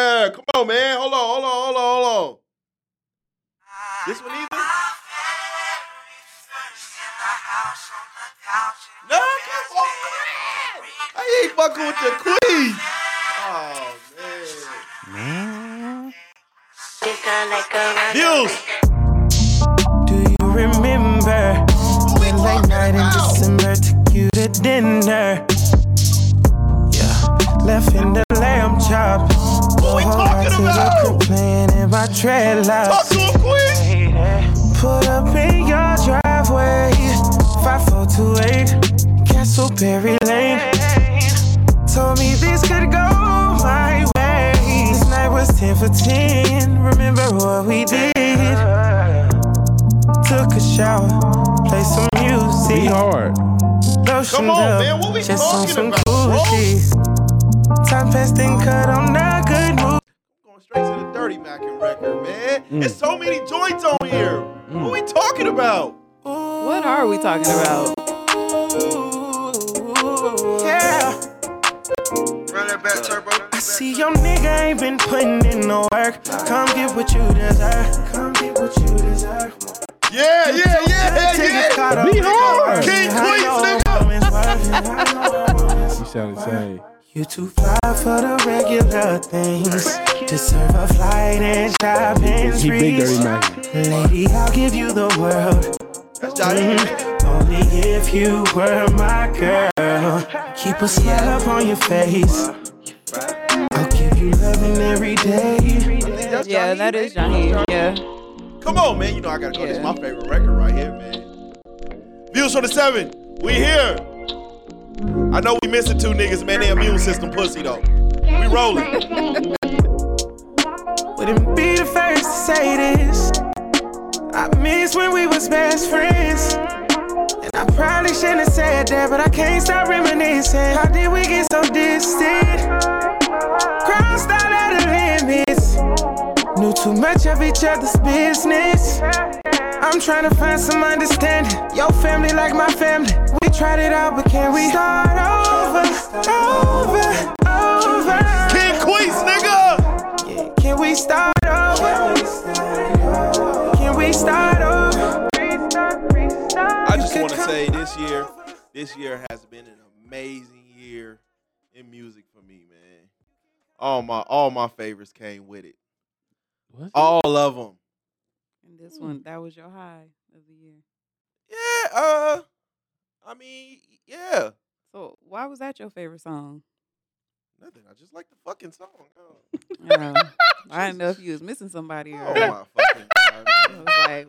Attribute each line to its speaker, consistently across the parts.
Speaker 1: on, man. Hold on, hold on, hold on, hold on. This one either? No, I can't fuck with that. I ain't fucking with the queen. Oh man.
Speaker 2: Man.
Speaker 1: Views.
Speaker 3: Do you remember when late night in December took you to dinner? Yeah, left in the lamb chop. What
Speaker 1: we talking about?
Speaker 3: Playing in my
Speaker 1: Talk
Speaker 3: dreadlocks.
Speaker 1: to him, queen.
Speaker 3: Put up in your driveway. 5428 Castleberry Lane. Told me this could go my way. This night was 10 for 10. Remember what we did? Took a shower, play some music.
Speaker 2: Be hard.
Speaker 3: Lotion
Speaker 1: Come on,
Speaker 3: up,
Speaker 1: man, what we
Speaker 3: just on
Speaker 1: talking
Speaker 3: some
Speaker 1: about,
Speaker 3: cool
Speaker 1: bro?
Speaker 3: shit. Time passed and cut, I'm not good mood.
Speaker 1: Going straight to the Dirty Mackin record, man. There's so many joints on here. What we talking about?
Speaker 4: What are we talking about?
Speaker 3: Yeah.
Speaker 5: Run that back, turbo.
Speaker 3: I see your nigga ain't been putting in no work. Come get what you deserve. Come get what you deserve.
Speaker 1: Yeah, yeah, yeah, yeah, yeah.
Speaker 3: Be
Speaker 2: hard.
Speaker 1: King Queens,
Speaker 2: You sound insane.
Speaker 3: You too fly for the regular things. Deserve a flight and shopping
Speaker 2: He big dirty
Speaker 3: sprees.
Speaker 2: man.
Speaker 3: Lady, I'll give you the world.
Speaker 1: That's Jaheim,
Speaker 3: Mm-hmm.
Speaker 1: man.
Speaker 3: Only if you were my girl. Keep a smile up on your face. I'll give you loving every day.
Speaker 1: That's
Speaker 4: Yeah,
Speaker 1: Jaheim,
Speaker 4: that is
Speaker 1: ain't it?
Speaker 4: Jaheim. Yeah.
Speaker 1: Come on, man. You know I gotta go. This is my favorite record right here, man. Views for the seven. We here. I know we missing two niggas, man. They immune system pussy though. We rolling.
Speaker 3: Wouldn't be the first to say this. I miss when we was best friends. And I probably shouldn't have said that, but I can't stop reminiscing. How did we get so distant? Crossed out of the limits. Knew too much of each other's business. I'm trying to find some understanding. Your family like my family. We tried it out, but can we start over? Over, over.
Speaker 1: King Queens, nigga.
Speaker 3: Can we start over? Can we start over?
Speaker 1: I just want to say this year, this year has been an amazing year in music for me, man. All my all my favorites came with it.
Speaker 2: What?
Speaker 1: All of them.
Speaker 4: And
Speaker 1: Hmm.
Speaker 4: this one, that was your high of the year.
Speaker 1: Yeah. Uh. I mean, yeah.
Speaker 4: So why was that your favorite song?
Speaker 1: Nothing. I just like the fucking song. Oh,
Speaker 4: Uh, I didn't know if you was missing somebody or.
Speaker 1: oh my fucking god.
Speaker 4: I was like,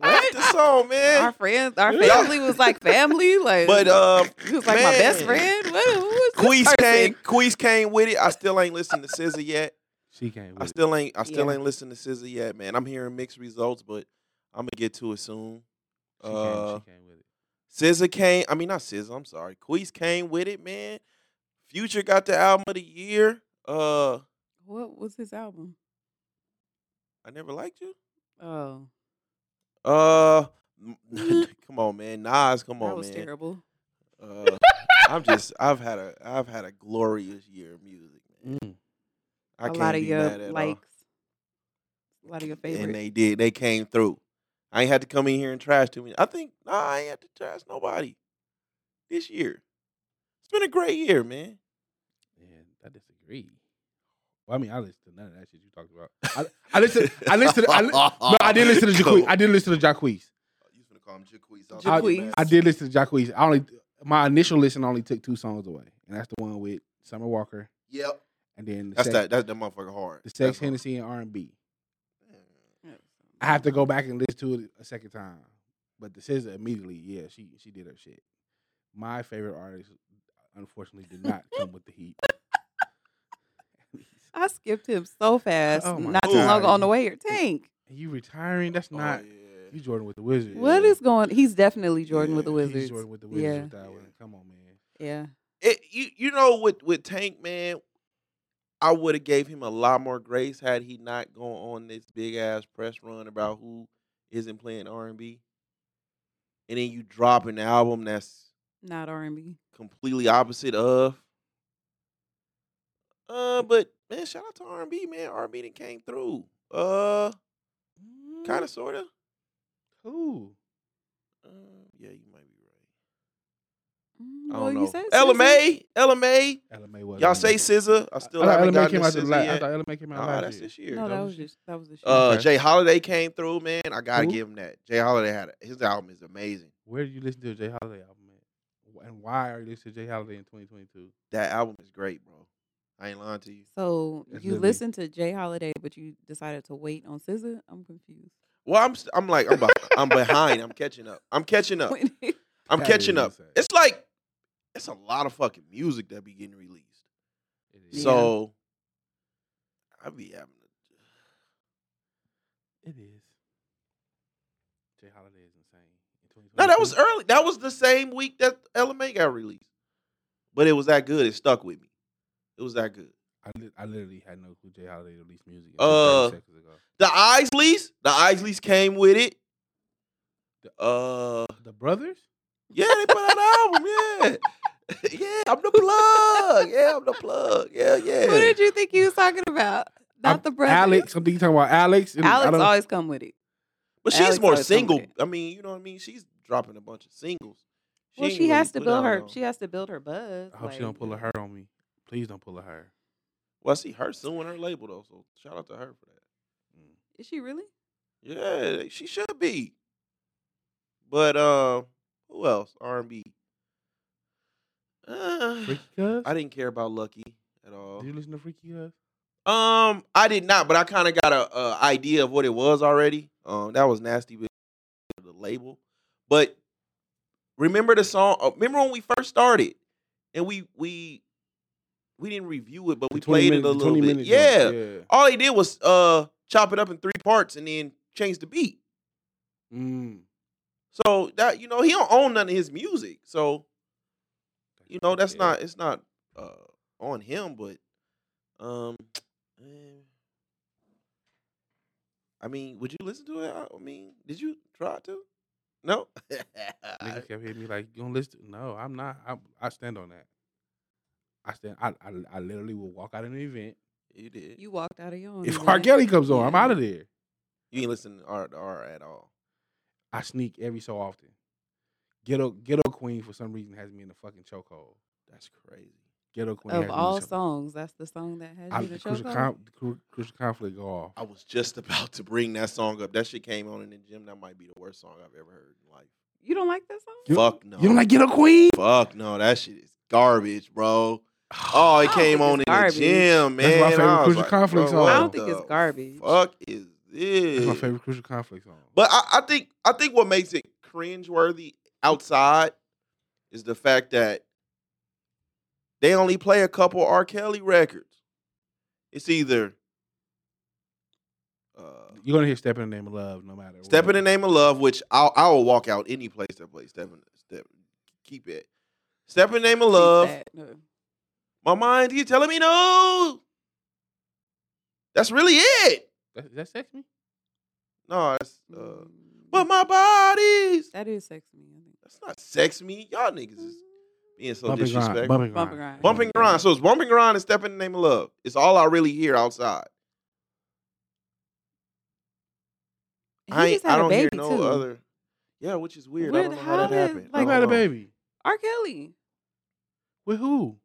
Speaker 1: What?
Speaker 4: what?
Speaker 1: the song, man.
Speaker 4: Our friends, our
Speaker 1: Yeah.
Speaker 4: family was like family, like.
Speaker 1: But um,
Speaker 4: he was like my
Speaker 1: man.
Speaker 4: best friend. What? Who is this
Speaker 1: Queez
Speaker 4: person?
Speaker 1: came, Queez came with it. I still ain't listened to SZA yet.
Speaker 2: She came
Speaker 1: I
Speaker 2: with it.
Speaker 1: still ain't, I still
Speaker 4: Yeah.
Speaker 1: ain't listened to SZA yet, man. I'm hearing mixed results, but I'm gonna get to it soon.
Speaker 2: She,
Speaker 1: Uh,
Speaker 2: came, she came with it.
Speaker 1: SZA came. I mean, not SZA. I'm sorry. Queez came with it, man. Future got the album of the year. Uh,
Speaker 4: What was his album?
Speaker 1: I never liked you.
Speaker 4: Oh,
Speaker 1: Uh, come on, man. Nas, come
Speaker 4: Mm. that
Speaker 1: on,
Speaker 4: was
Speaker 1: man.
Speaker 4: terrible.
Speaker 1: Uh, I'm just, I've had a, I've had a glorious year of music.
Speaker 2: Mm.
Speaker 1: I
Speaker 4: A
Speaker 1: can't
Speaker 4: lot of
Speaker 1: be
Speaker 4: your
Speaker 1: mad at all.
Speaker 4: likes, a lot of your
Speaker 1: And
Speaker 4: favorites.
Speaker 1: they did. They came through. I ain't had to come in here and trash too many. I think nah, I ain't had to trash nobody this year. It's been a great year, man.
Speaker 2: Man, I disagree. Well, I mean, I listened to none of that shit you talked about. I, I listened. I listened. I li- no, I did listen to Jaquez. I did listen to Jaquez.
Speaker 1: You gonna call him Jaquez?
Speaker 4: was like, Jaquez. man.
Speaker 2: I did listen to Jacquees. I only my initial listen only took two songs away, and that's the one with Summer Walker,
Speaker 1: Yep.
Speaker 2: and then the
Speaker 1: That's
Speaker 2: sex,
Speaker 1: that. That's that motherfucker hard.
Speaker 2: the Sex
Speaker 1: That motherfucker.
Speaker 2: Hennessy and R and B. I have to go back and listen to it a second time, but the SZA immediately, yeah, she she did her shit. My favorite artist, unfortunately, did not come with the heat.
Speaker 4: I skipped him so fast,
Speaker 2: Oh my
Speaker 4: not too long
Speaker 2: God.
Speaker 4: ago on the way here. Tank,
Speaker 2: You retiring? That's
Speaker 1: Oh,
Speaker 2: not
Speaker 1: yeah.
Speaker 2: you, Jordan with the Wizards.
Speaker 4: what is going? He's definitely Jordan with the
Speaker 1: Yeah,
Speaker 2: He's
Speaker 4: Wizards.
Speaker 2: Jordan with the Wizards.
Speaker 4: Yeah.
Speaker 2: with that one. Come on, man.
Speaker 4: Yeah,
Speaker 1: It, you you know with with Tank man, I would have gave him a lot more grace had he not gone on this big ass press run about who isn't playing R and B, and then you drop an album that's
Speaker 4: not R and B.
Speaker 1: completely opposite of. Uh, but Man, shout out to R&B, man. R&B that came through. Uh,
Speaker 4: Mm-hmm.
Speaker 1: kind of, sorta.
Speaker 2: Who?
Speaker 1: Uh, yeah, you might be
Speaker 4: Mm,
Speaker 1: right. I
Speaker 4: well,
Speaker 1: don't
Speaker 4: you said
Speaker 1: know. Ella
Speaker 4: SZA.
Speaker 1: May, Ella May.
Speaker 2: LMA was.
Speaker 1: Y'all
Speaker 2: on
Speaker 1: say
Speaker 2: that.
Speaker 1: Scissor. I still
Speaker 2: I thought
Speaker 1: haven't
Speaker 2: LMA
Speaker 1: gotten
Speaker 2: came
Speaker 1: to
Speaker 2: out the
Speaker 1: SZA
Speaker 2: last. I
Speaker 1: yet.
Speaker 2: thought LMA came out
Speaker 1: Nah,
Speaker 2: last
Speaker 1: that's
Speaker 2: year.
Speaker 1: this year.
Speaker 4: No, that was
Speaker 2: was-
Speaker 4: just that was the shit.
Speaker 1: Uh,
Speaker 2: Okay.
Speaker 1: Jay Holiday came through, man. I gotta
Speaker 2: Who?
Speaker 1: give him that. Jay Holiday had a, his album is amazing.
Speaker 2: Where did you listen to a Jay Holiday album at? Wh- And why are you listening to Jay Holiday in 2022?
Speaker 1: That album is great, bro. I ain't lying to you.
Speaker 4: so
Speaker 2: That's
Speaker 4: you
Speaker 2: Lil Baby.
Speaker 4: listened to Jay Holiday, but you decided to wait on SZA. I'm confused.
Speaker 1: Well, I'm s- I'm like I'm beh- I'm behind. I'm catching up. I'm catching up. I'm
Speaker 2: That
Speaker 1: catching
Speaker 2: is
Speaker 1: up.
Speaker 2: insane.
Speaker 1: It's like it's a lot of fucking music that be getting released.
Speaker 2: It
Speaker 4: is.
Speaker 1: So I be having
Speaker 2: It is. Jay Holiday is insane. In 2022.
Speaker 1: no. That was early. That was the same week that LMA got released, but it was that good. It stuck with me. It was that good.
Speaker 2: I, li- I literally had no clue Jay Holiday released music. until 30
Speaker 1: Uh,
Speaker 2: seconds ago.
Speaker 1: The Isleys, the Isleys came with it. Uh,
Speaker 2: The brothers?
Speaker 1: yeah, they put out an album. Yeah, yeah, I'm the plug. Yeah, I'm the plug. Yeah, yeah.
Speaker 4: Who did you think you was talking about? Not
Speaker 2: I'm-
Speaker 4: the brother.
Speaker 2: Alex. I'm thinking talking about Alex. and I
Speaker 4: Alex
Speaker 2: don't-
Speaker 4: always come with it.
Speaker 1: But she's
Speaker 4: Alex
Speaker 1: more
Speaker 4: always come with
Speaker 1: single.
Speaker 4: it.
Speaker 1: I mean, you know what I mean. She's dropping a bunch of singles.
Speaker 4: well,
Speaker 1: ain't
Speaker 4: she has to
Speaker 1: really put
Speaker 4: build
Speaker 1: out
Speaker 4: her.
Speaker 1: no-
Speaker 4: She has to build her buzz.
Speaker 2: I hope she
Speaker 4: like-
Speaker 2: don't pull a her on me. Please don't pull a her.
Speaker 1: Well, I see her suing her label though. So shout out to her for that.
Speaker 2: Mm.
Speaker 4: Is she really?
Speaker 1: Yeah, they- she should be. But um, who else? R and B. Uh,
Speaker 2: Freaky Cuz?
Speaker 1: I didn't care about Lucky at all.
Speaker 2: Did you listen to Freaky Cuz?
Speaker 1: Um, I did not, but I kind of got a, a idea of what it was already. Um, that was nasty with the label, but remember the song. uh, Remember when we first started, and we we we didn't review it, but we
Speaker 2: The 20
Speaker 1: played
Speaker 2: minute-
Speaker 1: it a
Speaker 2: the
Speaker 1: little
Speaker 2: 20
Speaker 1: bit.
Speaker 2: minute
Speaker 1: Yeah.
Speaker 2: joint,
Speaker 1: all they did was uh chop it up in three parts and then change the beat.
Speaker 2: yeah. Mm.
Speaker 1: So that you know he don't own none of his music, so you know that's
Speaker 2: Yeah.
Speaker 1: not it's not uh on him but um eh, i mean would you listen to it i I mean did you try to no
Speaker 2: Niggas kept hitting me like, "You gonna listen?" No, I'm not. I, I stand on that. I stand. I, I I literally will walk out of an event
Speaker 1: you did you,
Speaker 4: You walked out of your own.
Speaker 2: if
Speaker 4: event.
Speaker 2: R. Kelly comes on. I'm
Speaker 4: Yeah.
Speaker 2: out of there.
Speaker 1: ain't listening to r, to r at all
Speaker 2: I sneak every so often. Ghetto Ghetto Queen for some reason has me in the fucking chokehold.
Speaker 1: that's crazy
Speaker 2: Ghetto Queen has
Speaker 4: Of
Speaker 2: me
Speaker 4: all
Speaker 2: in the chokehold.
Speaker 4: songs, that's the song that has
Speaker 2: I,
Speaker 4: you the
Speaker 2: the crucial,
Speaker 4: chokehold?
Speaker 2: con- cru- crucial conflict go off.
Speaker 1: i was just about to bring that song up that shit came on in the gym that might be the worst song i've ever heard in life
Speaker 4: You don't like that song?
Speaker 2: You-
Speaker 1: fuck no
Speaker 2: You don't like Ghetto Queen?
Speaker 1: fuck no that shit is garbage bro oh it
Speaker 4: don't
Speaker 1: came
Speaker 4: think
Speaker 1: on
Speaker 4: it's
Speaker 1: in
Speaker 4: garbage.
Speaker 1: the gym man
Speaker 2: That's my favorite
Speaker 1: I was
Speaker 2: Crucial
Speaker 1: like, bro,
Speaker 2: Conflict song.
Speaker 4: I
Speaker 1: what
Speaker 4: don't think it's
Speaker 1: the
Speaker 4: garbage.
Speaker 1: fuck is this?
Speaker 2: That's my favorite Crucial Conflict song.
Speaker 1: But I, I think I think what makes it cringeworthy outside is the fact that they only play a couple R. Kelly records. It's either uh,
Speaker 2: You're gonna hear "Step in the Name of Love" no matter.
Speaker 1: "Step in
Speaker 2: what.
Speaker 1: the Name of Love," which I'll I will walk out any place that plays "Step in Step." Keep it. "Step in the Name of
Speaker 4: Keep
Speaker 1: Love." Uh,
Speaker 4: that. No.
Speaker 1: My mind, you telling me no? That's really it.
Speaker 2: That, that sex me?
Speaker 1: No, that's. Uh,
Speaker 4: Mm.
Speaker 1: but my body's.
Speaker 4: that is sex me. I think. Mm.
Speaker 1: That's not sex me. Y'all niggas is being so
Speaker 2: Bump and grind,
Speaker 1: disrespectful.
Speaker 2: Bump and
Speaker 4: Bump and
Speaker 2: grind.
Speaker 4: grind.
Speaker 1: Bumping grind. So it's bumping grind and stepping in the name of love. It's all I really hear outside.
Speaker 4: He
Speaker 1: I, ain't-
Speaker 4: just had
Speaker 1: I don't
Speaker 4: a baby
Speaker 1: hear no
Speaker 4: too.
Speaker 1: other. Yeah, which is weird. I
Speaker 4: Where-
Speaker 1: don't know how, that
Speaker 4: how did,
Speaker 1: happened. I
Speaker 2: Who
Speaker 4: like-
Speaker 1: don't
Speaker 2: had a
Speaker 1: know.
Speaker 2: baby?
Speaker 4: R. Kelly.
Speaker 2: With who?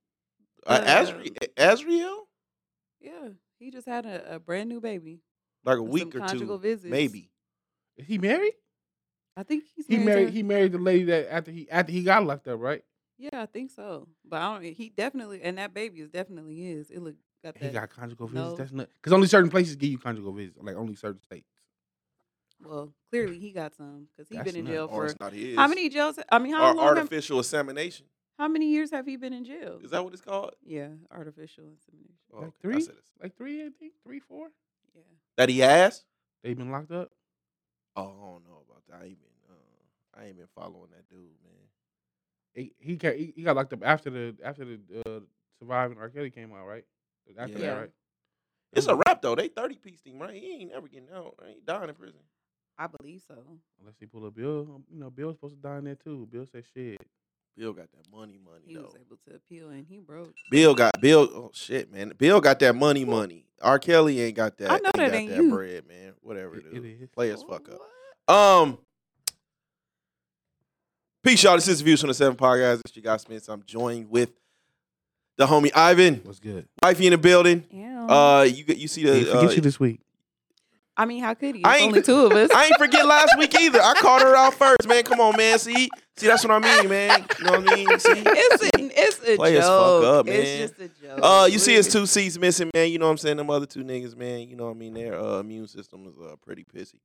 Speaker 1: Uh,
Speaker 4: Uh,
Speaker 1: Asri- Asriel?
Speaker 4: Yeah, he just had a, a brand new baby.
Speaker 1: Like a
Speaker 4: with
Speaker 1: week
Speaker 4: some
Speaker 1: or two,
Speaker 4: conjugal visits.
Speaker 1: maybe.
Speaker 2: Is he married?
Speaker 4: I think he's
Speaker 2: He
Speaker 4: married.
Speaker 2: married.
Speaker 4: to-
Speaker 2: He married the lady that after he after he got locked up, right?
Speaker 4: yeah, I think so. But I don't. He definitely and that baby is definitely his. It look got
Speaker 2: He
Speaker 4: that.
Speaker 2: got conjugal visits.
Speaker 4: No.
Speaker 2: That's not because only certain places give you conjugal visits, like only certain states.
Speaker 4: well, clearly he got some because he
Speaker 2: That's
Speaker 4: been in
Speaker 2: nuts.
Speaker 4: jail
Speaker 1: Or
Speaker 4: for
Speaker 1: it's not his.
Speaker 4: how many jails? I mean, how
Speaker 1: Or
Speaker 4: long? Have,
Speaker 1: artificial insemination.
Speaker 4: how many years have he been in jail?
Speaker 1: Is that what it's called?
Speaker 4: yeah, artificial insemination.
Speaker 1: Oh,
Speaker 2: Like
Speaker 1: okay. I
Speaker 2: three?
Speaker 1: said it's-
Speaker 2: Like three, I think three, four.
Speaker 4: Yeah,
Speaker 1: That he has?
Speaker 2: They've been locked up.
Speaker 1: Oh, I don't know about that. I ain't been, uh, I ain't been following that dude, man.
Speaker 2: He he, ca- he he got locked up after the after the uh, surviving R. Kelly came out, right?
Speaker 1: Yeah.
Speaker 2: After that, right?
Speaker 1: It's a wrap though. They thirty piece him, right? He ain't never getting out. He ain't dying in prison.
Speaker 4: I believe so.
Speaker 2: um, Unless he pull a bill, you know, Bill's supposed to die in there too. Bill said, "Shit,
Speaker 1: Bill got that money, money
Speaker 4: He
Speaker 1: though.
Speaker 4: was able to appeal and he broke.
Speaker 1: Bill got Bill. Oh shit, man. Bill got that money, money. R. Kelly ain't got that.
Speaker 4: I know
Speaker 1: he
Speaker 4: that
Speaker 1: got
Speaker 4: ain't
Speaker 1: that
Speaker 4: you.
Speaker 1: bread, man. Whatever,
Speaker 2: It- it
Speaker 1: dude.
Speaker 2: is.
Speaker 1: Play as fuck up.
Speaker 4: What?
Speaker 1: Um, peace, y'all. This is Views from the Seven Podcast. It's your guy Spence. I'm joined with the homie Ivan,
Speaker 2: What's good?
Speaker 1: wifey in the building.
Speaker 4: Damn.
Speaker 1: Uh, you get- you see
Speaker 2: Didn't
Speaker 1: the.
Speaker 2: forget
Speaker 1: uh,
Speaker 2: you this week.
Speaker 4: I mean, how could he?
Speaker 1: I
Speaker 4: It's
Speaker 1: ain't-
Speaker 4: only two of us.
Speaker 1: I ain't forget last week either. I called her out first, man. Come on, man. See, see, that's what I mean, man. You know what I mean? See.
Speaker 4: it's a, it's a
Speaker 1: Play as
Speaker 4: joke.
Speaker 1: fuck up, man.
Speaker 4: It's just a joke.
Speaker 1: Uh, you see, it's
Speaker 4: Literally.
Speaker 1: two seats missing, man. You know what I'm saying? Them other two niggas, man. You know what I mean? Their uh, immune system is uh, pretty pissy,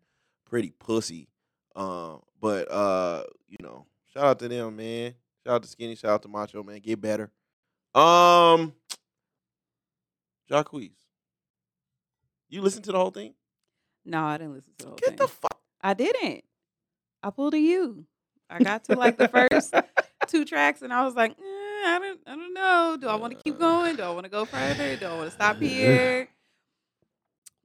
Speaker 1: pretty pussy. Um, but uh, you know, shout out to them, man. Shout out to Skinny. Shout out to Macho, man. Get better. Um, Jacquees, you listen to the whole thing?
Speaker 4: No, I didn't listen to the whole
Speaker 1: Get
Speaker 4: thing.
Speaker 1: the fuck.
Speaker 4: I didn't. I pulled a U. I got to like the first two tracks, and I was like, eh, I don't, I don't know. Do I want to
Speaker 1: Uh.
Speaker 4: keep going? Do I want to go further? Do I want to stop here?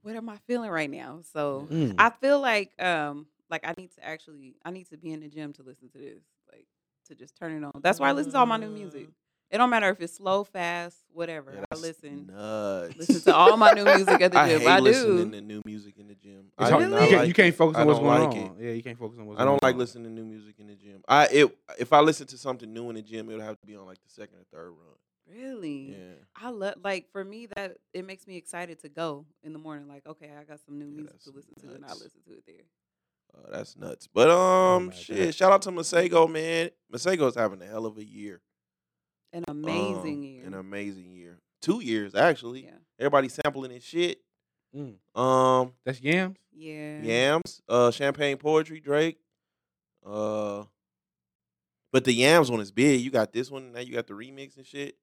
Speaker 4: What am I feeling right now?
Speaker 1: Mm.
Speaker 4: So
Speaker 2: Mm.
Speaker 4: I feel like, um, like I need to actually, I need to be in the gym to listen to this, like to just turn it on. That's why I listen to all my new music. It don't matter if it's slow, fast, whatever.
Speaker 1: Uh. Yeah,
Speaker 4: I
Speaker 1: that's
Speaker 4: listen,
Speaker 1: Nuts.
Speaker 4: listen to all my new music at the
Speaker 1: I
Speaker 4: gym.
Speaker 1: hate
Speaker 4: I,
Speaker 1: listening
Speaker 4: do.
Speaker 1: to new music in the gym.
Speaker 2: It's
Speaker 1: I
Speaker 2: hard-
Speaker 1: do
Speaker 4: Really?
Speaker 1: not
Speaker 2: you, can't,
Speaker 1: like
Speaker 2: you can't
Speaker 1: it.
Speaker 2: focus
Speaker 1: I
Speaker 2: on what's
Speaker 1: don't
Speaker 2: going
Speaker 1: like it.
Speaker 2: on. Yeah, you can't focus on what's
Speaker 1: I
Speaker 2: going on.
Speaker 1: don't like listening to new music in the gym. I it if I listen to something new in the gym, it would have to be on like the second or third run.
Speaker 4: Really?
Speaker 1: Yeah,
Speaker 4: I love like for me that it makes me excited to go in the morning. Like, okay, I got some new
Speaker 1: Yeah,
Speaker 4: music to
Speaker 1: that's
Speaker 4: listen to, and I
Speaker 1: nuts.
Speaker 4: listen to it there.
Speaker 1: uh, that's nuts. But
Speaker 4: Oh
Speaker 1: um,
Speaker 2: my
Speaker 1: shit,
Speaker 2: God.
Speaker 1: shout out to Masego, man. Masego's having a hell of a year.
Speaker 4: An
Speaker 1: Um,
Speaker 4: amazing year.
Speaker 1: An amazing year. Two years actually.
Speaker 4: yeah,
Speaker 1: Everybody sampling his shit.
Speaker 2: Mm.
Speaker 1: Um,
Speaker 2: That's yams.
Speaker 4: yeah,
Speaker 1: yams, uh, champagne poetry, Drake. Uh, but the yams one is big. You got this one now. You got the remix and shit,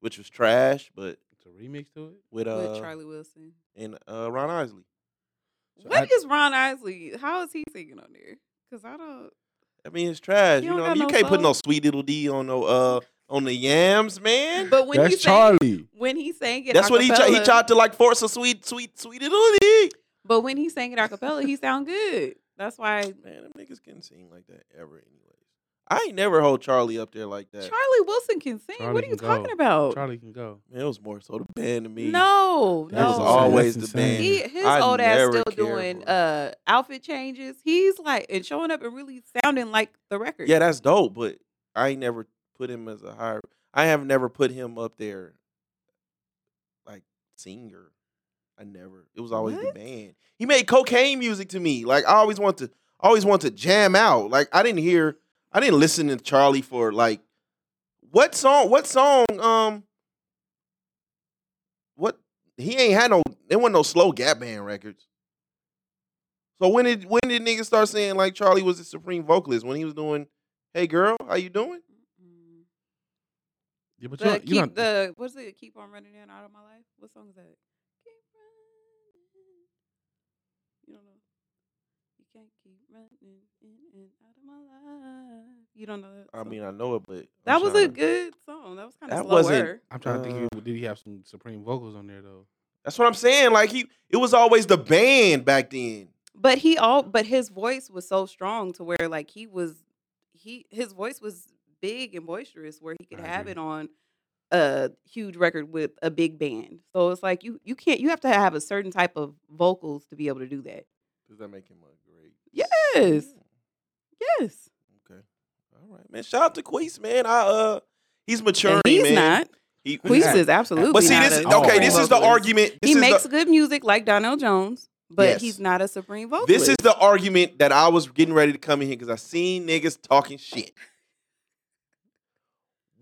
Speaker 1: which was trash, but
Speaker 2: It's a remix to it.
Speaker 1: with uh
Speaker 4: With Charlie Wilson.
Speaker 1: and uh Ron Isley.
Speaker 2: So
Speaker 4: What
Speaker 2: I-
Speaker 4: is Ron Isley? How is he singing on there? Because I don't.
Speaker 1: I mean, it's trash. You,
Speaker 4: You don't
Speaker 1: know, what I
Speaker 4: got
Speaker 1: mean? you
Speaker 4: no
Speaker 1: can't put no
Speaker 4: soul?
Speaker 1: sweet little D on no uh on the yams, man.
Speaker 4: But when
Speaker 2: That's
Speaker 4: he sang,
Speaker 2: Charlie.
Speaker 4: when he sang it,
Speaker 1: That's what he tried. He
Speaker 4: acapella-
Speaker 1: tried to like force a sweet, sweet, sweet little D.
Speaker 4: But when he sang it acapella, he sound good. That's why
Speaker 1: Man, them niggas can sing like that ever, anyways. I ain't never hold Charlie up there like that.
Speaker 4: Charlie Wilson can sing.
Speaker 2: Charlie
Speaker 4: what are you
Speaker 2: can
Speaker 4: talking
Speaker 2: go.
Speaker 4: about?
Speaker 2: Charlie can go.
Speaker 1: man, it was more so the band to me.
Speaker 4: No,
Speaker 2: That
Speaker 1: that was
Speaker 4: no.
Speaker 2: insane.
Speaker 1: always
Speaker 2: That's
Speaker 1: the band.
Speaker 4: He,
Speaker 2: insane.
Speaker 4: his
Speaker 1: I
Speaker 4: old ass
Speaker 1: never
Speaker 4: still
Speaker 1: cared
Speaker 4: doing
Speaker 1: for him.
Speaker 4: uh outfit changes. He's like and showing up and really sounding like the record.
Speaker 1: yeah, that's dope. But I ain't never put him as a higher. I have never put him up there, like singer. I never. It was always the
Speaker 4: What?
Speaker 1: band. He made cocaine music to me. Like I always want to, I always want to jam out. Like I didn't hear, I didn't listen to Charlie for like, what song? What song? Um, what he ain't had no. There wasn't no slow gap band records. So when did when did niggas start saying like Charlie was the supreme vocalist when he was doing, "Hey girl, how you doing"?
Speaker 4: Mm.
Speaker 2: Yeah, but
Speaker 4: The,
Speaker 2: you, you
Speaker 4: keep,
Speaker 2: don't.
Speaker 4: the what's it? Keep on running in out of my life. What song is that? Keep running. You don't know. You can't keep running in and out of my life. You don't know. That
Speaker 1: I
Speaker 4: song?
Speaker 1: mean, I know it, but I'm
Speaker 4: that was a
Speaker 1: trying to-
Speaker 4: good song. That was kind of
Speaker 1: That
Speaker 4: slower.
Speaker 1: wasn't-
Speaker 2: I'm trying to think.
Speaker 1: Uh,
Speaker 2: Of, did he have some supreme vocals on there though?
Speaker 1: That's what I'm saying. Like he, it was always the band back then.
Speaker 4: But he all but his voice was so strong to where like he was he his voice was big and boisterous where he could
Speaker 2: I
Speaker 4: have
Speaker 2: agree.
Speaker 4: it on a huge record with a big band. So it's like you you can't you have to have a certain type of vocals to be able to do that.
Speaker 1: Does that make him a great?
Speaker 4: Yes. Yes.
Speaker 1: Okay. All right, man. Shout out to Queese, man. I uh, he's maturing,
Speaker 4: and he's
Speaker 1: man.
Speaker 4: not.
Speaker 1: He,
Speaker 4: Queese
Speaker 2: not.
Speaker 4: is absolutely
Speaker 1: But see,
Speaker 4: not
Speaker 1: this
Speaker 4: a
Speaker 2: all.
Speaker 1: okay.
Speaker 4: supreme
Speaker 1: This is the
Speaker 4: vocalist.
Speaker 1: argument. This
Speaker 4: he
Speaker 1: is the-
Speaker 4: makes good music like Donnell Jones, but
Speaker 1: Yes.
Speaker 4: he's not a supreme vocalist.
Speaker 1: This is the argument that I was getting ready to come in here because I seen niggas talking shit.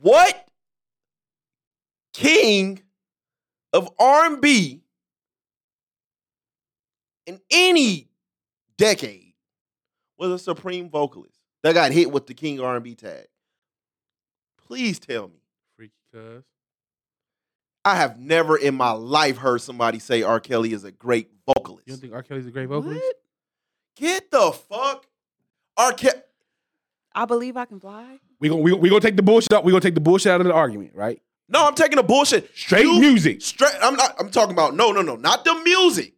Speaker 1: What king of R&B in any decade was a supreme vocalist that got hit with the king R&B tag? Please tell me.
Speaker 2: Freaky Cuz.
Speaker 1: I have never in my life heard somebody say R. Kelly is a great vocalist.
Speaker 2: You don't think R. Kelly's a great vocalist?
Speaker 4: What?
Speaker 1: Get the fuck R. Kelly.
Speaker 4: I believe I can fly.
Speaker 2: We gonna we, we gonna take the bullshit out. We gonna take the bullshit out of the argument, right?
Speaker 1: No, I'm taking the bullshit.
Speaker 2: Straight
Speaker 1: You-
Speaker 2: music.
Speaker 1: Straight. I'm not. I'm talking about no, no, no, not the music.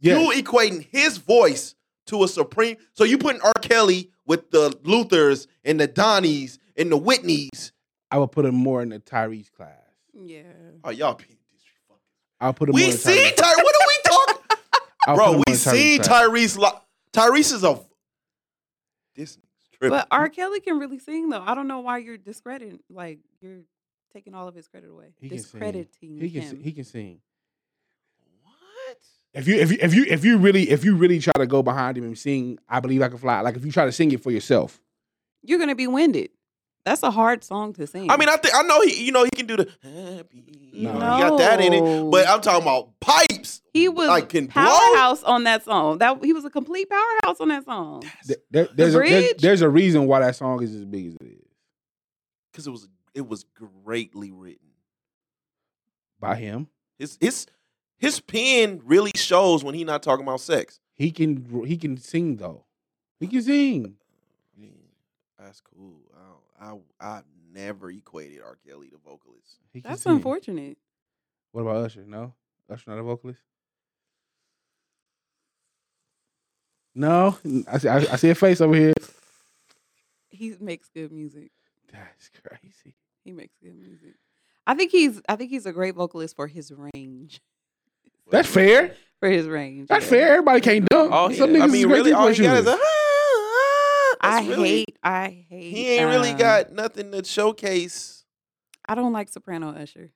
Speaker 2: Yeah.
Speaker 1: You equating his voice to a supreme. So you putting R. Kelly with the Luthers and the Donnies and the Whitneys.
Speaker 2: I would put him more in the Tyrese class.
Speaker 4: Yeah.
Speaker 1: Oh, y'all being disrespectful.
Speaker 2: I'll put him.
Speaker 1: We
Speaker 2: more in the
Speaker 1: see
Speaker 2: Tyrese-
Speaker 1: Ty. What are we talking?
Speaker 2: I'll put him
Speaker 1: Bro,
Speaker 2: more
Speaker 1: we
Speaker 2: in the Tyrese
Speaker 1: see
Speaker 2: class.
Speaker 1: Tyrese. Lo- Tyrese is a. This nigga's tripping.
Speaker 4: But R. Kelly can really sing though. I don't know why you're discrediting like you're taking all of his credit away.
Speaker 2: He can sing.
Speaker 4: Discrediting
Speaker 2: He can.
Speaker 4: him.
Speaker 2: sing- He can sing.
Speaker 1: what?
Speaker 2: If you if you if you if you really if you really try to go behind him and sing, I believe I can fly. Like if you try to sing it for yourself,
Speaker 4: you're gonna be winded. That's a hard song to sing.
Speaker 1: I mean, I think I know he. You know he can do the happy. You
Speaker 2: No.
Speaker 1: know, he got that in it. But I'm talking about pipes.
Speaker 4: he was
Speaker 1: like, can blow?
Speaker 4: powerhouse on that song. That he was a complete powerhouse on that song.
Speaker 2: th- there- there's, a, there's-
Speaker 4: bridge?
Speaker 2: there's a reason why that song is as big as it is
Speaker 1: because it was it was greatly written.
Speaker 2: by him.
Speaker 1: His his his pen really shows when he not talking about sex.
Speaker 2: He can he can sing though. He can sing.
Speaker 1: That's cool. I don't, I I never equated R. Kelly to vocalist.
Speaker 2: He can
Speaker 4: That's
Speaker 2: sing.
Speaker 4: unfortunate.
Speaker 2: What about Usher? No, Usher not a vocalist. No, I see. I, I see a face over here.
Speaker 4: He makes good music.
Speaker 2: That's crazy.
Speaker 4: He makes good music. I think he's I think he's a great vocalist for his range.
Speaker 2: That's fair.
Speaker 4: For his range.
Speaker 2: That's
Speaker 4: yeah.
Speaker 2: fair. Everybody can't dunk.
Speaker 1: Oh,
Speaker 2: Some niggas
Speaker 1: I
Speaker 2: is
Speaker 1: mean,
Speaker 2: great
Speaker 1: really, all he got is a.
Speaker 2: three-point
Speaker 1: "Ah,
Speaker 2: shooters.
Speaker 4: I
Speaker 1: That's really-
Speaker 4: hate I hate
Speaker 1: He ain't really
Speaker 4: um,
Speaker 1: got nothing to showcase.
Speaker 4: I don't like soprano Usher.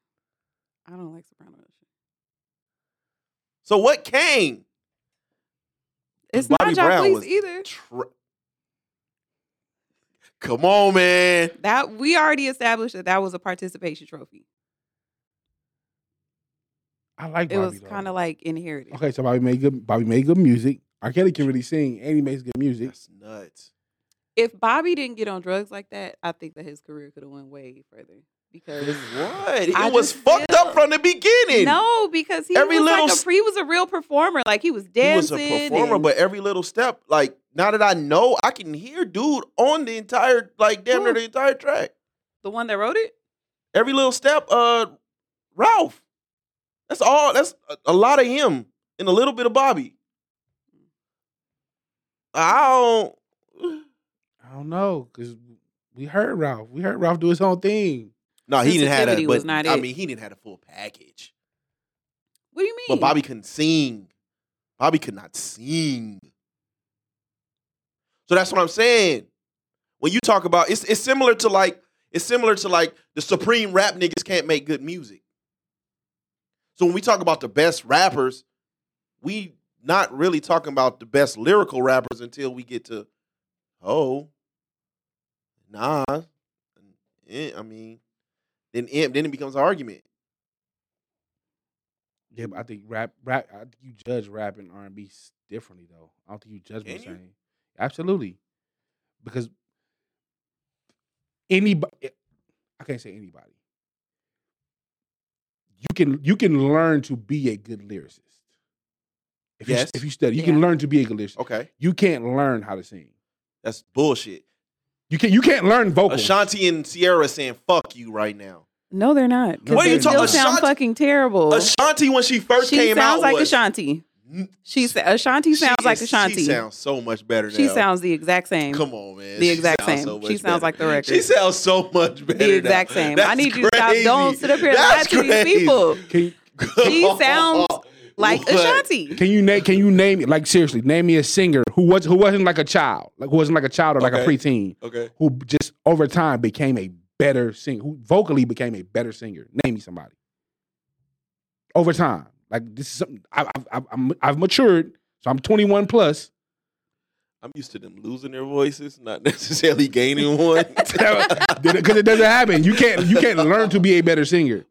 Speaker 4: I don't like soprano Usher.
Speaker 1: So what came?
Speaker 4: It's
Speaker 1: Bobby
Speaker 4: not John
Speaker 1: Brown
Speaker 4: Cleese
Speaker 1: was-
Speaker 4: either.
Speaker 1: Tra- Come on, man.
Speaker 4: That we already established that that was a participation trophy.
Speaker 2: I like.
Speaker 4: It was
Speaker 2: Bobby, though.
Speaker 4: kind of like inherited.
Speaker 2: Okay, so Bobby made good. Bobby made good music. R. Kelly can really sing, and he makes good music.
Speaker 1: That's nuts.
Speaker 4: If Bobby didn't get on drugs like that, I think that his career could have went way further because
Speaker 1: What? It
Speaker 4: I
Speaker 1: was
Speaker 4: just
Speaker 1: fucked
Speaker 4: feel-
Speaker 1: up from the beginning.
Speaker 4: no, because he
Speaker 1: Every
Speaker 4: was like
Speaker 1: little
Speaker 4: a, he was a real performer. Like he was
Speaker 1: he was
Speaker 4: dancing.
Speaker 1: a performer,
Speaker 4: and-
Speaker 1: but every little step, like now that I know, I can hear dude on the entire, like damn near
Speaker 4: Who?
Speaker 1: the entire track.
Speaker 4: the one that wrote it,
Speaker 1: Every little step, uh, Ralph. That's all. That's a, a lot of him and a little bit of Bobby. I don't.
Speaker 2: I don't know because we heard Ralph. We heard Ralph do his own thing.
Speaker 1: No, he didn't have that.
Speaker 4: Sensitivity was
Speaker 1: But
Speaker 4: not
Speaker 1: I
Speaker 4: it.
Speaker 1: mean, he didn't have the full package.
Speaker 4: what do you mean?
Speaker 1: But Bobby couldn't sing. Bobby could not sing. So that's what I'm saying. When you talk about it's it's similar to like it's similar to like the supreme rap niggas can't make good music. So when we talk about the best rappers, we not really talking about the best lyrical rappers until we get to oh Nas. Eh, I mean, then Imp, then it becomes an argument.
Speaker 2: Yeah, but I think rap, rap. I think you judge rap and R and B differently though. I don't think you judge them the
Speaker 1: Can you?
Speaker 2: same. Absolutely, because anybody, eh, I can't say anybody. You can you can learn to be a good lyricist. If you,
Speaker 1: Yes. Oh.
Speaker 2: if you study, you
Speaker 4: Yeah.
Speaker 2: can learn to be a good lyricist.
Speaker 1: Okay,
Speaker 2: You can't learn how to sing.
Speaker 1: that's bullshit.
Speaker 2: You can not you can't learn vocals.
Speaker 1: Ashanti and Sierra saying "fuck you" right now.
Speaker 4: no, they're not. 'cause
Speaker 2: What are
Speaker 4: they
Speaker 2: you talking-
Speaker 4: Still sound
Speaker 1: Ashanti-
Speaker 4: fucking terrible.
Speaker 1: Ashanti when she first
Speaker 4: she
Speaker 1: came
Speaker 4: sounds
Speaker 1: out
Speaker 4: like
Speaker 1: was,
Speaker 4: Ashanti.
Speaker 1: Mm,
Speaker 4: She sa- Ashanti
Speaker 1: she
Speaker 4: sounds like
Speaker 1: is-
Speaker 4: Ashanti.
Speaker 1: She sounds so much better.
Speaker 4: She
Speaker 1: now.
Speaker 4: sounds the exact same.
Speaker 1: Come on, man.
Speaker 4: the
Speaker 1: She
Speaker 4: exact
Speaker 1: sounds
Speaker 4: same.
Speaker 1: so much
Speaker 4: she sounds
Speaker 1: better.
Speaker 4: like the record.
Speaker 1: She sounds so much better.
Speaker 4: the exact
Speaker 1: now.
Speaker 4: same. I
Speaker 1: That's
Speaker 4: need you to stop.
Speaker 1: crazy.
Speaker 4: Don't sit up here and lie
Speaker 1: That's
Speaker 4: to
Speaker 1: crazy.
Speaker 4: these people.
Speaker 2: Can,
Speaker 4: She sounds Like
Speaker 1: What?
Speaker 4: Ashanti.
Speaker 2: can you name can you name like seriously name me a singer who was who wasn't like a child like who wasn't like a child or like a
Speaker 1: Okay.
Speaker 2: preteen
Speaker 1: Okay.
Speaker 2: who just over time became a better singer, who vocally became a better singer. Name me somebody. Over time, like this is something I, I've, I've, I'm, I've matured, so I'm 21 plus.
Speaker 1: I'm used to them losing their voices, not necessarily gaining one.
Speaker 2: Because it doesn't happen. You can't you can't learn to be a better singer.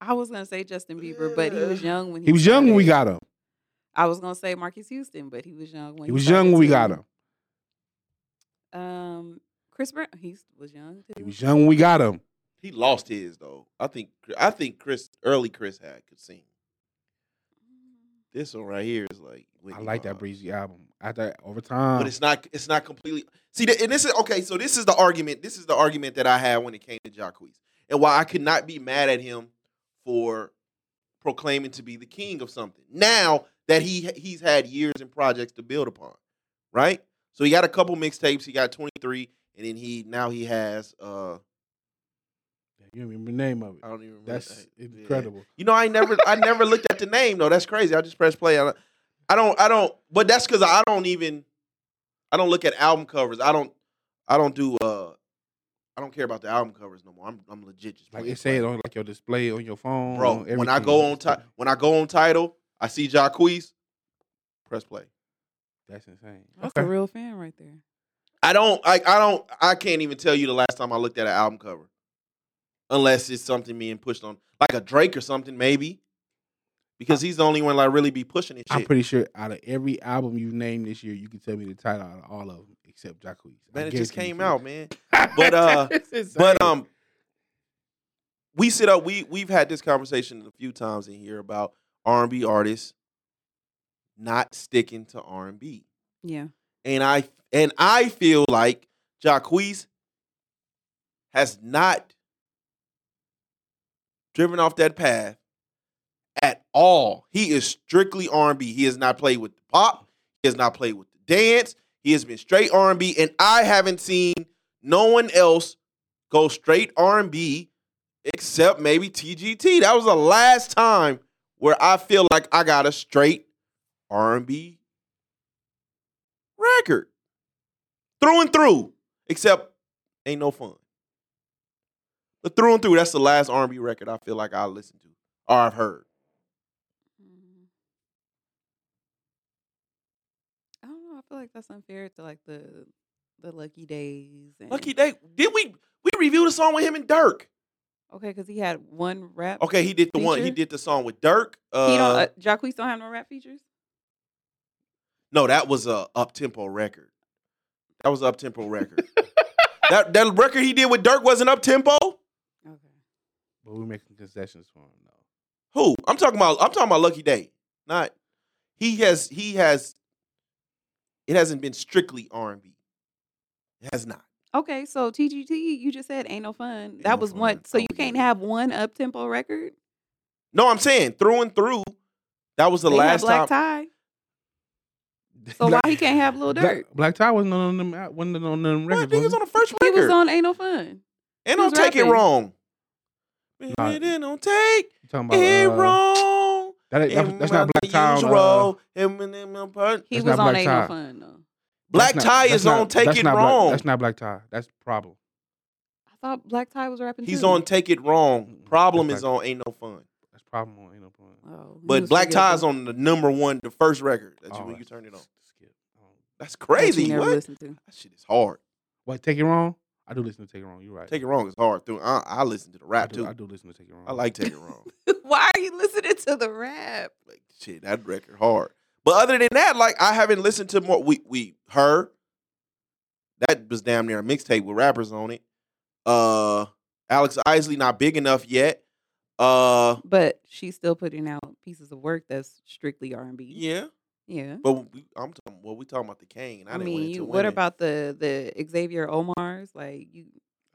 Speaker 4: I was gonna say Justin Bieber, but he was young when he,
Speaker 2: He was young when we
Speaker 4: started.
Speaker 2: got him.
Speaker 4: I was gonna say Marcus Houston, but he was young when
Speaker 2: He was young when we got him.
Speaker 4: him. Um, Chris Brown, he was young too.
Speaker 2: He was young when we got him.
Speaker 1: he lost his though. I think. I think Chris early Chris had could sing. This one right here is like.
Speaker 2: I
Speaker 1: Whitney
Speaker 2: like that
Speaker 1: Hobbs.
Speaker 2: breezy album. After over time,
Speaker 1: but it's not it's not completely see the, and this is okay so this is the argument this is the argument that i had when it came to jacquees and why i could not be mad at him for proclaiming to be the king of something now that he he's had years and projects to build upon right So he got a couple mixtapes. He got 23, and then he now he has uh
Speaker 2: You remember the name of it?
Speaker 1: I don't even remember.
Speaker 2: That's
Speaker 1: Oh, Yeah.
Speaker 2: incredible.
Speaker 1: You know, I never I never looked at the name though. That's crazy. I just press play. I don't I don't, I don't but that's because I don't even I don't look at album covers. I don't I don't do uh I don't care about the album covers no more. I'm I'm legit just
Speaker 2: Like
Speaker 1: playing
Speaker 2: it said
Speaker 1: play.
Speaker 2: on like your display on your phone.
Speaker 1: Bro,
Speaker 2: on
Speaker 1: when I
Speaker 2: everything.
Speaker 1: go on ti- when I go on title, I see Jacquees, press play.
Speaker 2: That's insane.
Speaker 4: That's a real fan right there.
Speaker 1: I don't I I don't I can't even tell you the last time I looked at an album cover. Unless it's something being pushed on like a Drake or something, maybe. Because he's the only one like really be pushing this shit.
Speaker 2: I'm pretty sure out of every album you named this year, you can tell me the title out of all of them except Jacquees.
Speaker 1: Man, it
Speaker 2: I guarantee
Speaker 1: just
Speaker 2: you
Speaker 1: came
Speaker 2: can.
Speaker 1: out, man. But, uh,
Speaker 2: It's insane.
Speaker 1: But um, we sit up. We we've had this conversation a few times in here about R and B artists not sticking to R and B,
Speaker 4: Yeah.
Speaker 1: and I and I feel like Jacquees has not driven off that path at all. He is strictly R and B. He has not played with the pop. He has not played with the dance. He has been straight R and B, and I haven't seen no one else go straight R and B except maybe TGT. That was the last time where I feel like I got a straight R and B record through and through, except ain't no fun. But through and through, that's the last R and B record I feel like I listened to or I've heard.
Speaker 4: Mm. I don't know. I feel like that's unfair to like the the Lucky Days. And,
Speaker 1: Lucky Day, did we we reviewed a song with him and Dirk?
Speaker 4: Okay, because he had one rap.
Speaker 1: Okay, he did the one. He
Speaker 4: Feature?
Speaker 1: did the song with Dirk. Uh,
Speaker 4: he don't. Uh, Jacquees don't have no rap features.
Speaker 1: No, that was a up tempo record. That was up tempo record. that that record he did with Dirk wasn't up tempo.
Speaker 4: Okay.
Speaker 2: But we're making concessions for him though.
Speaker 1: Who I'm talking about? I'm talking about Lucky Day. Not he has he has. It hasn't been strictly R and B. It has not.
Speaker 4: Okay, so TGT, you just said ain't no fun.
Speaker 1: no
Speaker 4: that was
Speaker 1: fun.
Speaker 4: one. So
Speaker 1: Oh,
Speaker 4: you
Speaker 1: yeah.
Speaker 4: can't have one up tempo record.
Speaker 1: No, I'm saying through and through. That was the
Speaker 4: They had
Speaker 1: last
Speaker 4: Black
Speaker 1: time.
Speaker 4: Tie. So why he can't have Lil
Speaker 2: Black,
Speaker 4: Durk?
Speaker 2: Black Tie wasn't on them. al- Wasn't on them
Speaker 1: Well, I
Speaker 2: records.
Speaker 1: think it was
Speaker 2: was
Speaker 1: on the first
Speaker 4: He
Speaker 1: record.
Speaker 4: was on Ain't No Fun.
Speaker 1: and
Speaker 4: he
Speaker 1: don't
Speaker 4: was
Speaker 1: take it
Speaker 4: rapping.
Speaker 1: wrong.
Speaker 2: Nah.
Speaker 1: And don't take
Speaker 2: it? You talking about?
Speaker 1: it
Speaker 2: uh,
Speaker 1: wrong.
Speaker 2: that, that-
Speaker 1: And
Speaker 2: that's not
Speaker 1: my
Speaker 2: Black Tie. on, uh,
Speaker 1: usual, Eminem, uh, part-
Speaker 4: He
Speaker 2: That's
Speaker 4: was
Speaker 2: not
Speaker 4: on
Speaker 2: Black
Speaker 4: Ain't
Speaker 2: Tie.
Speaker 4: No Fun though.
Speaker 1: Black
Speaker 2: that's not-
Speaker 1: Tie
Speaker 2: that's
Speaker 1: is
Speaker 2: not-
Speaker 1: on Take
Speaker 2: that's
Speaker 1: It
Speaker 2: not Black-
Speaker 1: Wrong.
Speaker 2: that's not Black Tie. That's problem.
Speaker 4: I thought Black Tie was rapping.
Speaker 1: He's
Speaker 4: too.
Speaker 1: on Take It Wrong.
Speaker 2: Mm-mm.
Speaker 1: Problem
Speaker 2: That's
Speaker 1: is on Ain't No Fun.
Speaker 2: That's problem. on- Ain't no problem.
Speaker 4: Oh, he
Speaker 1: But
Speaker 4: was
Speaker 1: Black
Speaker 4: forgetful.
Speaker 1: Tie's on the number one, the first record that
Speaker 2: Oh,
Speaker 1: you, when you
Speaker 2: that's-
Speaker 1: turn it on.
Speaker 2: Skip. Oh.
Speaker 1: That's
Speaker 4: That you
Speaker 1: crazy.
Speaker 4: never
Speaker 1: What?
Speaker 4: listened to.
Speaker 1: That shit is hard.
Speaker 2: What? Take it wrong. I do listen to Take It Wrong. You're right.
Speaker 1: Take It Wrong is hard. Through I, I listen to the
Speaker 2: I
Speaker 1: rap
Speaker 2: do,
Speaker 1: too.
Speaker 2: I
Speaker 1: I,
Speaker 2: do listen to Take It Wrong.
Speaker 1: like Take It Wrong.
Speaker 4: Why are you listening to the rap?
Speaker 1: like shit, that record hard. But other than that, like I haven't listened to more. We we her. That was damn near a mixtape with rappers on it. Uh, Alex Isley not big enough yet. Uh,
Speaker 4: But she's still putting out pieces of work that's strictly R and B.
Speaker 1: yeah.
Speaker 4: Yeah.
Speaker 1: But we, I'm talking. Well, we talking about the Kane. I,
Speaker 4: I
Speaker 1: didn't
Speaker 4: mean,
Speaker 1: went into
Speaker 4: you, what
Speaker 1: women.
Speaker 4: about the the Xavier Omar's? Like you,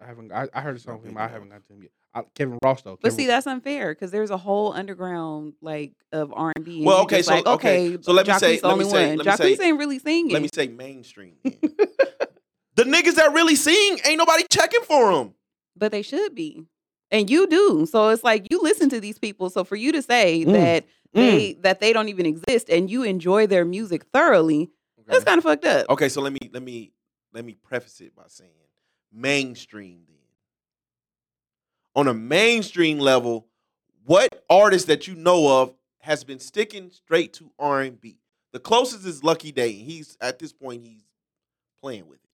Speaker 2: I haven't. I, I heard a song
Speaker 1: Not
Speaker 2: from him.
Speaker 1: big
Speaker 2: I
Speaker 1: enough.
Speaker 2: haven't got to him yet. I, Kevin Ross though.
Speaker 4: but
Speaker 2: Kevin,
Speaker 4: see, that's unfair because there's a whole underground like of R and B.
Speaker 1: Well, okay, so-
Speaker 4: like,
Speaker 1: okay, so let me
Speaker 4: Jacquees
Speaker 1: say-
Speaker 4: the
Speaker 1: let me
Speaker 4: only
Speaker 1: say-
Speaker 4: one.
Speaker 1: let me say-
Speaker 4: Jacquees ain't really singing.
Speaker 1: Let me say mainstream. then. the niggas that really sing ain't nobody checking for them.
Speaker 4: but they should be, and you do. So it's like you listen to these people. So for you to say
Speaker 2: Mm,
Speaker 4: that they that they don't even exist and you enjoy their music thoroughly, that's kind of fucked up.
Speaker 1: Okay, so let me let me let me preface it by saying mainstream then. On a mainstream level, what artist that you know of has been sticking straight to R&B? The closest is Lucky Day. and He's at this point he's playing with it.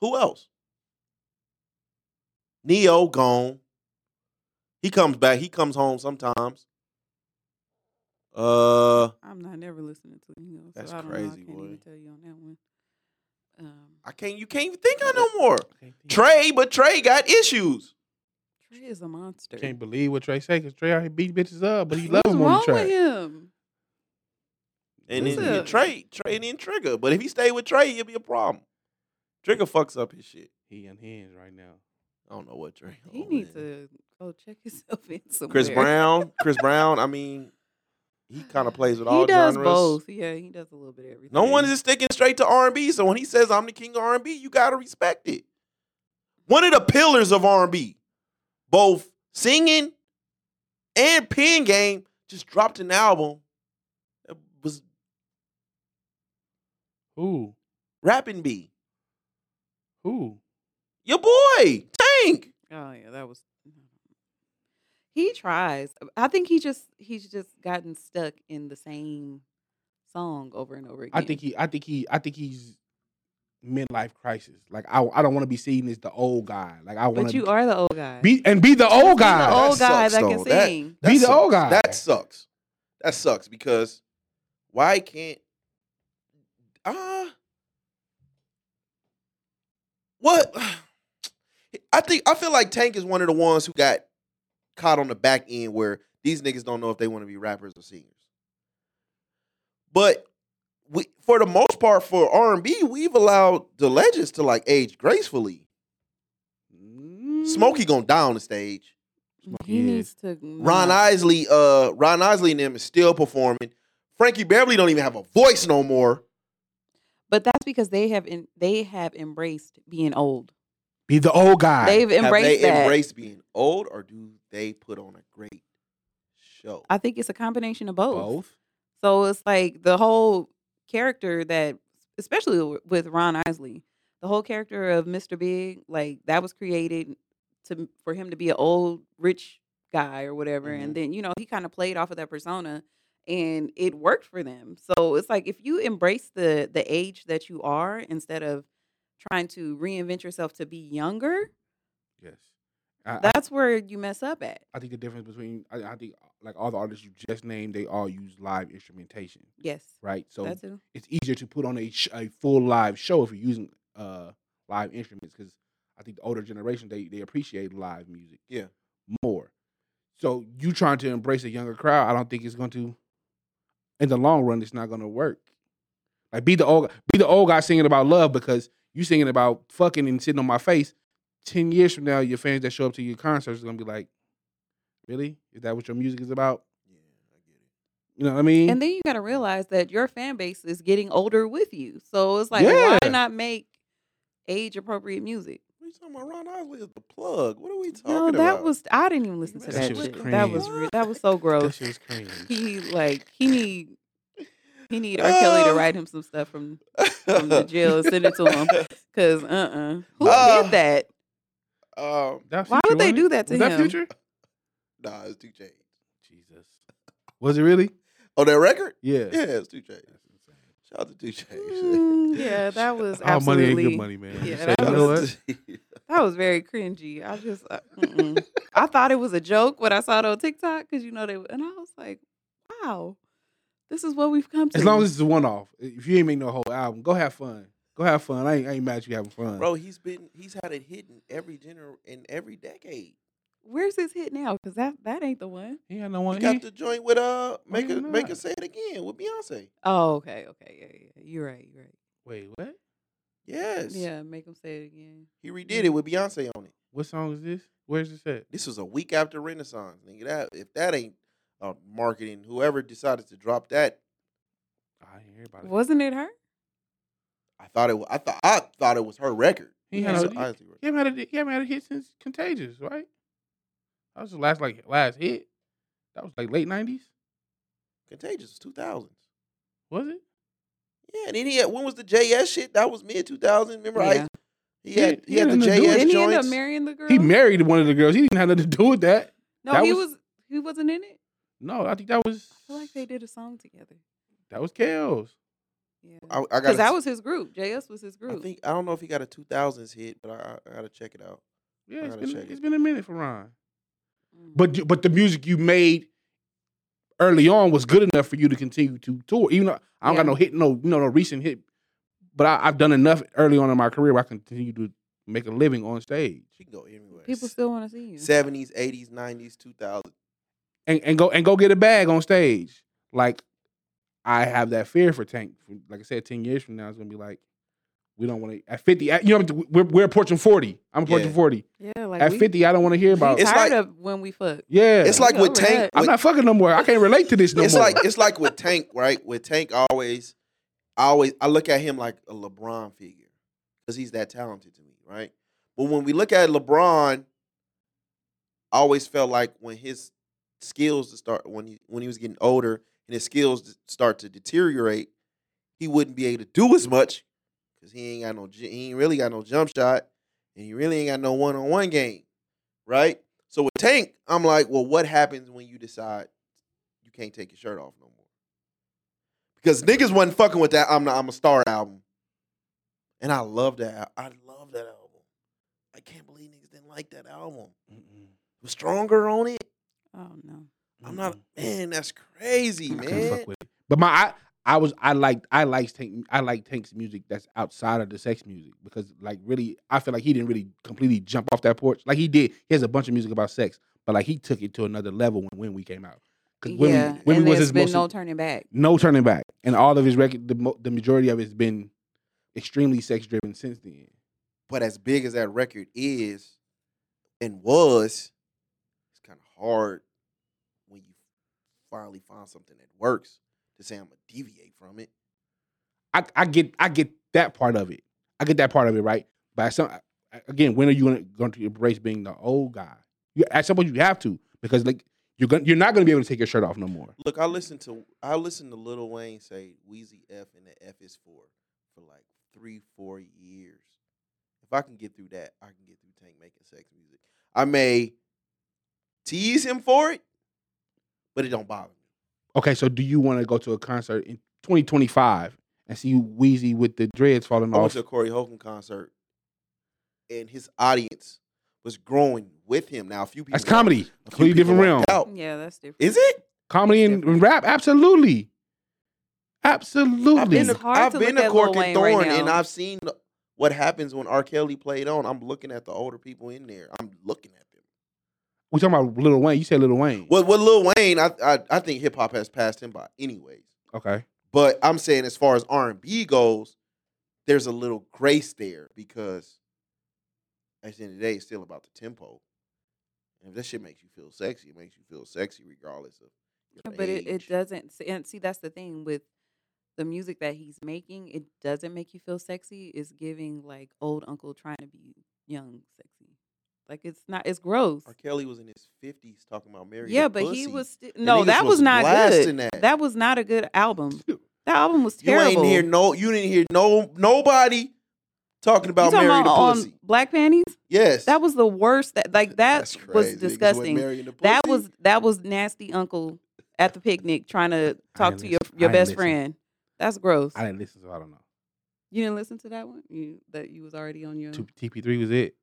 Speaker 1: Who else? Neo gone. He comes back. He comes home sometimes. Uh
Speaker 4: I'm not never listening to you. Know,
Speaker 1: That's
Speaker 4: so I don't Know, I
Speaker 1: crazy,
Speaker 4: can't even
Speaker 1: boy.
Speaker 4: tell you on that one. Um,
Speaker 1: I can't. You can't even think of no more.
Speaker 2: can't, think-
Speaker 1: Trey, but Trey got issues.
Speaker 4: Trey is a monster.
Speaker 2: can't believe what Trey say because Trey out here beat bitches up, but he love
Speaker 4: What's
Speaker 2: him on the
Speaker 4: wrong with
Speaker 2: track.
Speaker 4: him?
Speaker 1: And then
Speaker 4: What's
Speaker 1: and
Speaker 4: up?
Speaker 1: Trey, Trey and then Trigger. But if he stayed with Trey, it'd be a problem. Trigger fucks up his shit.
Speaker 2: He unhinged right now.
Speaker 1: I don't know what Trey.
Speaker 4: He
Speaker 1: oh,
Speaker 4: needs
Speaker 1: man.
Speaker 4: to go check himself in somewhere.
Speaker 1: Chris Brown. Chris Brown. I mean, He kind of plays with all
Speaker 4: He does
Speaker 1: genres.
Speaker 4: both. Yeah, he does a little bit of everything.
Speaker 1: No one is sticking straight to R and B. So when he says I'm the king of R and B, you gotta respect it. One of the pillars of R and B, both singing and pen game, just dropped an album that was
Speaker 2: Who?
Speaker 1: rapping B.
Speaker 2: Who?
Speaker 1: Your boy Tank.
Speaker 4: Oh yeah, that was. He tries. Uh, I think he just he's just gotten stuck in the same song over and over again.
Speaker 2: I think he. I think he. I think he's midlife crisis. Like I. I don't want to be seen as the old guy. Like I want
Speaker 4: But
Speaker 2: to
Speaker 4: you are the old guy.
Speaker 2: be and be the old
Speaker 4: You're
Speaker 2: guy.
Speaker 4: the old
Speaker 1: That
Speaker 4: guy
Speaker 1: sucks,
Speaker 4: that can
Speaker 1: though. That-
Speaker 4: sing.
Speaker 2: Be the
Speaker 1: sucks.
Speaker 2: old guy.
Speaker 1: That sucks. That sucks because why can't uh what I think I feel like Tank is one of the ones who got caught on the back end where these niggas don't know if they want to be rappers or singers. But we, for the most part, for R and B, we've allowed the legends to like age gracefully. Smokey gonna die on the stage.
Speaker 4: He
Speaker 2: Yeah.
Speaker 4: needs to.
Speaker 1: Ron
Speaker 4: not-
Speaker 1: Isley, uh, Ron Isley and them is still performing. Frankie Beverly don't even have a voice no more.
Speaker 4: But that's because they have in, they have embraced being old.
Speaker 2: Be the old guy.
Speaker 4: They've
Speaker 1: Have
Speaker 4: embraced
Speaker 1: they
Speaker 4: that.
Speaker 1: embrace being old, or do they put on a great show?
Speaker 4: I think it's a combination of
Speaker 2: both.
Speaker 4: So it's like the whole character that, especially w- with Ron Isley, the whole character of Mr. Big, like that was created to for him to be an old rich guy or whatever,
Speaker 2: Mm-hmm.
Speaker 4: and then you know he kind of played off of that persona, and it worked for them. So it's like if you embrace the the age that you are instead of trying to reinvent yourself to be younger,
Speaker 2: Yes. I, I-
Speaker 4: that's where you mess up at.
Speaker 2: I think the difference between I, I think like all the artists you just named, they all use live instrumentation,
Speaker 4: Yes,
Speaker 2: right? So
Speaker 4: that too.
Speaker 2: it's easier to put on a, sh- a full live show if you're using uh live instruments because I think the older generation they they appreciate live music.
Speaker 1: Yeah.
Speaker 2: more. So you trying to embrace a younger crowd, I don't think it's going to. In the long run, it's not going to work. Like be the old be the old guy singing about love because you singing about fucking and sitting on my face. Ten years from now, your fans that show up to your concerts are going to be like, "Really? Is that what your music is about?"
Speaker 1: Yeah, I get it.
Speaker 2: You know what I mean?
Speaker 4: And then you got to realize that your fan base is getting older with you. So it's like,
Speaker 2: Yeah.
Speaker 4: why not make age appropriate music?
Speaker 1: What are you talking about? Ron Isley is the plug. What are we talking
Speaker 4: No,
Speaker 1: about?
Speaker 4: that was I didn't even listen to
Speaker 1: That
Speaker 4: that.
Speaker 2: shit was
Speaker 4: shit. That was
Speaker 1: cringe.
Speaker 4: re- that was so
Speaker 2: that
Speaker 4: gross.
Speaker 2: shit was crazy. Ah.
Speaker 4: He like he need he need R. Kelly to
Speaker 1: Oh.
Speaker 4: write him some stuff from from the jail and send it to him because uh uh who
Speaker 2: Ah.
Speaker 1: Oh.
Speaker 4: did that?
Speaker 1: um,
Speaker 2: That
Speaker 4: Why
Speaker 2: Future,
Speaker 4: would they
Speaker 2: wasn't
Speaker 4: do
Speaker 2: it?
Speaker 4: that to
Speaker 2: was That
Speaker 4: him?
Speaker 2: future?
Speaker 1: nah, it's two chains.
Speaker 2: Jesus. Was it really?
Speaker 1: Oh, that record?
Speaker 2: Yeah.
Speaker 1: Yeah, it's two chains.
Speaker 2: That's insane.
Speaker 1: Shout out to two chains.
Speaker 4: Mm, yeah, that was
Speaker 2: All money ain't
Speaker 4: absolutely
Speaker 2: good money, man.
Speaker 4: Yeah,
Speaker 2: Just say,
Speaker 4: that
Speaker 2: you know what?
Speaker 4: That was very cringy. I just, uh, mm-mm. I thought it was a joke when I saw it on TikTok because you know they, and I was like, wow, this is what we've come to.
Speaker 2: As long as it's a one off. If you ain't make no whole album, go have fun. Go have fun. I ain't, I ain't mad at you having fun.
Speaker 1: Bro, he's been he's had it hidden every gener in every decade.
Speaker 4: where's this hit now? Because that that ain't the one.
Speaker 2: he ain't no
Speaker 1: He
Speaker 2: one. He,
Speaker 1: got the joint with uh make
Speaker 2: he
Speaker 1: a make
Speaker 2: not?
Speaker 1: a say it again with Beyonce.
Speaker 4: Oh, okay, okay, yeah, yeah. You're right, you're right.
Speaker 2: wait, what?
Speaker 1: Yes.
Speaker 4: Yeah, make them say it again.
Speaker 1: He redid it with Beyonce on it.
Speaker 2: What song is this? Where's this at?
Speaker 1: This was a week after Renaissance, nigga. That if that ain't uh, marketing, whoever decided to drop that,
Speaker 2: Ah, I didn't hear about it.
Speaker 4: Wasn't it her?
Speaker 1: I thought it was I thought I thought it was her record.
Speaker 2: He,
Speaker 4: Yeah.
Speaker 2: had
Speaker 1: It's an
Speaker 2: a,
Speaker 1: Isley record.
Speaker 2: he, haven't had a, he haven't had a hit since Contagious, right? That was the last like last hit. That was like late nineties,
Speaker 1: Contagious was two thousands.
Speaker 2: was it?
Speaker 1: Yeah, and then he had when was the JS shit? That was mid two thousand. Remember,
Speaker 4: Yeah.
Speaker 1: I he had he,
Speaker 2: Yeah,
Speaker 1: had the
Speaker 2: and the dude-
Speaker 1: JS
Speaker 2: His
Speaker 4: Didn't
Speaker 1: joints.
Speaker 4: he end up marrying the girl?
Speaker 2: He married one of the girls. He didn't have nothing to do with that.
Speaker 4: No,
Speaker 2: that
Speaker 4: he
Speaker 2: was-
Speaker 4: was, He wasn't in it.
Speaker 2: No, I think that was
Speaker 4: I feel like they did a song together.
Speaker 2: that was Kels.
Speaker 4: Yeah,
Speaker 1: I, I got
Speaker 4: because that was his group. JS was his
Speaker 1: I
Speaker 4: group.
Speaker 1: think I don't know if he got a two thousands hit, but I, I gotta check it out.
Speaker 2: Yeah,
Speaker 1: I
Speaker 2: it's
Speaker 1: gotta
Speaker 2: been,
Speaker 1: check it.
Speaker 2: it's been a minute for Ron.
Speaker 4: Mm.
Speaker 2: But you- but the music you made early on was good enough for you to continue to tour. Even though I don't got
Speaker 4: Yeah.
Speaker 2: no hit, no you know, no recent hit, but I, I've done enough early on in my career where I can continue to make a living on stage
Speaker 1: She can go anywhere.
Speaker 4: people still want to see you.
Speaker 1: seventies, eighties, nineties, two thousand.
Speaker 2: and, and go and go get a bag on stage. Like I have that fear for Tank. Like I said, ten years from now, it's gonna be like we don't want to at fifty. At, you know, we're we're approaching forty. I'm approaching
Speaker 1: Yeah.
Speaker 2: forty.
Speaker 4: Yeah, like Like
Speaker 2: At
Speaker 4: we,
Speaker 2: 50, I don't want to hear about.
Speaker 4: we
Speaker 2: it.
Speaker 1: It's
Speaker 4: tired
Speaker 1: like-
Speaker 4: of when we fuck.
Speaker 2: yeah,
Speaker 1: It's like with
Speaker 4: Over
Speaker 1: Tank.
Speaker 4: that.
Speaker 2: I'm
Speaker 1: with-
Speaker 2: not fucking no more. I can't relate to this no
Speaker 1: it's
Speaker 2: more.
Speaker 1: like it's like with Tank, right? With Tank, I always, I always, I look at him like a LeBron figure because he's that talented to me, right? But when we look at LeBron, I always felt like when his skills to start when he when he was getting older and his skills to start to deteriorate, he wouldn't be able to do as much because he ain't got no j- he ain't really got no jump shot and he really ain't got no one on one game, right? So with Tank, I'm like, well, what happens when you decide you can't take your shirt off no more. Because niggas wasn't fucking with that I'm not, I'm a star album. And I love that al- I love that album. I can't believe niggas didn't like that album. It was stronger on it.
Speaker 4: Oh no.
Speaker 1: I'm not man, that's crazy,
Speaker 2: I Mm-hmm. couldn't
Speaker 1: man.
Speaker 2: fuck with it. But my I, I was I liked I liked Tank I like Tank's music that's outside of the sex music because like really I feel like he didn't really completely jump off that porch. Like he did. He has a bunch of music about sex, but like he took it to another level when when we came out. Because when
Speaker 4: yeah.
Speaker 2: we, when
Speaker 4: and
Speaker 2: we was
Speaker 4: there's
Speaker 2: his
Speaker 4: been
Speaker 2: most
Speaker 4: no
Speaker 2: no,
Speaker 4: turning back.
Speaker 2: turning back, and all of his record the mo- the majority of it's been extremely sex driven since then.
Speaker 1: But as big as that record is and was, it's kind of hard when you finally find something that works to say I'm gonna deviate from it.
Speaker 2: I, I get I get that part of it. I get that part of it, right? But at some again, when are you gonna going to embrace being the old guy? You, at some point, you have to because like you're going you're not gonna be able to take your shirt off no more.
Speaker 1: Look, I listened to I listened to Lil Wayne say Wheezy F and the F is for for like three, four years. If I can get through that, I can get through Tank making sex music. I may tease him for it, but it don't bother me.
Speaker 2: Okay, so do you want to go to a concert in 2025 and see Wheezy with the dreads falling
Speaker 1: I went
Speaker 2: off?
Speaker 1: to a Corey Holcomb concert, and his audience was growing with him. Now a few people
Speaker 2: That's comedy,
Speaker 1: a few
Speaker 2: completely
Speaker 1: people
Speaker 2: different realm.
Speaker 1: walked out.
Speaker 4: Yeah, that's different.
Speaker 1: Oh, Is it?
Speaker 2: Comedy and, and rap, absolutely,
Speaker 1: I've been
Speaker 2: absolutely.
Speaker 1: to,
Speaker 4: It's hard
Speaker 1: I've
Speaker 4: to
Speaker 1: been
Speaker 4: look
Speaker 1: to
Speaker 4: at Lil
Speaker 1: Cork and
Speaker 4: Wayne right
Speaker 1: Thorn, and
Speaker 4: now.
Speaker 1: I've seen what happens when R. Kelly played on. I'm looking at the older people in there. I'm looking at them.
Speaker 2: We talking about Lil Wayne? You said Lil Wayne?
Speaker 1: Well, with Lil Wayne, I I, I think hip hop has passed him by, anyways.
Speaker 2: Okay,
Speaker 1: But I'm saying as far as R and B goes, there's a little grace there because at the end of the day, it's still about the tempo. And if that shit makes you feel sexy, it makes you feel sexy regardless of.
Speaker 4: Yeah,
Speaker 1: Your
Speaker 4: but
Speaker 1: age.
Speaker 4: it, it doesn't s- and see that's the thing with the music that he's making it doesn't make you feel sexy it's giving like old uncle trying to be young sexy like it's not it's gross
Speaker 1: R. Kelly was in his 50s talking about marrying.
Speaker 4: yeah
Speaker 1: a
Speaker 4: but
Speaker 1: pussy.
Speaker 4: he was sti-
Speaker 1: And
Speaker 4: no
Speaker 1: niggas
Speaker 4: that was, not
Speaker 1: blasting
Speaker 4: good
Speaker 1: That.
Speaker 4: that. was not a good album that album was
Speaker 1: you
Speaker 4: terrible
Speaker 1: ain't hear no. You didn't hear no nobody talking
Speaker 4: you
Speaker 1: about
Speaker 4: talking
Speaker 1: marrying
Speaker 4: about
Speaker 1: a
Speaker 4: on
Speaker 1: pussy.
Speaker 4: black panties
Speaker 1: Yes,
Speaker 4: that was the worst that like that
Speaker 1: That's
Speaker 4: was
Speaker 1: crazy. Niggas went
Speaker 4: disgusting
Speaker 1: marrying a
Speaker 4: that
Speaker 1: pussy.
Speaker 4: was that was nasty uncle at the picnic trying to
Speaker 2: I
Speaker 4: talk
Speaker 2: ain't
Speaker 4: to your
Speaker 2: listen-
Speaker 4: your
Speaker 2: I ain't
Speaker 4: best
Speaker 2: listen.
Speaker 4: friend that's gross
Speaker 2: I didn't listen, so I don't know.
Speaker 4: You didn't listen to that one? You that you was already on
Speaker 1: Mm.
Speaker 4: your
Speaker 2: TP three was it.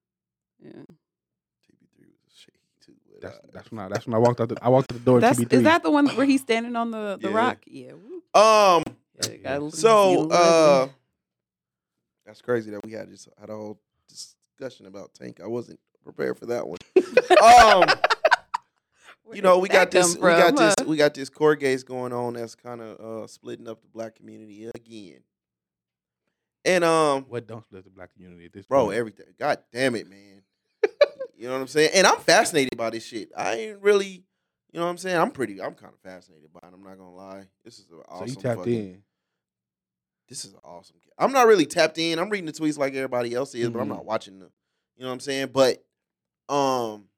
Speaker 4: yeah.
Speaker 1: TB3 was a shady too. but,
Speaker 2: That's
Speaker 1: uh,
Speaker 2: that's when I that's when I walked out the I walked out the door.
Speaker 4: That's
Speaker 2: TB3.
Speaker 4: is that the one where he's standing on the, the
Speaker 1: Yeah.
Speaker 4: rock? Yeah. woo.
Speaker 1: Um.
Speaker 4: Yeah,
Speaker 2: Yeah.
Speaker 4: gotta lose your
Speaker 1: So,
Speaker 4: leg.
Speaker 1: uh, that's crazy that we had just had a whole discussion about Tank. I wasn't prepared for that one. um.
Speaker 4: Where
Speaker 1: You know,
Speaker 4: did
Speaker 1: we got
Speaker 4: that come
Speaker 1: this. we
Speaker 4: from,
Speaker 1: got this.
Speaker 4: huh?
Speaker 1: We got this court case going on that's kind of uh, splitting up the black community again. And um,
Speaker 2: what don't split the black community at this
Speaker 1: bro,
Speaker 2: point?
Speaker 1: everything. God damn it, man. you know what I'm saying? And I'm fascinated by this shit. I ain't really, you know what I'm saying? I'm pretty. I'm kind of fascinated by it. I'm not gonna lie. This is an
Speaker 2: so
Speaker 1: awesome.
Speaker 2: you tapped
Speaker 1: fucking-
Speaker 2: in.
Speaker 1: this is awesome. ca- I'm not really tapped in. I'm reading the tweets like everybody else is, but I'm
Speaker 2: Mhm.
Speaker 1: not watching them. You know what I'm saying? But um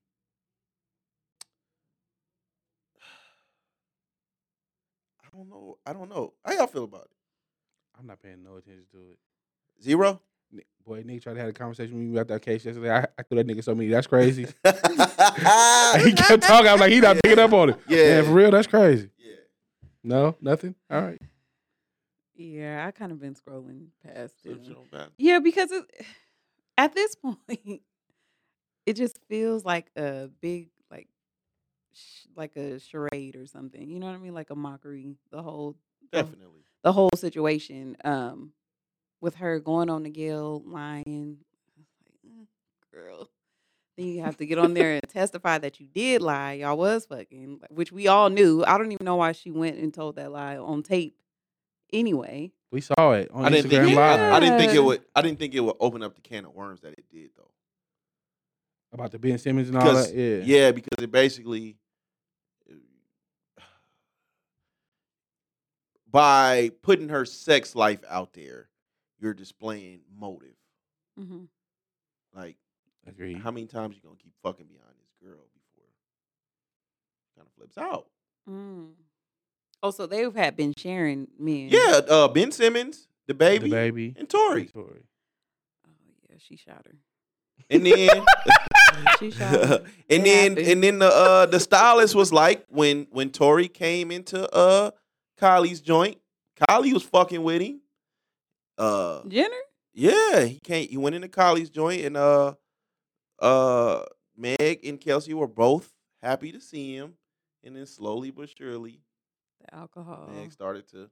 Speaker 1: I don't know. I don't know. How y'all feel about it?
Speaker 2: I'm not paying no attention to it.
Speaker 1: Zero?
Speaker 2: Ni- Boy, Nick tried to have a conversation with me about that case yesterday. I, I threw that nigga so many. That's crazy. he kept talking. I'm like, he not picking up on it.
Speaker 1: Yeah.
Speaker 2: Man, for real, that's crazy.
Speaker 1: yeah.
Speaker 2: No, nothing. All right.
Speaker 4: Yeah, I kind of been scrolling past
Speaker 1: So
Speaker 4: it.
Speaker 2: Mm-hmm.
Speaker 1: you don't matter.
Speaker 4: Yeah, because it, at this point, it just feels like a big like sh- like a charade or something. You know what I mean? Like a mockery. The whole
Speaker 1: Definitely.
Speaker 4: the whole situation um with her going on the Gail lying like "Mm, girl then you have to get on there and testify that you did lie y'all was fucking which we all knew i don't even know why she went and told that lie on tape anyway
Speaker 2: We saw it on
Speaker 1: I didn't think
Speaker 2: Instagram
Speaker 1: it,
Speaker 2: Live.
Speaker 1: I, I didn't think it
Speaker 4: Yeah.
Speaker 1: would I didn't think it would open up the can of worms that it did though.
Speaker 2: about the Ben Simmons and all
Speaker 1: because
Speaker 2: that. Yeah,
Speaker 1: yeah, because it basically uh, by putting her sex life out there, you're displaying motive.
Speaker 4: hmm
Speaker 1: Like,
Speaker 2: Agreed.
Speaker 1: how many times you gonna keep fucking behind this girl before it kind of flips out?
Speaker 4: Mm. Oh, so they've had been sharing men.
Speaker 1: Yeah, uh, Ben Simmons, the
Speaker 2: The
Speaker 1: baby,
Speaker 2: baby,
Speaker 1: and Tori,
Speaker 2: Tory.
Speaker 4: Oh yeah, she shot her.
Speaker 1: and then
Speaker 4: She shot her. It
Speaker 1: and then
Speaker 4: happened.
Speaker 1: and then the uh the stylist was like when when Tori came into uh Kylie's joint, Kylie was fucking with him. Uh
Speaker 4: Jenner.
Speaker 1: yeah, he can't he went into Kylie's joint and uh uh Meg and Kelsey were both happy to see him and then slowly but surely
Speaker 4: The alcohol.
Speaker 1: Meg started to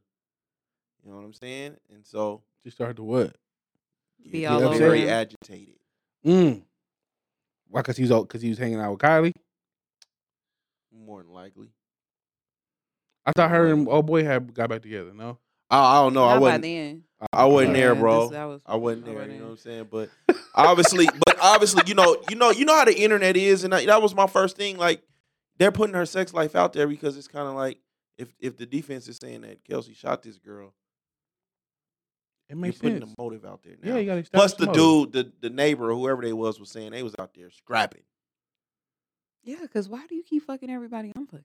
Speaker 1: you know what I'm saying? And so
Speaker 2: She started to what?
Speaker 4: Be
Speaker 1: it
Speaker 4: all
Speaker 1: got
Speaker 2: over
Speaker 1: very
Speaker 4: him.
Speaker 1: agitated.
Speaker 2: Mm. Why? Cause he was because he was hanging out with Kylie.
Speaker 1: More than likely.
Speaker 2: I thought her and old boy had got back together. No,
Speaker 1: I, I don't know. I
Speaker 4: Not by
Speaker 1: wasn't
Speaker 4: then.
Speaker 1: I wasn't
Speaker 4: Yeah,
Speaker 1: there,
Speaker 4: this-
Speaker 1: bro.
Speaker 4: that was-
Speaker 1: I wasn't
Speaker 4: I
Speaker 1: there. You
Speaker 4: wasn't
Speaker 1: know
Speaker 4: there.
Speaker 1: what I'm saying? But obviously, but obviously, you know, you know, you know how the internet is, and I, that was my first thing. Like they're putting her sex life out there because it's kind of like if if the defense is saying that Kelsey shot this girl,
Speaker 2: It
Speaker 1: you're
Speaker 2: makes
Speaker 1: putting
Speaker 2: sense.
Speaker 1: the motive out there now.
Speaker 2: Yeah, you got to
Speaker 1: Plus, the dude, the the neighbor, or whoever they was, was saying they was out there scrapping.
Speaker 4: Yeah, because why do you keep fucking everybody I'm fucking?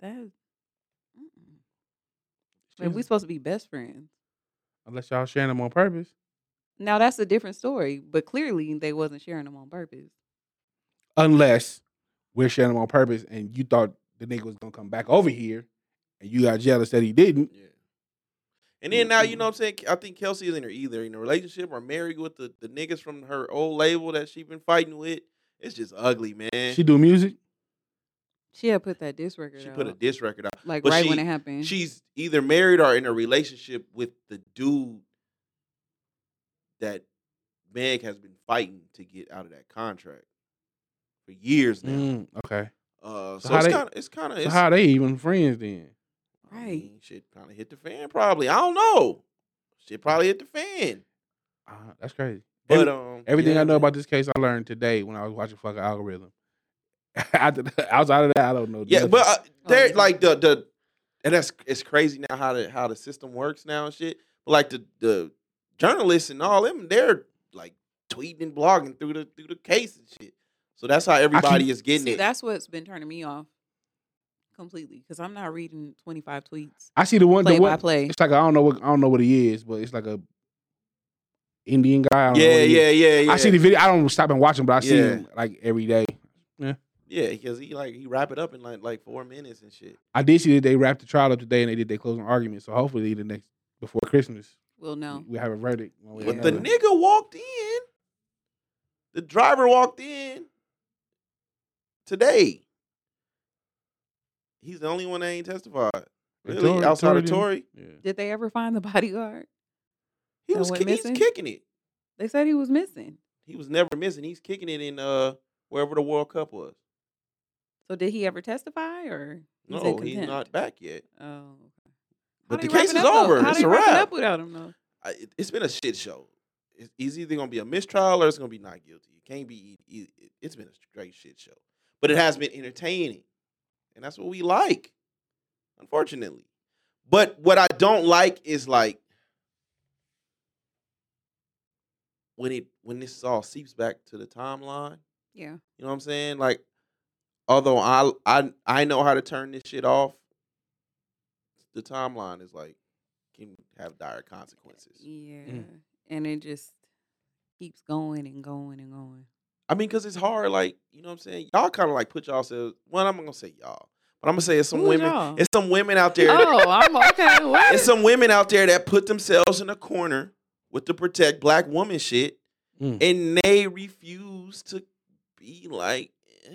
Speaker 4: That. Is, mm-mm. Like, we supposed to be best friends.
Speaker 2: unless y'all sharing them on purpose.
Speaker 4: Now that's a different story, but clearly they wasn't sharing them on purpose.
Speaker 2: Unless we're sharing them on purpose, and you thought the nigga was gonna come back over here, and you got jealous that he didn't.
Speaker 1: Yeah. And then now, you know what I'm saying? I think Kelsey is in her either in a relationship or married with the, the niggas from her old label that she been fighting with. It's just ugly, man.
Speaker 2: She do music.
Speaker 4: She had put that disc record.
Speaker 1: She put a
Speaker 4: out,
Speaker 1: diss record out.
Speaker 4: like
Speaker 1: but
Speaker 4: right when
Speaker 1: she-
Speaker 4: it happened.
Speaker 1: She's either married or in a relationship with the dude that Meg has been fighting to get out of that contract for years now.
Speaker 2: Mm, okay.
Speaker 1: Uh, so,
Speaker 2: So how
Speaker 1: it's
Speaker 2: they-
Speaker 1: kind of it's kind of
Speaker 2: So how they even friends then?
Speaker 1: I
Speaker 4: Right.
Speaker 1: mean, shit kind of hit the fan probably. I don't know. Shit probably hit the fan.
Speaker 2: Uh, that's crazy.
Speaker 1: But
Speaker 2: Every-
Speaker 1: um,
Speaker 2: Everything
Speaker 1: yeah,
Speaker 2: I know
Speaker 1: man.
Speaker 2: about this case, I learned today when I was watching fucking algorithm. After that, outside of that, I don't know.
Speaker 1: Yeah,
Speaker 2: nothing.
Speaker 1: but uh,
Speaker 4: Oh,
Speaker 1: they're
Speaker 4: yeah.
Speaker 1: like the the, and that's it's crazy now how the how the system works now and shit. But like the the journalists and all them, they're like tweeting and blogging through the through the case and shit. So that's how everybody is getting
Speaker 4: See,
Speaker 1: it.
Speaker 4: that's what's been turning me off completely because I'm not reading 25 tweets
Speaker 2: I see the one.
Speaker 4: play
Speaker 2: the
Speaker 4: by
Speaker 2: one
Speaker 4: play.
Speaker 2: it's like I don't know what I don't know what he is, but it's like a Indian guy. I don't know
Speaker 1: yeah,
Speaker 2: what he is.
Speaker 1: yeah, yeah, yeah.
Speaker 2: I see the video. I don't stop and watch him, but I see
Speaker 1: Yeah.
Speaker 2: him like every day.
Speaker 1: yeah because he like he wrap it up in like like four minutes and shit.
Speaker 2: I did see that they wrapped the trial up today and they did their closing argument. So hopefully the next before Christmas
Speaker 4: Well, no.
Speaker 2: we have a verdict. one way or
Speaker 1: But the
Speaker 2: another.
Speaker 1: nigga walked in. The driver walked in today. He's the only one that ain't testified.
Speaker 2: But
Speaker 1: Really,
Speaker 2: Tory-
Speaker 1: outside of
Speaker 2: didn't-
Speaker 1: Tory,
Speaker 2: yeah.
Speaker 4: Did they ever find the bodyguard?
Speaker 1: he
Speaker 4: That
Speaker 1: was
Speaker 4: went
Speaker 1: ki- he's
Speaker 4: missing?
Speaker 1: kicking it.
Speaker 4: They said he was missing.
Speaker 1: He was never missing. He's kicking it in uh wherever the World Cup was.
Speaker 4: So did he ever testify or? he's in
Speaker 1: No, he's
Speaker 4: contempt?
Speaker 1: not back yet.
Speaker 4: Oh. How
Speaker 1: But
Speaker 4: they
Speaker 1: the case
Speaker 4: wrapping
Speaker 1: is
Speaker 4: up, though?
Speaker 1: over.
Speaker 4: How
Speaker 1: It's
Speaker 4: they
Speaker 1: a
Speaker 4: wrapping
Speaker 1: wrap.
Speaker 4: up without him though?
Speaker 1: I, it, it's been a shit show. It's, it's either gonna be a mistrial or it's gonna be not guilty. It can't be. It, it, it's been a straight shit show, but it has been entertaining, and that's what we like. Unfortunately, but what I don't like is like when it when this all seeps back to the timeline.
Speaker 4: Yeah.
Speaker 1: You know what I'm saying? Like, although I I I know how to turn this shit off, the timeline is like can have dire consequences.
Speaker 4: Yeah. And it just keeps going and going and going.
Speaker 1: I mean, cause it's hard. Like, you know what I'm saying? Y'all kind of like put yourselves. Well, I'm not gonna say y'all, but I'm gonna say it's some
Speaker 4: Who is
Speaker 1: women.
Speaker 4: y'all?
Speaker 1: It's some women out there.
Speaker 4: Oh, I'm okay. What?
Speaker 1: It's some women out there that put themselves in a corner with the protect black woman shit,
Speaker 2: Mm.
Speaker 1: and they refuse to be like. eh.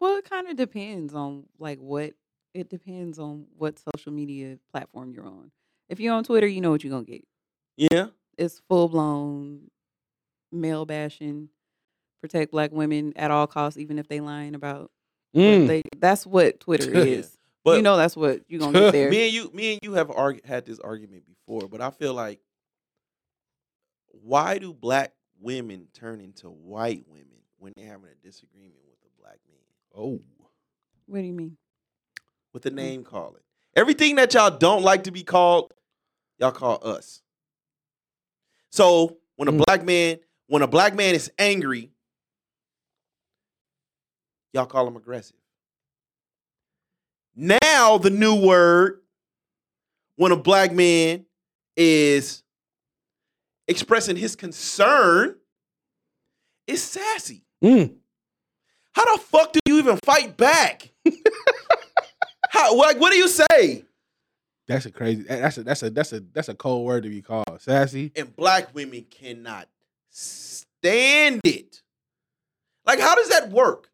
Speaker 4: well, it kind of depends on like what it depends on what social media platform you're on. If you're on Twitter, you know what you're gonna get.
Speaker 1: Yeah,
Speaker 4: It's full blown male bashing, protect black women at all costs, even if they lying about what
Speaker 2: Mm.
Speaker 4: they that's what Twitter
Speaker 1: Yeah.
Speaker 4: is.
Speaker 1: but
Speaker 4: you know that's what you're gonna get there.
Speaker 1: me and you, me and you have argu- had this argument before, but I feel like why do black women turn into white women when they're having a disagreement with a black man
Speaker 2: Oh,
Speaker 4: What do you mean?
Speaker 1: with the name calling. Everything that y'all don't like to be called, y'all call us. So when a
Speaker 2: Mm.
Speaker 1: black man, when a black man is angry, y'all call him aggressive. Now the new word when a black man is expressing his concern is sassy.
Speaker 2: Mm.
Speaker 1: How the fuck do you even fight back? How like what do you say?
Speaker 2: that's a crazy. that- That's a that's a that's a that's a cold word to be called sassy.
Speaker 1: And black women cannot stand it. Like how does that work?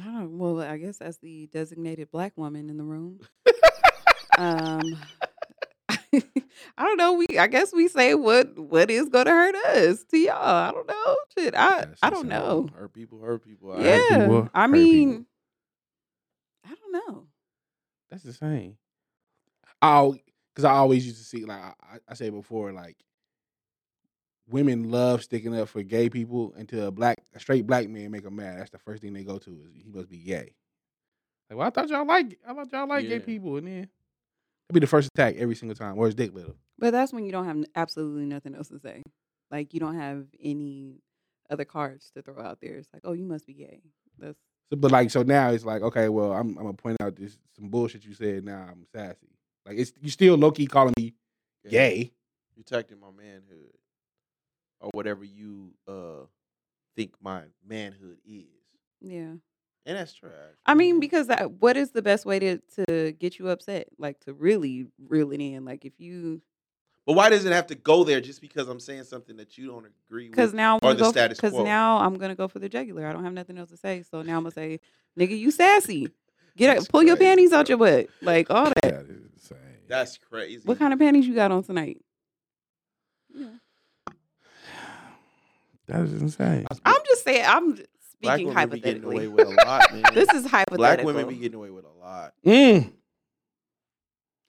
Speaker 4: I don't. Well, I guess that's the designated black woman in the room. um, I don't know. We, I guess we say what what is going to hurt us to y'all. I don't know. Shit, I
Speaker 2: That's
Speaker 4: I
Speaker 2: just
Speaker 4: don't
Speaker 2: how it
Speaker 4: know.
Speaker 1: Hurt people, hurt people.
Speaker 2: I heard
Speaker 4: yeah,
Speaker 2: people,
Speaker 4: I
Speaker 2: heard people.
Speaker 4: mean, I don't know.
Speaker 2: That's the same. Oh, because I always used to see like I, I- I said before, like women love sticking up for gay people until a black a straight black man make them mad. That's the first thing they go to is he must be gay. Like, well, I thought y'all like I thought y'all like gay
Speaker 1: Yeah.
Speaker 2: people, and then that'd be the first attack every single time. Where's Dick Little?
Speaker 4: But that's when you don't have n- absolutely nothing else to say. Like you don't have any other cards to throw out there. It's like, oh, you must be gay. That's
Speaker 2: So, but like, so now it's like, okay, well, I'm, I'm gonna point out this some bullshit you said. Now I'm sassy. Like, it's you still low key calling me gay.
Speaker 1: You attacking my manhood. Or whatever you uh think my manhood is.
Speaker 4: yeah.
Speaker 1: And that's trash.
Speaker 4: I
Speaker 1: Mm-hmm.
Speaker 4: mean, because that, what is the best way to to get you upset? Like to really reel it in. Like if you
Speaker 1: But why does it have to go there just because I'm saying something that you don't agree with?
Speaker 4: because now I'm
Speaker 1: Or
Speaker 4: gonna
Speaker 1: the
Speaker 4: go
Speaker 1: status
Speaker 4: because
Speaker 1: quo.
Speaker 4: now I'm gonna go for the jugular. I don't have nothing else to say. So now I'm gonna say, nigga, you sassy. Get
Speaker 1: That's
Speaker 4: up, pull your
Speaker 1: crazy,
Speaker 4: panties out
Speaker 1: bro.
Speaker 4: your butt. Like all that.
Speaker 2: Yeah, it's insane.
Speaker 1: that's crazy.
Speaker 4: What kind of panties you got on tonight? Yeah.
Speaker 2: that is insane.
Speaker 4: I'm just saying. I'm speaking
Speaker 1: Black women be getting
Speaker 4: hypothetically.
Speaker 1: away with a lot, man.
Speaker 4: This is hypothetical.
Speaker 1: Black women be getting away with a lot.
Speaker 2: Mm.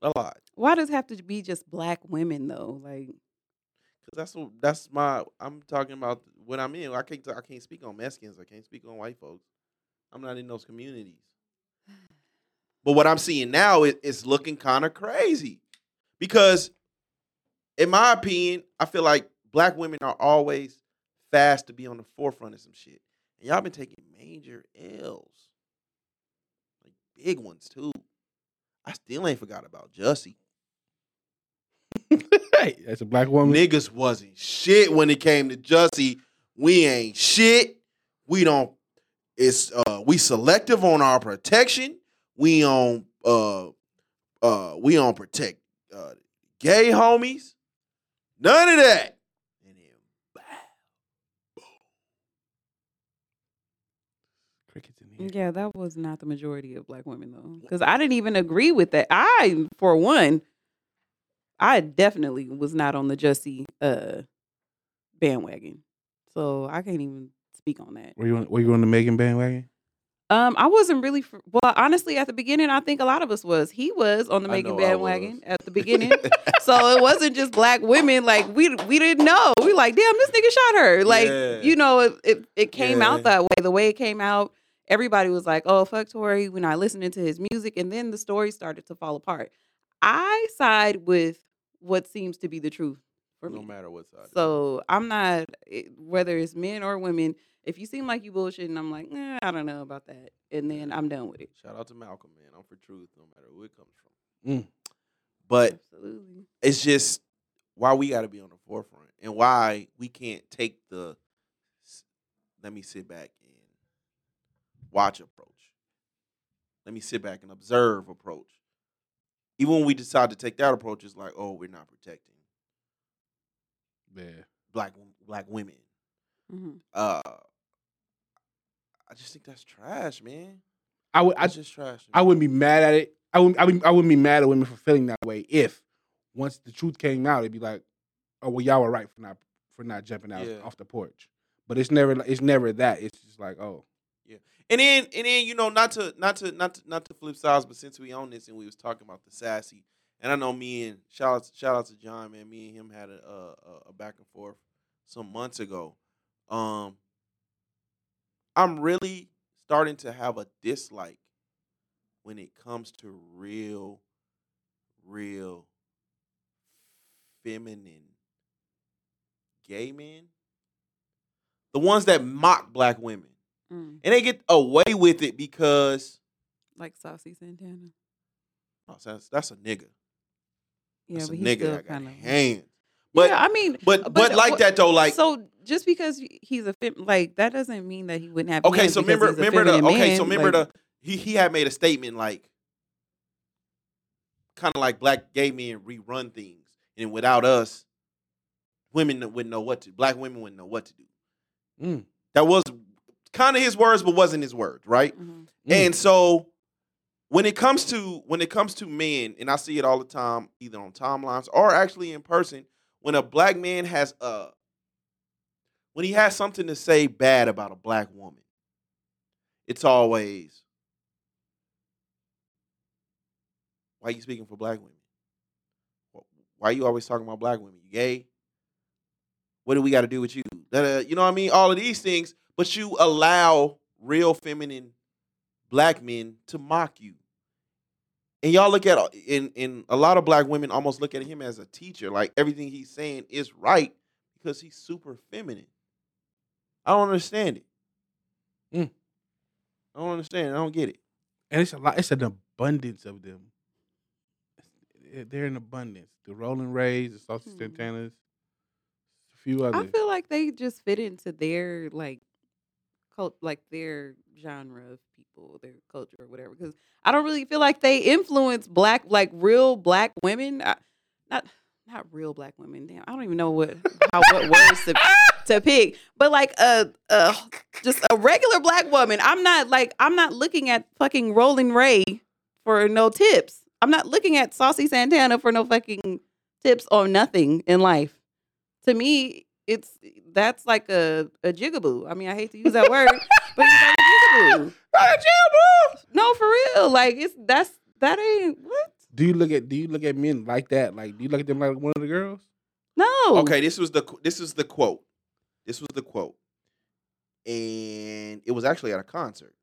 Speaker 1: A lot.
Speaker 4: Why does it have to be just black women though? Like,
Speaker 1: Cause that's what that's my I'm talking about what I'm in. I can't I can't speak on Mexicans. I can't speak on white folks. I'm not in those communities. But what I'm seeing now is it's looking kind of crazy. Because in my opinion, I feel like black women are always fast to be on the forefront of some shit. And y'all been taking major L's. Like big ones too. I still ain't forgot about Jussie.
Speaker 2: hey, that's a black woman.
Speaker 1: Niggas wasn't shit when it came to Jussie. We ain't shit. We don't. It's uh we selective on our protection. We on uh uh we on protect uh gay homies. None of that. And then
Speaker 2: Crickets in here.
Speaker 4: yeah, that was not the majority of black women though, because I didn't even agree with that. I, for one, I definitely was not on the Jussie uh, bandwagon, so I can't even speak on that.
Speaker 2: Were you on, were you on the Megan bandwagon?
Speaker 4: Um, I wasn't really for, well. Honestly, at the beginning, I think a lot of us was. He was on the
Speaker 1: I
Speaker 4: Megan
Speaker 1: know I
Speaker 4: bandwagon
Speaker 1: was.
Speaker 4: at the beginning, so it wasn't just black women. Like we we didn't know. We like, damn, this nigga shot her. Like
Speaker 1: Yeah.
Speaker 4: you know, it it, it came
Speaker 1: Yeah.
Speaker 4: out that way. The way it came out, everybody was like, oh fuck Tory. We're not listening to his music, and then the story started to fall apart. I side with what seems to be the truth for me.
Speaker 1: no matter what side. it is.
Speaker 4: So I'm not it- whether it's men or women. If you seem like you bullshitting, I'm like, eh, I don't know about that, and then I'm done with it.
Speaker 1: shout out to Malcolm, man. I'm for truth, no matter where it comes from.
Speaker 2: Mm.
Speaker 1: But
Speaker 4: Absolutely.
Speaker 1: it's just why we got to be on the forefront and why we can't take the s- let me sit back and watch approach let me sit back and observe approach even when we decide to take that approach it's like oh we're not protecting
Speaker 2: Yeah.
Speaker 1: black wom- black women
Speaker 4: hmm
Speaker 1: uh i just think that's trash man
Speaker 2: I would. I,
Speaker 1: that's just trash to
Speaker 2: I
Speaker 1: me.
Speaker 2: wouldn't be mad at it. I wouldn't. I wouldn't, I wouldn't be mad at women for feeling that way if once the truth came out, it'd be like, oh well, y'all were right for not for not jumping out
Speaker 1: Yeah.
Speaker 2: off the porch. But it's never. li- It's never that. It's just like, oh,
Speaker 1: And then and then you know not to not to not to not to flip sides, but since we own this and we was talking about the sassy, and I know me and shout out shout out to John man, me and him had a a, a- a back and forth some months ago Um, I'm really starting to have a dislike when it comes to real, real feminine gay men. The ones that mock black women.
Speaker 4: Mm,
Speaker 1: And they get away with it because
Speaker 4: like Saucy Santana.
Speaker 1: oh, that's, that's a nigga.
Speaker 4: Yeah,
Speaker 1: that's
Speaker 4: but
Speaker 1: a
Speaker 4: he's
Speaker 1: nigga
Speaker 4: still
Speaker 1: that got
Speaker 4: kind of.
Speaker 1: hands. But,
Speaker 4: yeah, I mean,
Speaker 1: but but
Speaker 4: but, uh,
Speaker 1: like
Speaker 4: what-
Speaker 1: that though, like
Speaker 4: so just because he's a fem- like that doesn't mean that he wouldn't have.
Speaker 1: Okay,
Speaker 4: hands
Speaker 1: so
Speaker 4: because
Speaker 1: remember,
Speaker 4: he's a
Speaker 1: remember the
Speaker 4: feminine
Speaker 1: okay, so
Speaker 4: man,
Speaker 1: remember
Speaker 4: like-
Speaker 1: the he he had made a statement like, kind of like black gay men rerun things, and without us, women wouldn't know what to. Black women wouldn't know what to do.
Speaker 2: Mm.
Speaker 1: That was kind of his words, but wasn't his words, right?
Speaker 4: Mhm.
Speaker 2: Mm.
Speaker 1: And so when it comes to when it comes to men, and I see it all the time, either on timelines or actually in person, when a black man has a when he has something to say bad about a black woman, it's always why you speaking for black women? Wh- Why you always talking about black women? You gay? What do we got to do with you? Da, da, You know what I mean? All of these things, but you allow real feminine black men to mock you. And y'all look at in in a lot of black women almost look at him as a teacher, like everything he's saying is right because he's super feminine. I don't understand it.
Speaker 2: Mm.
Speaker 1: I don't understand. it. I don't get it.
Speaker 2: and it's a lot. It's an abundance of them. Eh, They're in abundance. The Rolling Rays, the Saucy
Speaker 4: Hmm.
Speaker 2: Santanas, a few
Speaker 4: I
Speaker 2: others.
Speaker 4: feel like they just fit into their like cult, like their genre of people, their culture or whatever. Because I don't really feel like they influence black, like real black women. I, not not real black women. Damn, I don't even know what how what words to to pick. But like a a just a regular black woman. I'm not like I'm not looking at fucking Rolling Ray for no tips. I'm not looking at Saucy Santana for no fucking tips or nothing in life to me, it's that's like a a jigaboo. I mean, I hate to use that word, but it's like a jigaboo. No, for real. Like it's that's that ain't what.
Speaker 2: Do you look at Do you look at men like that? Like, do you look at them like one of the girls?
Speaker 4: No.
Speaker 1: Okay, this was the qu- this is the quote. This was the quote, and it was actually at a concert.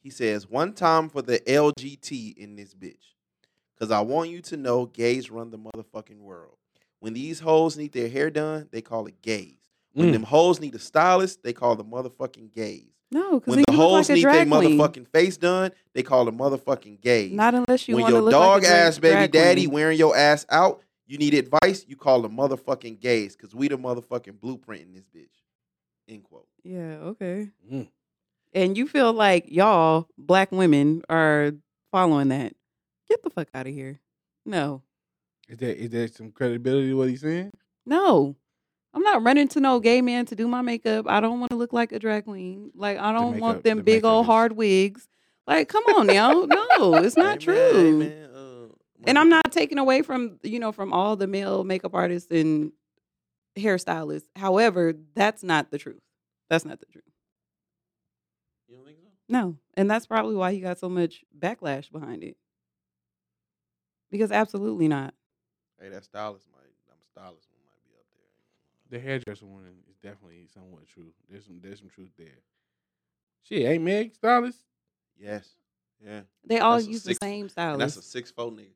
Speaker 1: He says, "One time for the LGT in this bitch, cause I want you to know, gays run the motherfucking world. When these hoes need their hair done, they call it gays. When
Speaker 2: Mm.
Speaker 1: them hoes need a stylist, they call the motherfucking gays.
Speaker 4: No, because
Speaker 1: When the hoes
Speaker 4: holes like a
Speaker 1: need their
Speaker 4: drag queen.
Speaker 1: motherfucking face done, they call the motherfucking gays."
Speaker 4: Not unless you
Speaker 1: when
Speaker 4: want to
Speaker 1: your
Speaker 4: look
Speaker 1: dog
Speaker 4: like a
Speaker 1: ass baby
Speaker 4: drag
Speaker 1: daddy
Speaker 4: queen.
Speaker 1: wearing your ass out, you need advice, you call the motherfucking gays, cause we the motherfucking blueprint in this bitch. End quote.
Speaker 4: Yeah. Okay.
Speaker 2: Mm.
Speaker 4: And you feel like y'all black women are following that? Get the fuck out of here. No.
Speaker 2: Is there is there some credibility to what he's saying?
Speaker 4: No. I'm not running to no gay man to do my makeup. I don't want to look like a drag queen. Like I don't
Speaker 2: makeup-
Speaker 4: want them
Speaker 2: the
Speaker 4: big
Speaker 2: makeup
Speaker 4: old
Speaker 2: is-
Speaker 4: hard wigs. Like come on now. No, it's not true.
Speaker 1: uh,
Speaker 4: And I'm not taking away from, you know, from all the male makeup artists and hairstylists. However, that's not the truth. That's not the truth.
Speaker 1: You don't think so?
Speaker 4: No. And that's probably why he got so much backlash behind it. Because absolutely not.
Speaker 1: Hey, that stylist might. I'm stylist one might be up there.
Speaker 2: The hairdresser one is definitely somewhat true. There's some there's some truth there. Shit, hey Meg Stylist.
Speaker 1: Yes. Yeah.
Speaker 4: They all
Speaker 1: That's a
Speaker 4: use
Speaker 1: six-
Speaker 4: the same
Speaker 1: And that's
Speaker 4: stylist.
Speaker 1: a six foot nigga.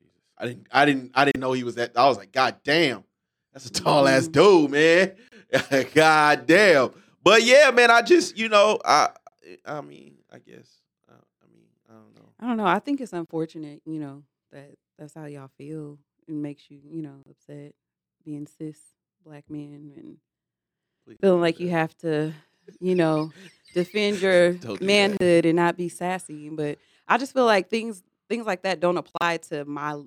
Speaker 2: Jesus.
Speaker 1: I didn't. I didn't. I didn't know he was that. I was like, God damn, that's a tall
Speaker 4: Mm-hmm.
Speaker 1: ass dude, man. God damn. But yeah, man. I just, you know, I. I mean, I guess. I, I mean, I don't know.
Speaker 4: I don't know. I think it's unfortunate, you know, that that's how y'all feel. It makes you, you know, upset being cis black men and
Speaker 1: Please don't
Speaker 4: feeling
Speaker 1: do
Speaker 4: like you
Speaker 1: that.
Speaker 4: have to, you know, defend your
Speaker 1: Don't do that.
Speaker 4: manhood and not be sassy. But I just feel like things things like that don't apply to my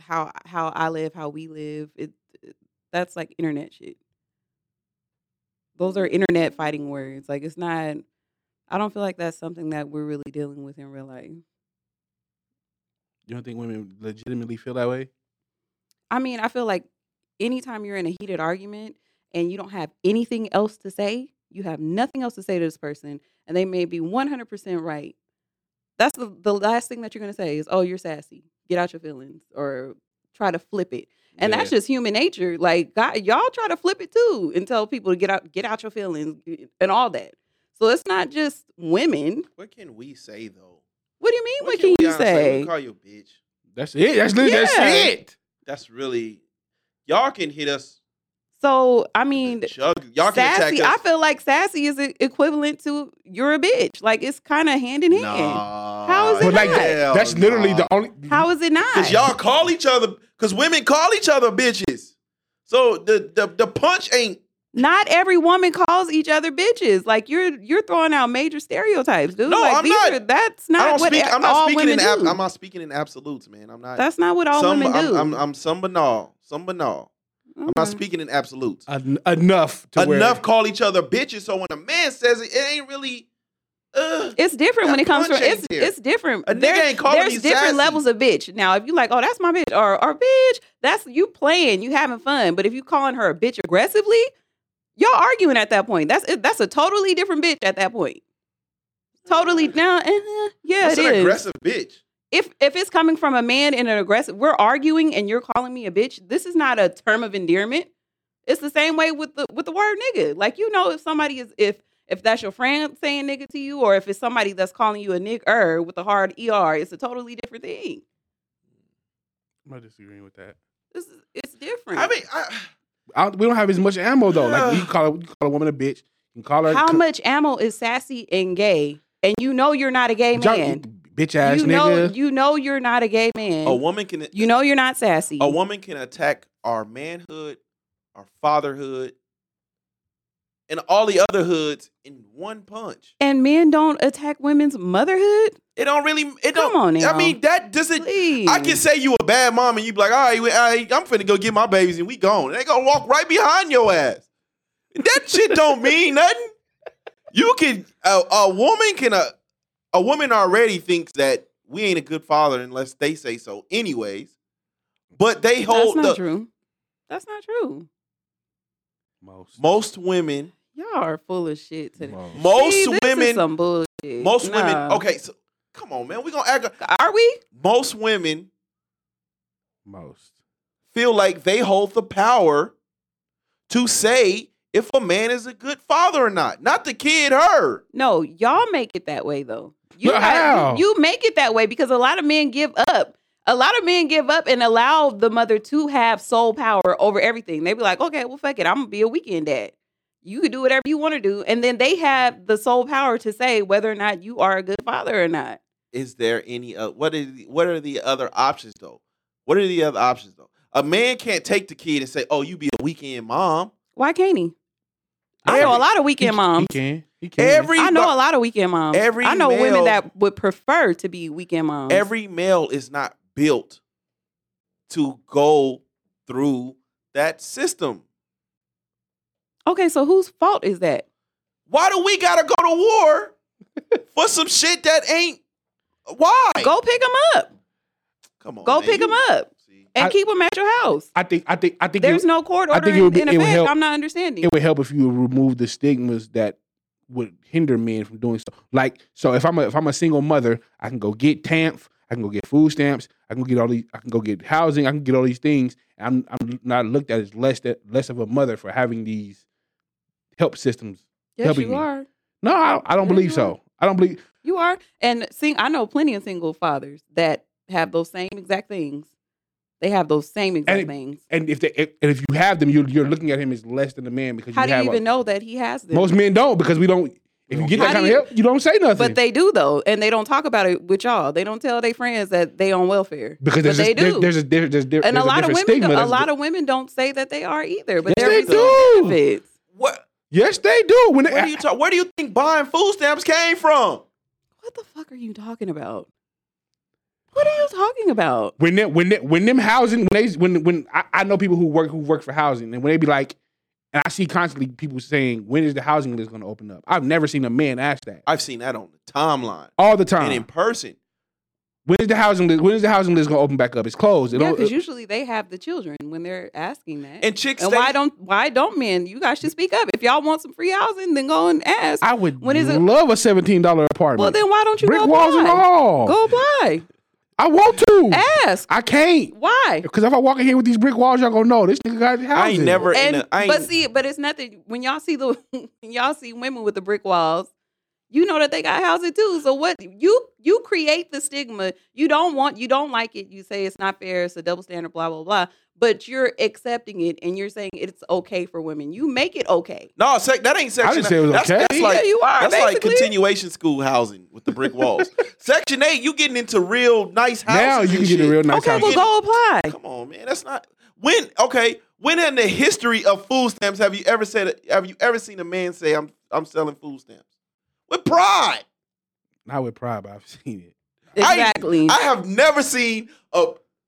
Speaker 4: how how I live, how we live. It, it that's like internet shit. Those are internet fighting words. Like it's not. I don't feel like that's something that we're really dealing with in real life.
Speaker 2: You don't think women legitimately feel that way?
Speaker 4: I mean, I feel like anytime you're in a heated argument and you don't have anything else to say, you have nothing else to say to this person, and they may be 100% right. That's the, the last thing that you're going to say is, oh, you're sassy. Get out your feelings or try to flip it. And
Speaker 1: Yeah.
Speaker 4: that's just human nature. Like God, y'all try to flip it too and tell people to get out, get out your feelings eh, and all that. So it's not just women.
Speaker 1: What can we say though?
Speaker 4: What do you mean? What, can,
Speaker 1: we
Speaker 4: you
Speaker 1: honestly- we
Speaker 4: say?
Speaker 1: Call you a bitch.
Speaker 2: That's it. That's li- that's
Speaker 4: Yeah.
Speaker 2: it.
Speaker 1: That's really y'all can hit us.
Speaker 4: So I
Speaker 1: with
Speaker 4: mean,
Speaker 1: the jug. Y'all can
Speaker 4: sassy. I
Speaker 1: attack us.
Speaker 4: feel like sassy is e- equivalent to you're a bitch. Like it's kind of hand in hand. How is it
Speaker 2: But like
Speaker 4: not?
Speaker 2: that- that's literally the only.
Speaker 4: How is it not?
Speaker 1: Because y'all call each other. Because women call each other bitches. So the the, the punch ain't.
Speaker 4: not every woman calls each other bitches. Like you're you're throwing out major stereotypes, dude.
Speaker 1: No,
Speaker 4: like
Speaker 1: I'm
Speaker 4: these
Speaker 1: not-
Speaker 4: are that's not
Speaker 1: I don't
Speaker 4: what
Speaker 1: speak.
Speaker 4: a-
Speaker 1: I'm not
Speaker 4: all
Speaker 1: speaking in.
Speaker 4: women
Speaker 1: Ab,
Speaker 4: do.
Speaker 1: I'm not speaking in absolutes, man. I'm not.
Speaker 4: that's not what all
Speaker 1: some,
Speaker 4: women
Speaker 1: I'm,
Speaker 4: do. Mm-hmm.
Speaker 1: I'm, I'm some banal. Some banal. I'm not
Speaker 4: Okay.
Speaker 1: speaking in absolutes.
Speaker 2: En- enough Uh, to where-
Speaker 1: Enough call each other bitches. So when a man says it, it ain't really. Uh,
Speaker 4: It's different
Speaker 1: That
Speaker 4: when it comes
Speaker 1: punch
Speaker 4: from it's
Speaker 1: ain't there.
Speaker 4: it's different.
Speaker 1: A nigga ain't calling
Speaker 4: there's
Speaker 1: you
Speaker 4: different
Speaker 1: sassy.
Speaker 4: levels of bitch. Now, if you like, oh, that's my bitch, or or bitch, that's you playing, you having fun. But if you calling her a bitch aggressively, y'all arguing at that point. That's it- that's a totally different bitch at that point. Totally now, uh, yeah,
Speaker 1: that's
Speaker 4: it
Speaker 1: an
Speaker 4: is.
Speaker 1: aggressive bitch.
Speaker 4: if if it's coming from a man in an aggressive, we're arguing and you're calling me a bitch. This is not a term of endearment. It's the same way with the with the word nigga. Like you know, if somebody is if if that's your friend saying nigga to you, or if it's somebody that's calling you a nigger with a hard er, it's a totally different thing.
Speaker 2: I'm not disagreeing with that.
Speaker 4: This is it's different.
Speaker 1: I mean, I,
Speaker 2: I don't, we don't have as much ammo though. Like you can call, you can call a woman a bitch. You can call her
Speaker 4: how
Speaker 2: c-
Speaker 4: much ammo is sassy and gay, and you know you're not a gay
Speaker 2: junk-
Speaker 4: man.
Speaker 2: bitch ass
Speaker 4: you know
Speaker 2: nigga.
Speaker 4: you know you're not a gay man.
Speaker 1: a woman can.
Speaker 4: you know you're not sassy.
Speaker 1: a woman can attack our manhood, our fatherhood, and all the other hoods in one punch.
Speaker 4: and men don't attack women's motherhood.
Speaker 1: It don't really. It
Speaker 4: Come
Speaker 1: don't.
Speaker 4: on now.
Speaker 1: I mean, that doesn't.
Speaker 4: Please.
Speaker 1: I can say you a bad mom, and you be like, all right, we- all right, I'm finna go get my babies, and we gone. And they gonna walk right behind your ass. That shit don't mean nothing. You can a, a woman can a a woman already thinks that we ain't a good father unless they say so, anyways. But they hold
Speaker 4: That's
Speaker 1: the
Speaker 4: not true. That's not true.
Speaker 2: Most.
Speaker 1: most women
Speaker 4: Y'all are full of shit today.
Speaker 2: Most.
Speaker 1: Most
Speaker 4: See, this
Speaker 1: women-
Speaker 4: is some bullshit.
Speaker 1: Most women,
Speaker 4: Nah.
Speaker 1: okay, so come on, man, we gonna act.
Speaker 4: Are we?
Speaker 1: Most women
Speaker 2: Most.
Speaker 1: feel like they hold the power to say if a man is a good father or not, not the kid, her.
Speaker 4: No, y'all make it that way though. You
Speaker 2: But
Speaker 4: got-
Speaker 2: how?
Speaker 4: you make it that way because a lot of men give up. A lot of men give up and allow the mother to have sole power over everything. They be like, okay, well, fuck it, I'm gonna be a weekend dad. You can do whatever you want to do, and then they have the sole power to say whether or not you are a good father or not.
Speaker 1: Is there any? Uh, what is? What are the other options though? What are the other options though? A man can't take the kid and say, "Oh, you be a weekend mom."
Speaker 4: Why can't he? I know a lot of weekend moms.
Speaker 2: He can. He can.
Speaker 1: Every
Speaker 4: I know a lot of weekend moms.
Speaker 1: every
Speaker 4: I know
Speaker 1: male-
Speaker 4: women that would prefer to be weekend moms.
Speaker 1: every male is not built to go through that system.
Speaker 4: okay, so whose fault is that?
Speaker 1: Why do we gotta go to war for some shit that ain't? Why?
Speaker 4: Go pick them up
Speaker 1: Come on.
Speaker 4: go
Speaker 1: man,
Speaker 4: pick 'em
Speaker 1: you-
Speaker 4: up.
Speaker 1: See,
Speaker 4: and
Speaker 2: I-
Speaker 4: keep them at your house.
Speaker 2: I think. I think. I think.
Speaker 4: There's
Speaker 2: it,
Speaker 4: no court
Speaker 2: I
Speaker 4: order
Speaker 2: think it would be-
Speaker 4: in
Speaker 2: it would
Speaker 4: effect.
Speaker 2: help-
Speaker 4: I'm not understanding.
Speaker 2: it would help if you remove the stigmas that would hinder men from doing so. Like, so if I'm a if I'm a single mother, I can go get TAMF. I can go get food stamps. I can go get all these. I can go get housing. I can get all these things. And I'm I'm not looked at as less that less of a mother for having these help systems.
Speaker 4: yes,
Speaker 2: helping
Speaker 4: you
Speaker 2: me.
Speaker 4: are.
Speaker 2: No, I, I don't
Speaker 4: Yeah,
Speaker 2: believe
Speaker 4: you
Speaker 2: so. I don't believe.
Speaker 4: You are. And sing. I know plenty of single fathers that have those same exact things. They have those same exact
Speaker 2: it-
Speaker 4: things.
Speaker 2: And if they if, and if you have them, you're you're looking at him as less than a man because
Speaker 4: How
Speaker 2: you
Speaker 4: do you
Speaker 2: have
Speaker 4: even
Speaker 2: a-
Speaker 4: know that he has them?
Speaker 2: most men don't because we don't. If you get
Speaker 4: How
Speaker 2: that kind
Speaker 4: do
Speaker 2: of
Speaker 4: you-
Speaker 2: help, you don't say nothing.
Speaker 4: but they do though, and they don't talk about it with y'all. They don't tell their friends that they on welfare.
Speaker 2: because
Speaker 4: but
Speaker 2: there's
Speaker 4: they
Speaker 2: a, there-
Speaker 4: do.
Speaker 2: there's a there- there's, there-
Speaker 4: and a
Speaker 2: there's
Speaker 4: lot of
Speaker 2: different
Speaker 4: women,
Speaker 2: stigma
Speaker 4: do, a
Speaker 2: that's-
Speaker 4: lot of women don't say that they are either, but
Speaker 2: Yes,
Speaker 4: they're
Speaker 2: they
Speaker 4: receiving
Speaker 2: do.
Speaker 4: benefits.
Speaker 1: What?
Speaker 2: Yes, they do. When
Speaker 1: Where do you talk? Where do you think buying food stamps came from?
Speaker 4: What the fuck are you talking about? What are you talking about?
Speaker 2: when them, when them, when them housing when they when when I, I know people who work who work for housing and when they be like, and I see constantly people saying when is the housing list going to open up? I've never seen a man ask that
Speaker 1: I've seen that on the timeline
Speaker 2: all the
Speaker 1: and in
Speaker 2: time.
Speaker 1: person.
Speaker 2: When is the housing list? When is the housing list going to open back up? It's closed. It
Speaker 4: Yeah,
Speaker 2: don't-
Speaker 4: because usually they have the children when they're asking that.
Speaker 1: And chicks,
Speaker 4: And
Speaker 1: they-
Speaker 4: why don't why don't men? You guys should speak up. If y'all want some free housing, then go and ask.
Speaker 2: I would
Speaker 4: When is it-
Speaker 2: love a seventeen dollar apartment.
Speaker 4: well, then why don't you
Speaker 2: brick
Speaker 4: go
Speaker 2: walls
Speaker 4: apply?
Speaker 2: and all.
Speaker 4: Go apply.
Speaker 2: I want to.
Speaker 4: Ask
Speaker 2: I can't.
Speaker 4: why.
Speaker 2: Because if I walk in here with these brick walls, y'all gonna know this nigga got houses.
Speaker 1: I ain't never in
Speaker 4: And
Speaker 1: a, I ain't,
Speaker 4: but see, but it's nothing. When y'all see the when y'all see women with the brick walls, you know that they got houses too. So what you you create the stigma. You don't want you don't like it. You say it's not fair. It's a double standard. Blah blah blah. But you're accepting it and you're saying it's okay for women. You make it okay.
Speaker 1: no, sec, that ain't section.
Speaker 2: I didn't say it was
Speaker 1: that's,
Speaker 2: okay.
Speaker 1: That's like,
Speaker 4: yeah, you are.
Speaker 1: that's like
Speaker 4: basically.
Speaker 1: continuation school housing with the brick walls. section eight, you getting into real nice houses.
Speaker 2: Now you
Speaker 1: and
Speaker 2: can get
Speaker 1: shit.
Speaker 2: a real nice
Speaker 4: Okay,
Speaker 2: house.
Speaker 4: well go apply.
Speaker 1: Come on, man. That's not when. Okay, when in the history of food stamps have you ever said? Have you ever seen a man say, "I'm I'm selling food stamps"? With pride,
Speaker 2: Not with pride, but I've seen it.
Speaker 4: Exactly.
Speaker 1: I have never seen a.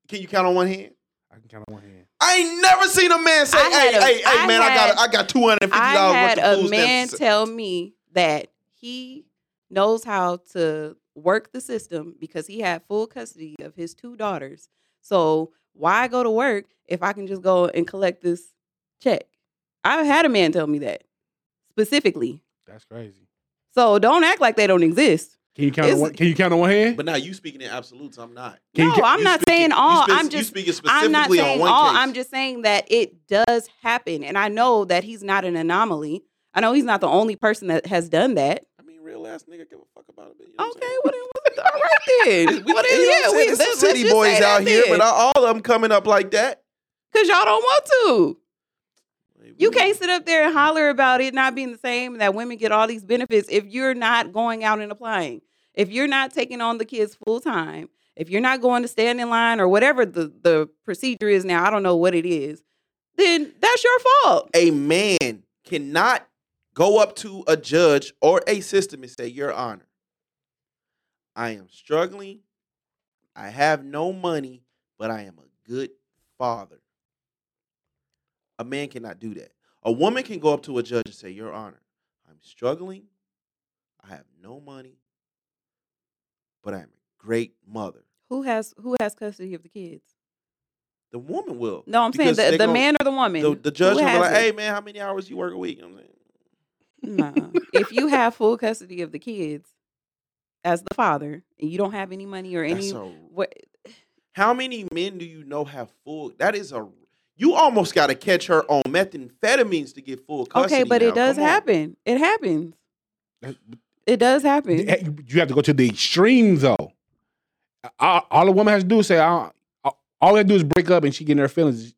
Speaker 1: Can you count on one hand?
Speaker 2: I can count on one hand.
Speaker 1: I ain't never seen a man say,
Speaker 4: I had
Speaker 1: "Hey,
Speaker 4: a-
Speaker 1: hey, hey,
Speaker 4: I
Speaker 1: man, I
Speaker 4: had-
Speaker 1: got I got two hundred fifty
Speaker 4: I
Speaker 1: dollars
Speaker 4: had
Speaker 1: worth of
Speaker 4: a
Speaker 1: food
Speaker 4: man
Speaker 1: stamps."
Speaker 4: tell me that he knows how to work the system because he had full custody of his two daughters. So why go to work if I can just go and collect this check? I had a man tell me that specifically.
Speaker 2: That's crazy.
Speaker 4: So don't act like they don't exist.
Speaker 2: Can you count on
Speaker 4: It's-
Speaker 2: one? Can you count on one hand?
Speaker 1: but now you speaking in absolutes. I'm not.
Speaker 2: Can you
Speaker 4: no,
Speaker 2: ca-
Speaker 4: I'm
Speaker 1: You
Speaker 4: not
Speaker 1: speaking-
Speaker 4: saying
Speaker 1: you
Speaker 4: all.
Speaker 1: spec-
Speaker 4: I'm
Speaker 1: you
Speaker 4: just
Speaker 1: speaking specifically
Speaker 4: I'm not
Speaker 1: on
Speaker 4: saying
Speaker 1: one
Speaker 4: all.
Speaker 1: case.
Speaker 4: I'm just saying that it does happen, and I know that he's not an anomaly. I know he's not the only person that has done that.
Speaker 1: I mean, real ass nigga give a fuck about it. You know what I'm
Speaker 4: Okay,
Speaker 1: saying?
Speaker 4: well then, what's all right then?
Speaker 1: We-
Speaker 4: What
Speaker 1: you know what
Speaker 4: is
Speaker 1: I'm
Speaker 4: yeah?
Speaker 1: saying?
Speaker 4: We
Speaker 1: There's some city boys out here, but all all of them coming up like that.
Speaker 4: because y'all don't want to. You can't sit up there and holler about it not being the same and that women get all these benefits if you're not going out and applying, if you're not taking on the kids full time, if you're not going to stand in line or whatever the the procedure is now. I don't know what it is. Then that's your fault.
Speaker 1: a man cannot go up to a judge or a system and say, Your Honor, I am struggling. I have no money, but I am a good father. A man cannot do that. A woman can go up to a judge and say, Your Honor, I'm struggling. I have no money, but I'm a great mother.
Speaker 4: Who has who has custody of the kids?
Speaker 1: The woman will.
Speaker 4: No, I'm saying
Speaker 1: because
Speaker 4: the,
Speaker 1: they
Speaker 4: the
Speaker 1: gon-
Speaker 4: man or the woman.
Speaker 1: The, the judge
Speaker 4: Who
Speaker 1: will be
Speaker 4: has
Speaker 1: like,
Speaker 4: it?
Speaker 1: hey, man, how many hours you work a week? You know what I'm saying?
Speaker 4: Nuh-uh. if you have full custody of the kids as the father and you don't have any money or
Speaker 1: That's
Speaker 4: any
Speaker 1: a
Speaker 4: what,
Speaker 1: How many men do you know have full? That is a. You almost got to catch her on methamphetamines to get full custody.
Speaker 4: okay but
Speaker 1: now.
Speaker 4: it does
Speaker 1: Come on.
Speaker 4: happen it happens
Speaker 2: That-
Speaker 4: it does happen
Speaker 2: Eh, you- You have to go to the extremes though. All, all a woman has to do is say, I, I- "All I do is break up," and she getting her feelings.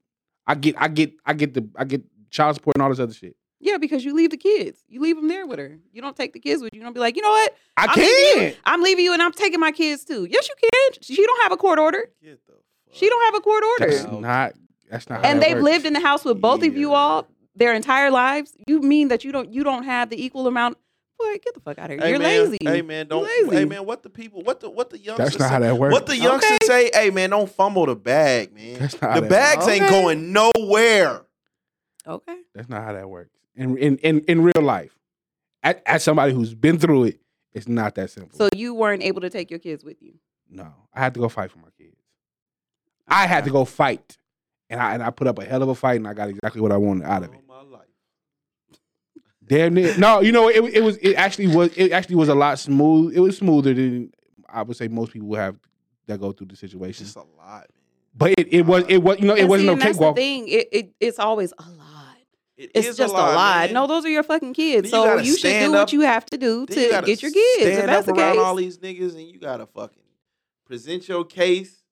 Speaker 2: I get, I get, I get the, I get child support and all this other shit.
Speaker 4: yeah because you leave the kids you leave them there with her you don't take the kids with you you don't be like you know what
Speaker 2: I
Speaker 4: I'm leaving
Speaker 2: can't.
Speaker 4: you, I'm leaving you and I'm taking my kids too yes you can she don't have a court order
Speaker 1: Get the fuck.
Speaker 4: she don't have a court
Speaker 2: That's
Speaker 4: order
Speaker 1: Wow.
Speaker 2: not. That's not. how
Speaker 4: and
Speaker 2: that
Speaker 4: they've
Speaker 2: works.
Speaker 4: lived in the house with both of you
Speaker 1: Yeah.
Speaker 4: all their entire lives you mean that you don't you don't have the equal amount boy get the fuck out of here
Speaker 1: Hey,
Speaker 4: you're
Speaker 1: man,
Speaker 4: lazy
Speaker 1: Hey man, don't.
Speaker 4: lazy.
Speaker 1: Hey man, what the people? What the what the youngsters?
Speaker 2: That's not
Speaker 1: say,
Speaker 2: how that works.
Speaker 1: What the youngsters say? Hey man, don't fumble the bag, man.
Speaker 2: That's not how
Speaker 1: The
Speaker 2: that
Speaker 1: bags ain't
Speaker 4: Okay.
Speaker 1: going nowhere.
Speaker 4: okay
Speaker 2: That's not how that works. In in in, in real life, as, as somebody who's been through it, it's not that simple.
Speaker 4: So you weren't able to take your kids with you.
Speaker 2: no, I had to go fight for my kids. I had to go fight, and I and I put up a hell of a fight, and I got exactly what I wanted out of it.
Speaker 4: Oh,
Speaker 1: All my life.
Speaker 2: Damn near. No, you know it, it was. It actually was. It actually was a lot smooth. It was smoother than I would say most people would have that go through the
Speaker 1: It's
Speaker 2: situation.
Speaker 1: just a lot, man.
Speaker 2: But it, it was. It was. You know, it
Speaker 4: And
Speaker 2: wasn't
Speaker 4: see,
Speaker 2: no
Speaker 4: and that's
Speaker 2: cakewalk.
Speaker 4: The thing, it, it it's always a lot.
Speaker 1: It
Speaker 4: It's
Speaker 1: is
Speaker 4: just a lot.
Speaker 1: man.
Speaker 4: No, those are your fucking kids.
Speaker 1: Then you
Speaker 4: so
Speaker 1: gotta
Speaker 4: you should
Speaker 1: stand
Speaker 4: do what
Speaker 1: up-
Speaker 4: you have to do
Speaker 1: Then
Speaker 4: to
Speaker 1: you gotta
Speaker 4: get your kids.
Speaker 1: Stand
Speaker 4: If that's the
Speaker 1: up around
Speaker 4: case,
Speaker 1: all these niggas, and you gotta fucking present your case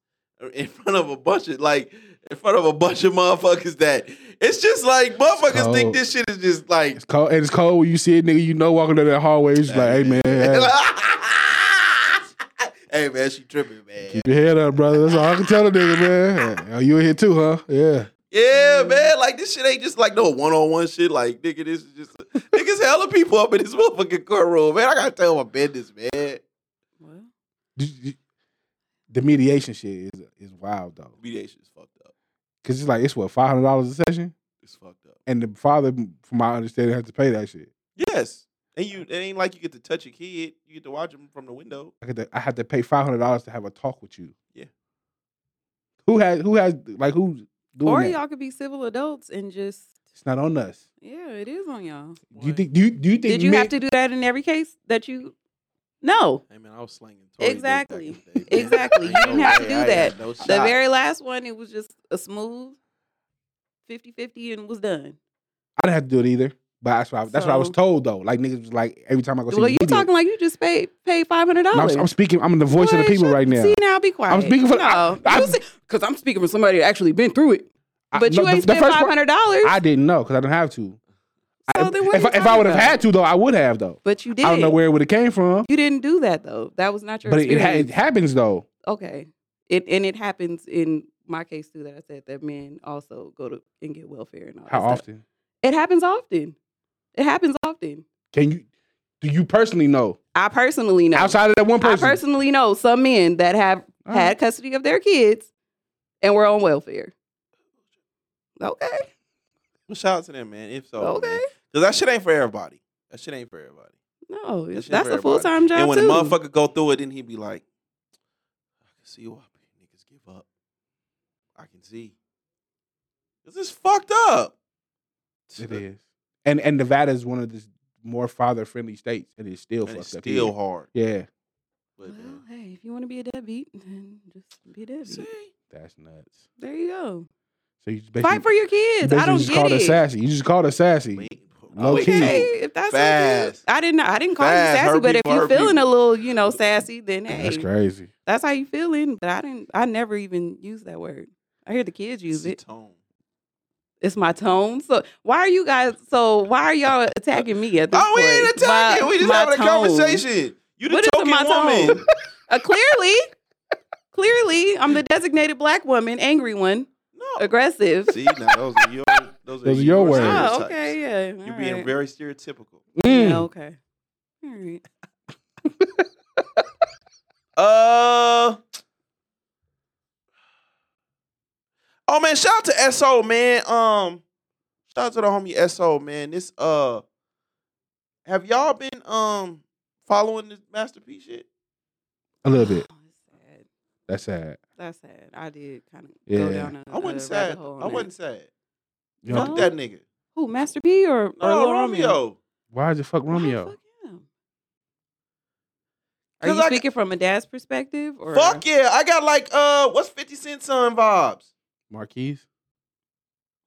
Speaker 1: in front of a bunch of like in front of a bunch of motherfuckers. That it's just like motherfuckers think
Speaker 2: cold.
Speaker 1: this shit is just like.
Speaker 2: It's cold. And it's cold when you see a nigga you know walking down that hallway. It's just like, hey man, hey,
Speaker 1: hey man, she tripping, man.
Speaker 2: keep your head up, brother. That's all I can tell the nigga, man. Hey, oh, you in here too, huh? Yeah.
Speaker 1: Yeah, man. Like this shit ain't just like no one on one shit. Like nigga, this is just niggas hella people up in this motherfucking courtroom, man. I gotta tell my business, man.
Speaker 4: well,
Speaker 2: Did you- The mediation shit is is wild though,
Speaker 1: Mediation is fucked up.
Speaker 2: because it's like it's what five hundred dollars a session,
Speaker 1: It's fucked up.
Speaker 2: and the father, from my understanding, has to pay that shit.
Speaker 1: Yes. And you it ain't like you get to touch a kid. You get to watch him from the window.
Speaker 2: I had to, I had to pay five hundred dollars to have a talk with you.
Speaker 1: Yeah.
Speaker 2: Who has who has like who's doing
Speaker 4: or
Speaker 2: that?
Speaker 4: y'all could be civil adults and just
Speaker 2: It's not on us.
Speaker 4: yeah, it is on y'all.
Speaker 2: Do you think do you do you think
Speaker 4: Did you
Speaker 2: men,
Speaker 4: have to do that in every case that you No,
Speaker 1: Hey man, I was slanging. Tory dick back in
Speaker 4: Exactly.
Speaker 1: the day, man.
Speaker 4: Exactly. You
Speaker 1: Ain't
Speaker 4: didn't have to
Speaker 1: way
Speaker 4: do
Speaker 1: I had
Speaker 4: that.
Speaker 1: no
Speaker 4: the
Speaker 1: shot.
Speaker 4: very last one, it was just a smooth 50-50 and was done.
Speaker 2: I didn't have to do it either. But that's what I, that's what I was
Speaker 4: So-
Speaker 2: told though. Like niggas was like every time I go see.
Speaker 4: Well,
Speaker 2: the
Speaker 4: you
Speaker 2: video-
Speaker 4: talking like you just paid paid five hundred
Speaker 2: No,
Speaker 4: dollars.
Speaker 2: I'm, I'm speaking. I'm the voice of the people right now.
Speaker 4: See now, be quiet.
Speaker 2: speaking for- I-
Speaker 4: no,
Speaker 2: I-
Speaker 4: because I'm speaking for somebody that actually been through it.
Speaker 2: I-
Speaker 4: But
Speaker 2: no,
Speaker 4: you
Speaker 2: the-
Speaker 4: ain't
Speaker 2: the
Speaker 4: spent
Speaker 2: first
Speaker 4: five
Speaker 2: part-
Speaker 4: hundred dollars.
Speaker 2: I didn't know because I didn't have to. I-
Speaker 4: So then what
Speaker 2: if
Speaker 4: are
Speaker 2: I,
Speaker 4: you
Speaker 2: if I would have
Speaker 4: talking
Speaker 2: had to though, I would have though.
Speaker 4: But you did.
Speaker 2: I don't know where it would have came from,
Speaker 4: you didn't do that though. That was not your.
Speaker 2: but it, it, ha-
Speaker 4: experience.
Speaker 2: it happens though.
Speaker 4: okay. It and it happens in my case too that I said that men also go to and get welfare and all.
Speaker 2: How
Speaker 4: that stuff.
Speaker 2: often
Speaker 4: It happens often. It happens often.
Speaker 2: can you? Do you personally know
Speaker 4: I personally know.
Speaker 2: outside of that one
Speaker 4: I
Speaker 2: person?
Speaker 4: personally know some men that have
Speaker 2: All right.
Speaker 4: had custody of their kids and were on welfare. Okay.
Speaker 1: Well, shout out to them, man. If so,
Speaker 2: Oh,
Speaker 4: Okay.
Speaker 1: because that shit ain't for everybody. That shit ain't for everybody.
Speaker 4: No,
Speaker 1: That
Speaker 4: it's-
Speaker 1: shit
Speaker 4: that's
Speaker 1: for
Speaker 4: a full time job.
Speaker 1: and when
Speaker 4: too.
Speaker 1: the motherfucker go through it, then he be like, "I can see why niggas give up. I can see. This is fucked up."
Speaker 2: It is, and and Nevada is one of the more father friendly states, and it's still
Speaker 1: And
Speaker 2: fucked
Speaker 1: it's
Speaker 2: up.
Speaker 1: still
Speaker 2: here.
Speaker 1: hard.
Speaker 2: yeah,
Speaker 1: But, uh,
Speaker 4: Well,
Speaker 1: man,
Speaker 4: hey, if you want to be a deadbeat, then just be a deadbeat.
Speaker 1: see,
Speaker 2: that's nuts.
Speaker 4: There you go.
Speaker 2: So you just basically,
Speaker 4: Fight for your
Speaker 2: you
Speaker 4: kids.
Speaker 2: basically
Speaker 4: I don't
Speaker 2: just
Speaker 4: get
Speaker 2: called her
Speaker 4: it.
Speaker 2: sassy. You just called her sassy.
Speaker 1: we-
Speaker 2: Low
Speaker 1: we-
Speaker 2: key.
Speaker 4: Okay, if that's
Speaker 1: Fast.
Speaker 4: what you, I didn't. I didn't call
Speaker 1: Fast.
Speaker 4: you sassy,
Speaker 1: Her
Speaker 4: but if
Speaker 1: people, her
Speaker 4: you're feeling a
Speaker 1: people.
Speaker 4: little, you know, sassy, then hey,
Speaker 2: That's
Speaker 4: that's,
Speaker 2: crazy.
Speaker 4: how you feeling. But I didn't. I never even use that word. I hear the kids
Speaker 1: It's
Speaker 4: use
Speaker 1: the
Speaker 4: it.
Speaker 1: tone.
Speaker 4: It's my tone. So why are you guys? So why are y'all attacking me at this
Speaker 1: Oh, we
Speaker 4: point?
Speaker 1: ain't attacking.
Speaker 4: My-
Speaker 1: we just
Speaker 4: my
Speaker 1: having a
Speaker 4: tone.
Speaker 1: conversation. You the
Speaker 4: What is in
Speaker 1: token
Speaker 4: my
Speaker 1: woman.
Speaker 4: tone? Uh, clearly, clearly, I'm the designated black woman, angry one,
Speaker 1: No.
Speaker 4: aggressive.
Speaker 1: See, now those are your those are,
Speaker 2: Those are your words.
Speaker 4: Oh,
Speaker 1: stereotypes.
Speaker 4: okay, yeah.
Speaker 1: You're
Speaker 4: all
Speaker 1: being
Speaker 4: right.
Speaker 1: very stereotypical.
Speaker 2: Mm.
Speaker 4: Yeah, okay. All right.
Speaker 1: Uh. Oh man, shout out to SO man. Um, shout out to the homie SO man. This uh, have y'all been um following this masterpiece shit?
Speaker 2: A little bit.
Speaker 4: Oh, that's sad.
Speaker 2: That's sad.
Speaker 4: That's sad. I did kind of
Speaker 2: Yeah.
Speaker 4: go down a,
Speaker 1: I wasn't
Speaker 4: a
Speaker 1: sad.
Speaker 4: Uh, rabbit hole
Speaker 1: I
Speaker 4: on that.
Speaker 1: wasn't sad.
Speaker 2: You
Speaker 4: No.
Speaker 1: Fuck that nigga.
Speaker 4: Who, Master P or, or
Speaker 1: No,
Speaker 4: Lil
Speaker 1: Romeo.
Speaker 2: Why did you fuck
Speaker 4: Why the
Speaker 2: Romeo?
Speaker 4: fuck him? Are
Speaker 1: 'Cause
Speaker 4: you
Speaker 1: I-
Speaker 4: speaking from a dad's perspective? Or
Speaker 1: Fuck yeah, I got like uh, what's Fifty Cent son vibes?
Speaker 2: Marquise.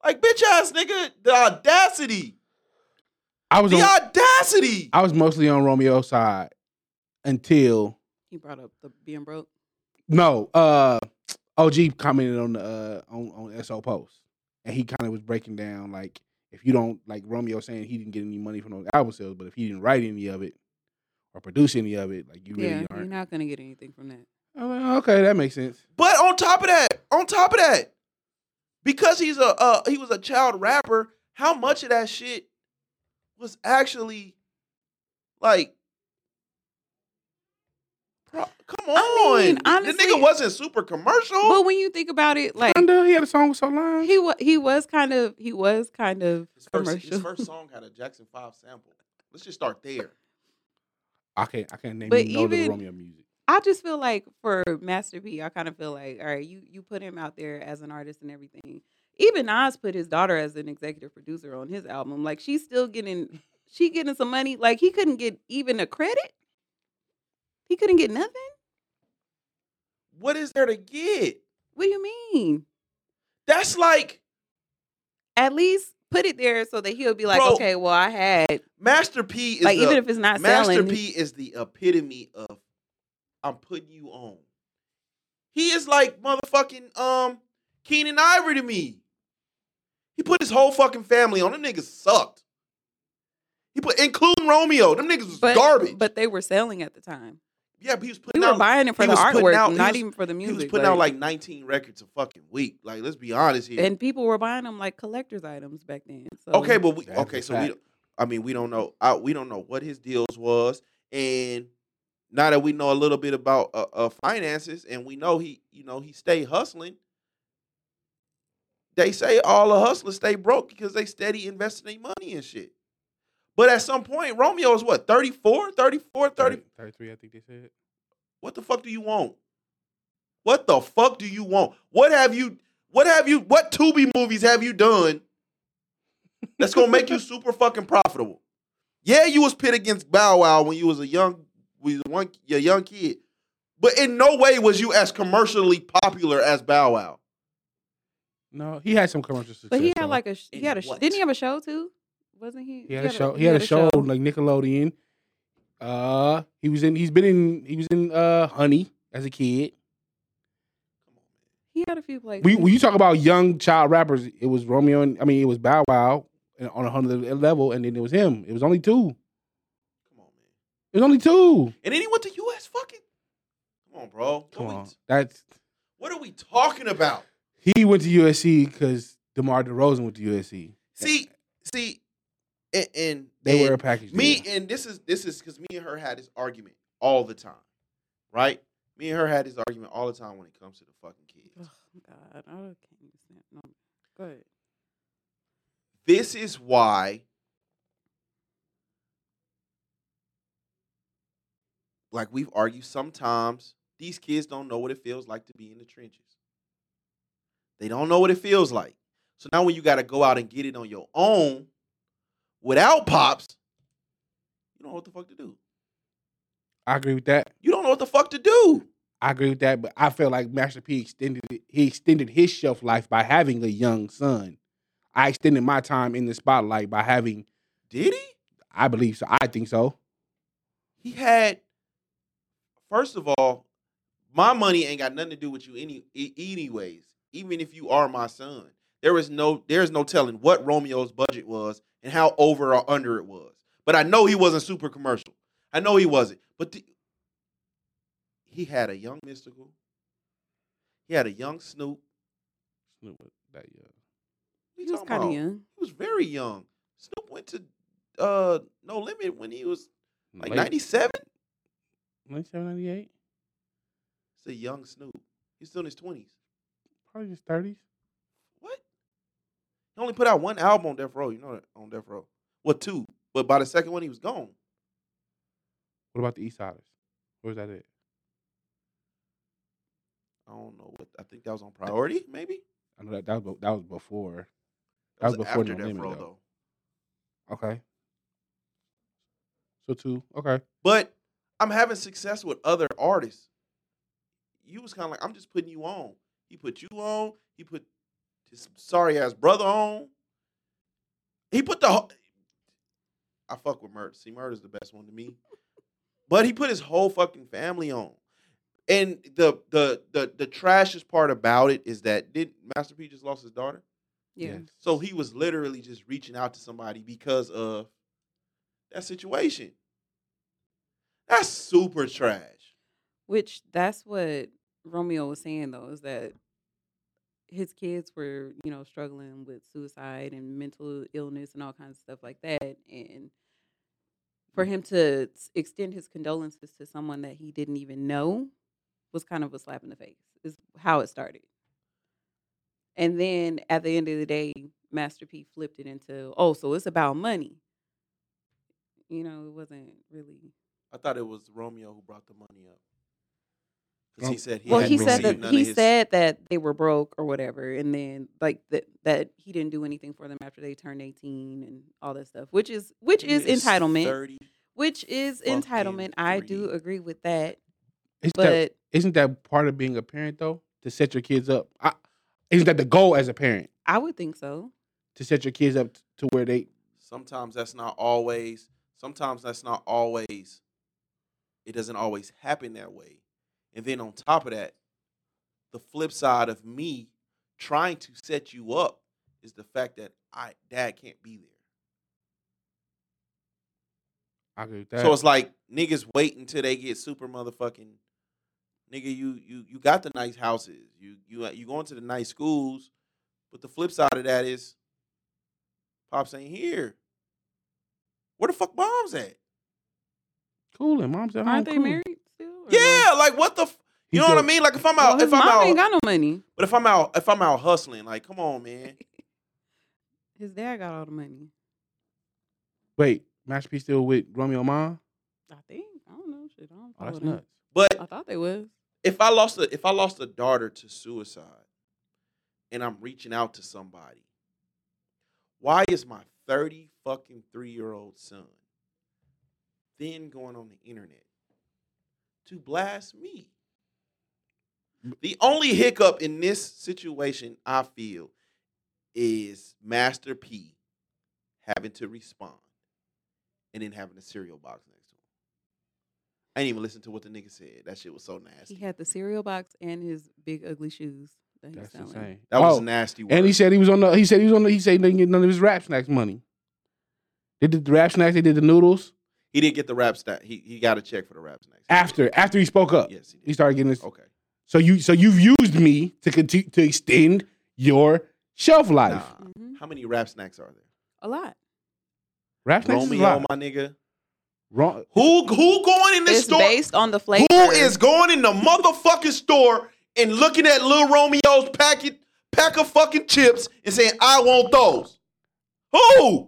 Speaker 1: Like bitch ass nigga, the audacity,
Speaker 2: I was
Speaker 1: the
Speaker 2: on,
Speaker 1: audacity.
Speaker 2: I was mostly on Romeo's side until
Speaker 4: He brought up the being broke.
Speaker 2: no. Uh, OG commented on the uh, on on SO post, and he kind of was breaking down like if you don't like Romeo saying he didn't get any money from those album sales, but if he didn't write any of it or produce any of it, like you really
Speaker 4: yeah, you're
Speaker 2: aren't.
Speaker 4: not going to get anything from that.
Speaker 2: I'm like, "Oh, okay, that makes sense.
Speaker 1: But on top of that, on top of that, because he's a uh, he was a child rapper, how much of that shit was actually like pro- come on.
Speaker 4: I mean,
Speaker 1: the
Speaker 4: honestly-
Speaker 1: nigga wasn't super commercial.
Speaker 4: But when you think about it, like
Speaker 2: Kinda, he had a song with so long.
Speaker 4: he was, he was kind of, he was kind of
Speaker 1: his, first,
Speaker 4: commercial.
Speaker 1: song had a Jackson 5 sample. Let's just start there.
Speaker 2: I can't I can't name
Speaker 4: But
Speaker 2: you no little
Speaker 4: even-
Speaker 2: Romeo music.
Speaker 4: I just feel like for Master P, I kind of feel like, all right, you you put him out there as an artist and everything. Even Nas put his daughter as an executive producer on his album. Like she's still getting she getting some money. Like he couldn't get even a credit. He couldn't get nothing.
Speaker 1: What is there to get?
Speaker 4: What do you mean?
Speaker 1: That's like
Speaker 4: At least put it there so that he'll be like,
Speaker 1: Bro.
Speaker 4: okay, well I had
Speaker 1: Master P is
Speaker 4: like
Speaker 1: the,
Speaker 4: even if it's not
Speaker 1: Master
Speaker 4: selling.
Speaker 1: P is the epitome of I'm putting you on. He is like motherfucking um Keenan Ivory to me. He put his whole fucking family on. Them niggas sucked. He put including Romeo. Them niggas was
Speaker 4: but,
Speaker 1: garbage.
Speaker 4: but they were selling at the time.
Speaker 1: yeah, but he was
Speaker 4: We
Speaker 1: putting
Speaker 4: were
Speaker 1: out
Speaker 4: buying it for
Speaker 1: he
Speaker 4: the
Speaker 1: was putting
Speaker 4: artwork,
Speaker 1: out- he
Speaker 4: not
Speaker 1: was-
Speaker 4: even for the music.
Speaker 1: he was putting out like 19 records a fucking week. Like, let's be honest here.
Speaker 4: and people were buying them like collector's items back then. So
Speaker 1: Okay, but we
Speaker 2: That's a
Speaker 1: okay, so we
Speaker 2: fact.
Speaker 1: don't- I mean, we don't know. I, we don't know what his deals was, and now that we know a little bit about uh, uh finances, and we know he, you know, he stay hustling. They say all the hustlers stay broke because they steady investing their money and shit. But at some point, Romeo is what 34, 34, 30.
Speaker 2: 33, I think they said.
Speaker 1: What the fuck do you want? What the fuck do you want? What have you? What have you? What Tubi movies have you done that's gonna make you super fucking profitable? Yeah, you was pit against Bow Wow when you was a young was one your young kid, but in no way was you as commercially popular as Bow Wow.
Speaker 2: No, he had some commercial success.
Speaker 4: But he
Speaker 2: though.
Speaker 4: had like a sh- he
Speaker 5: In
Speaker 4: had a sh-
Speaker 5: what?
Speaker 4: didn't he have a show too? Wasn't he?
Speaker 2: He had a show. He had a show on, like Nickelodeon. Uh, he was in. He's been in. He was in uh Honey as a kid.
Speaker 4: He had a few places.
Speaker 2: We when you talk about young child rappers, it was Romeo and I mean it was Bow Wow and on a hundred level, and then it was him. It was only two.
Speaker 1: Come on, man.
Speaker 2: It was only two.
Speaker 1: And then he went to U.S. fucking. Come on, bro.
Speaker 2: Come
Speaker 1: what,
Speaker 2: on,
Speaker 1: We,
Speaker 2: that's
Speaker 1: what are we talking about?
Speaker 2: he went to USC because DeMar DeRozan went to USC.
Speaker 1: See, see, and, and
Speaker 2: They
Speaker 1: and
Speaker 2: were a package.
Speaker 1: me
Speaker 2: deal.
Speaker 1: and this is this is because me and her had this argument all the time, right? Me and her had this argument all the time when it comes to the fucking kids.
Speaker 4: Oh God, I can't even stand. No, go ahead.
Speaker 1: This is why. Like we've argued, sometimes these kids don't know what it feels like to be in the trenches. They don't know what it feels like. So now when you got to go out and get it on your own without pops, you don't know what the fuck to do.
Speaker 2: I agree with that.
Speaker 1: You don't know what the fuck to do.
Speaker 2: I agree with that, but I feel like Master P extended it- he extended his shelf life by having a young son. I extended my time in the spotlight by having,
Speaker 1: Did he?
Speaker 2: I believe so. I think so.
Speaker 1: He had. First of all, my money ain't got nothing to do with you any e- anyways. Even if you are my son, there is no there is no telling what Romeo's budget was and how over or under it was. But I know he wasn't super commercial. I know he wasn't. But the- he had a young mystical. He had a young Snoop.
Speaker 2: That young.
Speaker 1: What you
Speaker 4: He was
Speaker 1: talking
Speaker 4: kind of
Speaker 1: about?
Speaker 4: young.
Speaker 1: He was very young. Snoop went to uh No Limit when he was like ninety seven.
Speaker 2: 97, 98?
Speaker 1: It's a young Snoop. He's still in his twenties.
Speaker 2: Probably just 30s.
Speaker 1: What? He only put out one album on Death Row. You know that on Death Row. Well, two, but by the second one, he was gone.
Speaker 2: What about the East Siders? Where's that at?
Speaker 1: I don't know what. I think that was on Priority, maybe.
Speaker 2: I know that that was, be- that was before.
Speaker 1: That
Speaker 2: That was before
Speaker 1: after
Speaker 2: No
Speaker 1: Death
Speaker 2: Limit,
Speaker 1: Row,
Speaker 2: though. Okay. So two. Okay.
Speaker 1: But I'm having success with other artists. You was kind of like, I'm just putting you on. He put you on. He put his sorry ass brother on. He put the. whole- I fuck with Murder. See, Murder's the best one to me. But he put his whole fucking family on. And the the the the trashiest part about it is that did Master P just lost his daughter?
Speaker 4: Yeah.
Speaker 1: So he was literally just reaching out to somebody because of that situation. That's super trash.
Speaker 4: Which that's what Romeo was saying though, is that his kids were, you know, struggling with suicide and mental illness and all kinds of stuff like that. And for him to s- extend his condolences to someone that he didn't even know was kind of a slap in the face, is how it started. And then at the end of the day, Master P flipped it into, oh, so it's about money. You know, it wasn't really
Speaker 1: I thought it was Romeo who brought the money up. 'Cause
Speaker 2: Oh.
Speaker 1: he said he
Speaker 4: well,
Speaker 1: hadn't
Speaker 4: he said
Speaker 1: received
Speaker 4: that
Speaker 1: none of
Speaker 4: he
Speaker 1: his-
Speaker 4: said that they were broke or whatever, and then like that that he didn't do anything for them after they turned eighteen and all that stuff, which is which
Speaker 1: He
Speaker 4: is entitlement,
Speaker 1: 30.
Speaker 4: which is
Speaker 1: fucking
Speaker 4: entitlement. I do
Speaker 1: three.
Speaker 4: agree with that,
Speaker 2: Isn't that,
Speaker 4: but
Speaker 2: isn't that part of being a parent though? To set your kids up. I, isn't that the goal as a parent?
Speaker 4: I would think so.
Speaker 2: to set your kids up t- to where they
Speaker 1: Sometimes that's not always. Sometimes that's not always. It doesn't always happen that way. And then on top of that, the flip side of me trying to set you up is the fact that I dad can't be there.
Speaker 2: I agree with that.
Speaker 1: So it's like niggas wait until they get super motherfucking. Nigga, you you you got the nice houses. You you uh, you going to the nice schools, but the flip side of that is, pops ain't here. Where the fuck moms at?
Speaker 2: cool and mom's at home.
Speaker 4: Aren't they
Speaker 2: cool.
Speaker 4: married still? or no?
Speaker 1: Yeah, like what the. F-
Speaker 2: He
Speaker 1: you know what I
Speaker 2: said-
Speaker 1: mean? Like if I'm
Speaker 4: Well,
Speaker 1: out,
Speaker 4: his
Speaker 1: if I'm
Speaker 4: mom ain't
Speaker 1: out,
Speaker 4: got no money.
Speaker 1: but if I'm out, if I'm out hustling, like come on, man.
Speaker 4: His dad got all the money.
Speaker 2: Wait, Master P still with Romeo Ma?
Speaker 4: I think I don't know. Shit, I don't.
Speaker 2: Oh, that's
Speaker 4: follow them.
Speaker 2: nuts.
Speaker 1: But
Speaker 4: I thought they was.
Speaker 1: if I lost a if I lost a daughter to suicide and I'm reaching out to somebody, why is my 30 fucking three year old son then going on the internet to blast me. The only hiccup in this situation I feel is Master P having to respond and then having a cereal box next to him. I didn't even listen to what the nigga said. That shit was so nasty.
Speaker 4: He had the cereal box and his big ugly shoes that he was
Speaker 2: That's
Speaker 4: selling.
Speaker 2: insane.
Speaker 1: That was
Speaker 2: Oh,
Speaker 1: nasty. Work.
Speaker 2: And he said he was on the. He said he was on the. He said he didn't get none of his rap snacks money. They did the rap snacks. They did the noodles
Speaker 1: he didn't get the rap stack. He he got a check for the rap snacks.
Speaker 2: after after he spoke up.
Speaker 1: yes, he did.
Speaker 2: He started getting this.
Speaker 1: okay.
Speaker 2: So you so you've used me to continue to extend your shelf life.
Speaker 1: Nah.
Speaker 4: Mhm.
Speaker 1: How many rap snacks are there?
Speaker 4: A lot.
Speaker 2: Rap snacks is a
Speaker 1: Romeo,
Speaker 2: lot.
Speaker 1: my nigga.
Speaker 2: Wrong.
Speaker 1: Who who going in this
Speaker 4: It's
Speaker 1: store?
Speaker 4: based on the flavor.
Speaker 1: Who is going in the motherfucking store and looking at Lil Romeo's packet pack of fucking chips and saying, I want those? Who?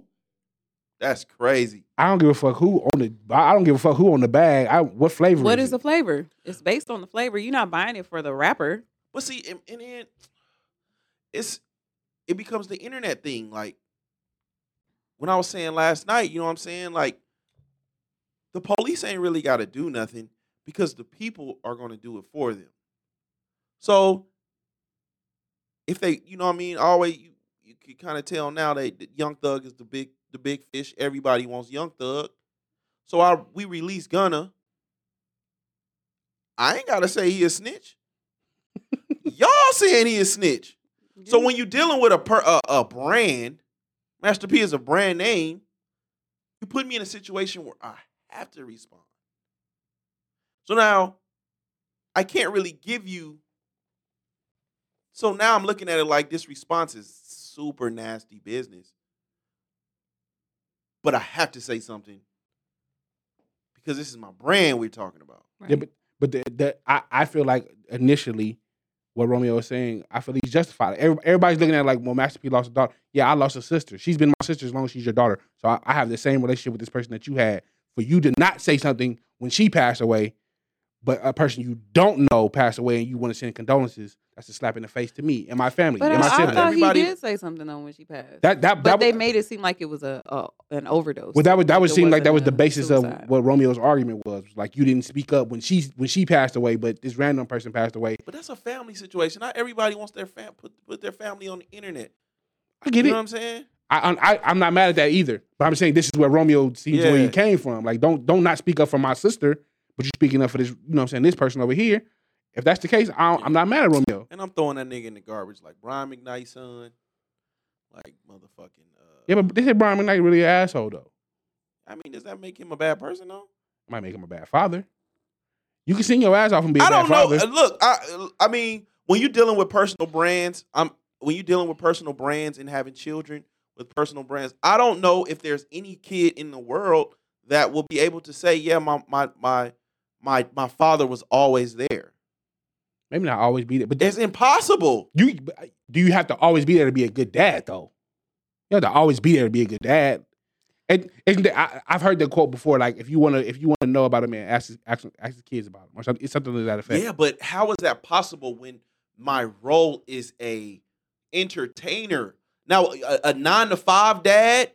Speaker 1: That's crazy.
Speaker 2: I don't give a fuck who on the. I don't give a fuck who on the bag. I what flavor?
Speaker 4: What
Speaker 2: is
Speaker 4: is the
Speaker 2: it?
Speaker 4: flavor? It's based on the flavor. You're not buying it for the wrapper.
Speaker 1: But see, and, and then it's it becomes the internet thing. Like when I was saying last night, you know what I'm saying? Like the police ain't really got to do nothing because the people are going to do it for them. So if they, you know what I mean, always you, you can kind of tell now that that Young Thug is the big the big fish. Everybody wants Young Thug. So I we release Gunna. I ain't got to say he a snitch. Y'all saying he a snitch. So when you dealing with a per, a, a brand, Master P is a brand name. You put me in a situation where I have to respond. So now, I can't really give you. So now I'm looking at it like this response is super nasty business. But I have to say something because this is my brand we're talking about.
Speaker 2: Yeah, but but the, the I, I feel like initially what Romeo was saying, I feel he's justified. Every- everybody's looking at it like, well, Master P lost a daughter. Yeah, I lost a sister. She's been my sister as long as she's your daughter. So I, I have the same relationship with this person that you had. For you to not say something when she passed away, but a person you don't know passed away and you want to send condolences, that's a slap in the face to me and my family
Speaker 4: But I,
Speaker 2: and my
Speaker 4: I
Speaker 2: siblings.
Speaker 4: thought
Speaker 1: Everybody-
Speaker 4: he did say something though when she passed.
Speaker 2: that that
Speaker 4: but
Speaker 2: that
Speaker 4: they
Speaker 2: was-
Speaker 4: made it seem like it was a, a an overdose.
Speaker 2: Well, that would that would
Speaker 4: it
Speaker 2: seem like that was the
Speaker 4: wasn't a
Speaker 2: basis
Speaker 4: suicide.
Speaker 2: of what Romeo's argument was. Like you didn't speak up when she when she passed away, but this random person passed away.
Speaker 1: But that's a family situation. Not everybody wants their fam put put their family on the internet.
Speaker 2: I get
Speaker 1: you
Speaker 2: it.
Speaker 1: know what I'm saying?
Speaker 2: I, I I'm not mad at that either. But I'm saying this is where Romeo seems where
Speaker 1: Yeah.
Speaker 2: he came from. Like don't don't not speak up for my sister, but you're speaking up for this. You know what I'm saying? This person over here. If that's the case, I don't, I'm not mad at Romeo.
Speaker 1: And I'm throwing that nigga in the garbage like Brian McKnight, son. Like motherfucking. Uh,
Speaker 2: Yeah, but they said Brian McKnight really an asshole though.
Speaker 1: I mean, does that make him a bad person though?
Speaker 2: Might make him a bad father. You can sing your ass off and be a
Speaker 1: I
Speaker 2: bad
Speaker 1: don't know.
Speaker 2: father.
Speaker 1: Uh, Look, I I mean, when you're dealing with personal brands, I'm when you're dealing with personal brands and having children with personal brands, I don't know if there's any kid in the world that will be able to say, yeah, my my my my my father was always there.
Speaker 2: Maybe not always be there, but
Speaker 1: It's impossible.
Speaker 2: You but do you have to always be there to be a good dad though? You have to always be there to be a good dad. And isn't there, I, I've heard the quote before, like if you want to if you want to know about a man, ask his, ask, ask his kids about him or something. It's something to that effect.
Speaker 1: Yeah, but how is that possible when my role is a entertainer? Now, a, a nine to five dad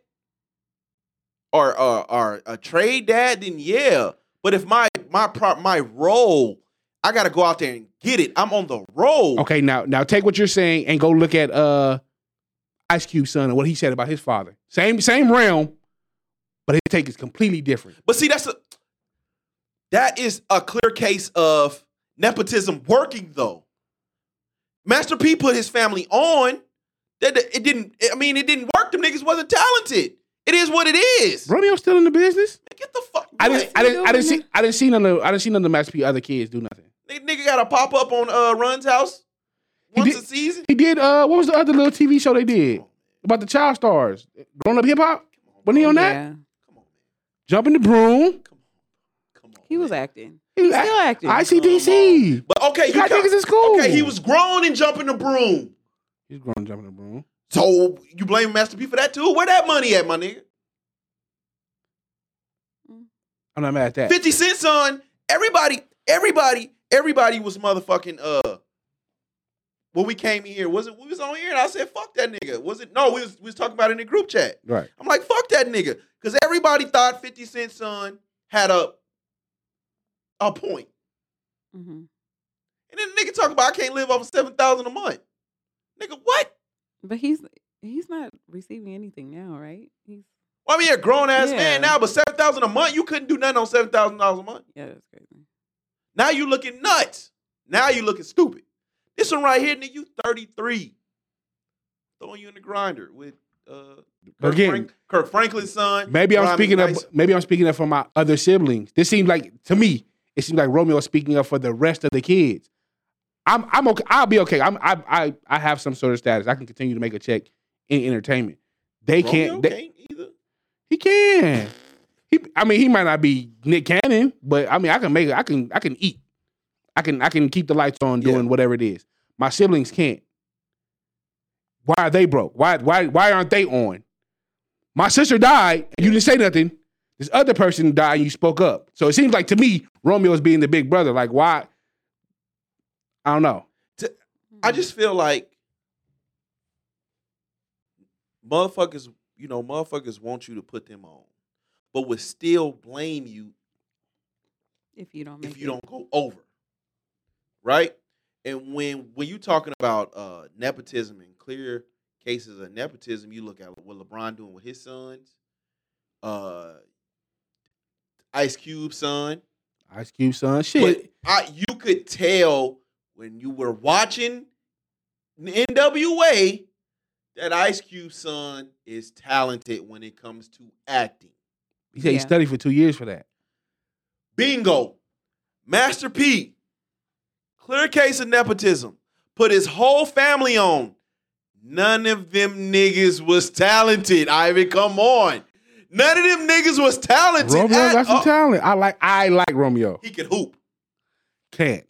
Speaker 1: or, or or a trade dad, then yeah. But if my my pro, my role, I got to go out there and get it. I'm on the road.
Speaker 2: Okay, now now take what you're saying and go look at uh Ice Cube's son and what he said about his father. Same same realm, but his take is completely different.
Speaker 1: But see, that's a that is a clear case of nepotism working though. Master P put his family on. That that- it didn't. I mean, it didn't work. Them niggas wasn't talented. It is what it is.
Speaker 2: Romeo's still in the business.
Speaker 1: Get the fuck.
Speaker 2: I didn't I
Speaker 1: Right.
Speaker 2: didn't I didn't see I didn't see none of I didn't see none of Master P other kids do nothing.
Speaker 1: Nigga- nigga got to pop up on uh, Run's house
Speaker 2: He
Speaker 1: once
Speaker 2: did-
Speaker 1: a season.
Speaker 2: He did. Uh, what was the other little TV show they did about the child stars? Grown up hip hop. Wasn't he on that?
Speaker 4: Yeah.
Speaker 1: Come on, man.
Speaker 2: Jumping the broom.
Speaker 1: Come on. Come on.
Speaker 4: He was
Speaker 1: man.
Speaker 4: acting.
Speaker 2: He
Speaker 4: He's still acting.
Speaker 2: ICDC.
Speaker 1: But okay,
Speaker 2: He
Speaker 1: you
Speaker 2: got
Speaker 1: got-
Speaker 2: niggas in school.
Speaker 1: okay. He was grown and jumping the broom.
Speaker 2: He's grown jumping the broom.
Speaker 1: So you blame Master P for that too? Where that money at, my nigga?
Speaker 2: I'm not mad at that.
Speaker 1: Fifty Cent son. Everybody, everybody, everybody was motherfucking uh. When we came in here, was it we was on here and I said fuck that nigga? Was it no? We was we was talking about it in the group chat.
Speaker 2: Right.
Speaker 1: I'm like, fuck that nigga. Because everybody thought 50 Cent son had a a point.
Speaker 4: hmm
Speaker 1: And then the nigga talk about I can't live off of seven thousand a month. Nigga, what?
Speaker 4: But he's he's not receiving anything now, right? He's
Speaker 1: Well, I mean, a grown ass
Speaker 4: Yeah.
Speaker 1: man now, but seven thousand a month, you couldn't do nothing on seven thousand dollars a month.
Speaker 4: yeah, that's crazy.
Speaker 1: Now you looking nuts. Now you looking stupid. This one right here, nigga, you 33. Throwing you in the grinder with uh Kirk,
Speaker 2: Again,
Speaker 1: Frank- Kirk Franklin's son.
Speaker 2: Maybe I'm
Speaker 1: Rodney
Speaker 2: speaking up.
Speaker 1: Tyson.
Speaker 2: Maybe I'm speaking up for my other siblings. This seems like to me. It seems like Romeo is speaking up for the rest of the kids. I'm I'm okay. I'll be okay. I'm I I I have some sort of status. I can continue to make a check in entertainment. They
Speaker 1: Romeo
Speaker 2: can't. They,
Speaker 1: can't either.
Speaker 2: He can. He. I mean, he might not be Nick Cannon, but I mean, I can make. I can. I can eat. I can. I can keep the lights on doing whatever it is. My siblings can't. Why are they broke? Why? Why? Why aren't they on? My sister died, and you didn't say nothing. This other person died, and you spoke up. So it seems like to me, Romeo is being the big brother. Like why? I don't know.
Speaker 4: Mm-hmm.
Speaker 1: I just feel like motherfuckers, you know, motherfuckers want you to put them on, but would still blame you
Speaker 4: if you don't make
Speaker 1: if you
Speaker 4: it.
Speaker 1: don't go over. Right? And when when you talking about uh nepotism and clear cases of nepotism, you look at what LeBron doing with his sons, uh Ice Cube son.
Speaker 2: Ice Cube son,
Speaker 1: But
Speaker 2: shit.
Speaker 1: I, you could tell when you were watching NWA that Ice Cube son is talented when it comes to acting.
Speaker 2: He said he
Speaker 4: Yeah.
Speaker 2: studied for two years for that.
Speaker 1: Bingo. Master P. Clear case of nepotism. Put his whole family on. None of them niggas was talented. Ivan, come on. None of them niggas was talented.
Speaker 2: Romeo
Speaker 1: at
Speaker 2: got some
Speaker 1: all.
Speaker 2: talent. I like. I like Romeo.
Speaker 1: He could hoop.
Speaker 2: can't.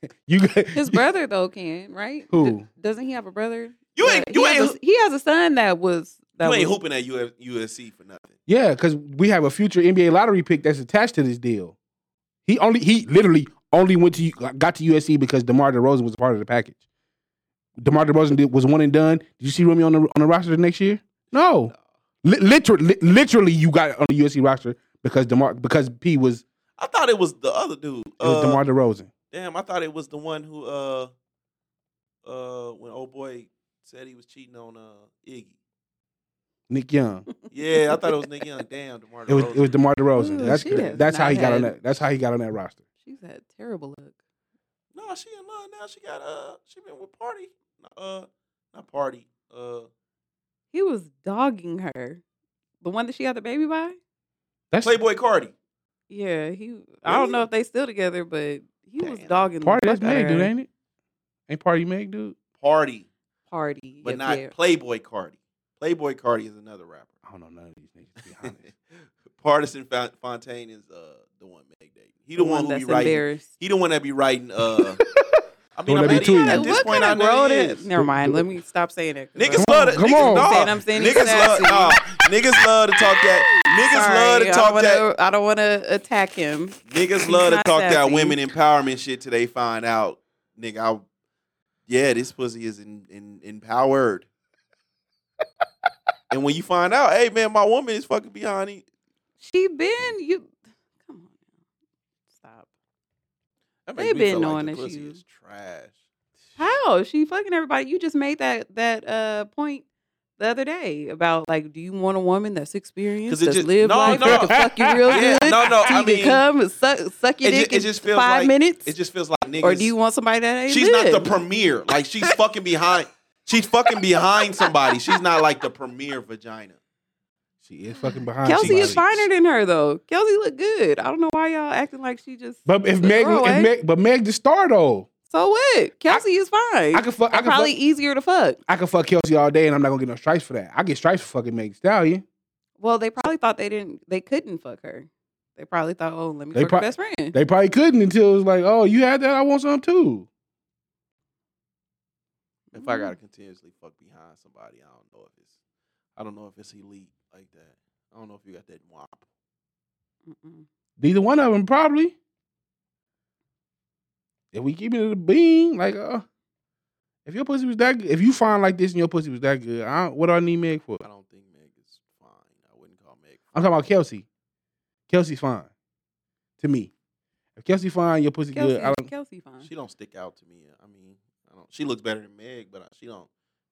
Speaker 2: You got
Speaker 4: His brother though can right?
Speaker 2: Who?
Speaker 4: doesn't he have a brother?
Speaker 1: You
Speaker 4: Yeah,
Speaker 1: ain't you
Speaker 4: he
Speaker 1: ain't
Speaker 4: Has a, he has a son that was that
Speaker 1: you
Speaker 4: was,
Speaker 1: ain't hooping at UF, USC for nothing.
Speaker 2: Yeah, because we have a future NBA lottery pick that's attached to this deal. He only he literally only went to got to USC because DeMar DeRozan was a part of the package. DeMar DeRozan did, was one and done. Did you see Romeo on the on the roster next year? No. Li- literally, li- literally, you got on the USC roster because DeMar because P was,
Speaker 1: I thought it was the other dude.
Speaker 2: it was
Speaker 1: Uh,
Speaker 2: DeMar DeRozan.
Speaker 1: Damn, I thought it was the one who uh uh when old boy said he was cheating on uh Iggy.
Speaker 2: Nick Young.
Speaker 1: Yeah, I thought it was Nick Young. Damn, DeMar
Speaker 2: It was
Speaker 1: DeRozan.
Speaker 2: it was DeMar DeRozan.
Speaker 4: Ooh,
Speaker 2: that's
Speaker 4: she has
Speaker 2: that's how
Speaker 4: not
Speaker 2: he got on
Speaker 4: had-
Speaker 2: that. That's how he got on that roster.
Speaker 4: She's had terrible luck.
Speaker 1: No, she in love now. She got uh, she been with Party. Uh, not Party. Uh,
Speaker 4: He was dogging her, the one that she had the baby by.
Speaker 2: That's
Speaker 1: Playboy Cardi.
Speaker 4: Yeah, he. I don't know
Speaker 1: Really?
Speaker 4: if they still together, but he was
Speaker 1: Damn.
Speaker 4: dogging.
Speaker 2: party.
Speaker 4: the
Speaker 2: That's
Speaker 4: fuck out of
Speaker 2: Meg, dude,
Speaker 4: her.
Speaker 2: ain't it? Ain't party Meg, dude?
Speaker 1: Party,
Speaker 4: Party,
Speaker 1: but
Speaker 4: yeah,
Speaker 1: not
Speaker 4: yeah.
Speaker 1: Playboy Cardi. Playboy Cardi is another rapper.
Speaker 2: I don't know none of these niggas. To be honest,
Speaker 1: Partisan Fa- Fontaine is uh the one Meg dating. He the, one, who
Speaker 4: that's
Speaker 1: be writing.
Speaker 4: embarrassed.
Speaker 1: He the one that be writing. Uh, I
Speaker 2: Don't
Speaker 1: mean, I'm
Speaker 2: let me
Speaker 1: at,
Speaker 2: too.
Speaker 1: at
Speaker 4: Like,
Speaker 1: this
Speaker 4: what
Speaker 1: point, I
Speaker 4: kind of
Speaker 1: know
Speaker 4: road
Speaker 1: he
Speaker 4: is?
Speaker 1: is.
Speaker 4: Never mind. Let me stop saying it. 'cause
Speaker 1: Niggas
Speaker 2: Come
Speaker 1: love
Speaker 2: on,
Speaker 1: to
Speaker 2: come
Speaker 1: niggas,
Speaker 2: on.
Speaker 1: nah,
Speaker 4: Saying I'm saying he's
Speaker 1: niggas love
Speaker 4: sassy.
Speaker 1: nah, niggas love to talk that niggas
Speaker 4: Sorry,
Speaker 1: love to
Speaker 4: I
Speaker 1: talk
Speaker 4: don't
Speaker 1: that
Speaker 4: wanna- I don't want to attack him.
Speaker 1: Niggas
Speaker 4: He's
Speaker 1: love to
Speaker 4: not
Speaker 1: talk that
Speaker 4: sassy.
Speaker 1: women empowerment shit till they find out, nigga. I, yeah, this pussy is in, in, empowered. and when you find out, hey man, my woman is fucking behind me.
Speaker 4: She been you. Come on, now. stop.
Speaker 1: That
Speaker 4: They
Speaker 1: makes me
Speaker 4: been
Speaker 1: feel
Speaker 4: knowing
Speaker 1: like
Speaker 4: that
Speaker 1: the pussy
Speaker 4: you-
Speaker 1: is trash.
Speaker 4: How she fucking everybody? You just made that that uh point the other day about like, do you want a woman that's experienced,
Speaker 1: 'Cause it
Speaker 4: that's
Speaker 1: just-
Speaker 4: lived
Speaker 1: no,
Speaker 4: life,
Speaker 1: no.
Speaker 4: that can fuck you real
Speaker 1: Yeah,
Speaker 4: good,
Speaker 1: no, no,
Speaker 4: she
Speaker 1: I
Speaker 4: can
Speaker 1: mean-
Speaker 4: come and suck suck your
Speaker 1: It ju-
Speaker 4: dick
Speaker 1: it
Speaker 4: in
Speaker 1: just feels
Speaker 4: five
Speaker 1: like-
Speaker 4: minutes,
Speaker 1: It just feels like niggas.
Speaker 4: or do you want somebody that ain't?
Speaker 1: she's not the
Speaker 4: lived?
Speaker 1: premier. Like she's fucking behind. She's fucking behind somebody. She's not like the premier vagina.
Speaker 2: she is fucking behind.
Speaker 4: Kelsey
Speaker 2: somebody.
Speaker 4: is finer than her though. Kelsey look good. I don't know why y'all acting like she just.
Speaker 2: But if
Speaker 4: the eh?
Speaker 2: Meg,
Speaker 4: throwaway.
Speaker 2: if Meg, but Meg the star though.
Speaker 4: so what? Kelsey is fine.
Speaker 2: I could fuck. I
Speaker 4: And
Speaker 2: could
Speaker 4: probably
Speaker 2: fuck,
Speaker 4: easier to fuck.
Speaker 2: I could fuck Kelsey all day, and I'm not gonna get no strikes for that. I get strikes for fucking Meg Thee Stallion.
Speaker 4: Well, they probably thought they didn't. They couldn't fuck her. They probably thought, oh, let me
Speaker 2: They
Speaker 4: fuck
Speaker 2: prob-
Speaker 4: her best friend.
Speaker 2: They probably couldn't until it was like, oh, you had that. I want some too.
Speaker 1: If I
Speaker 4: Mm-hmm.
Speaker 1: gotta continuously fuck behind somebody, I don't know if it's. I don't know if it's elite like that. I don't know if you got that wop.
Speaker 4: Mm-mm.
Speaker 2: Neither one of them probably. If we keep it in the bean, like, uh, if your pussy was that, good, if you find like this and your pussy was that good, I, don't- what do I need Meg for?
Speaker 1: I don't think Meg is fine. I wouldn't call Meg.
Speaker 2: I'm talking about Kelsey. Kelsey's fine to me. If Kelsey fine, your pussy
Speaker 4: Kelsey,
Speaker 2: good. I don't,
Speaker 4: Kelsey fine.
Speaker 1: She don't stick out to me. I mean, I don't. She looks better than Meg, but I, she don't.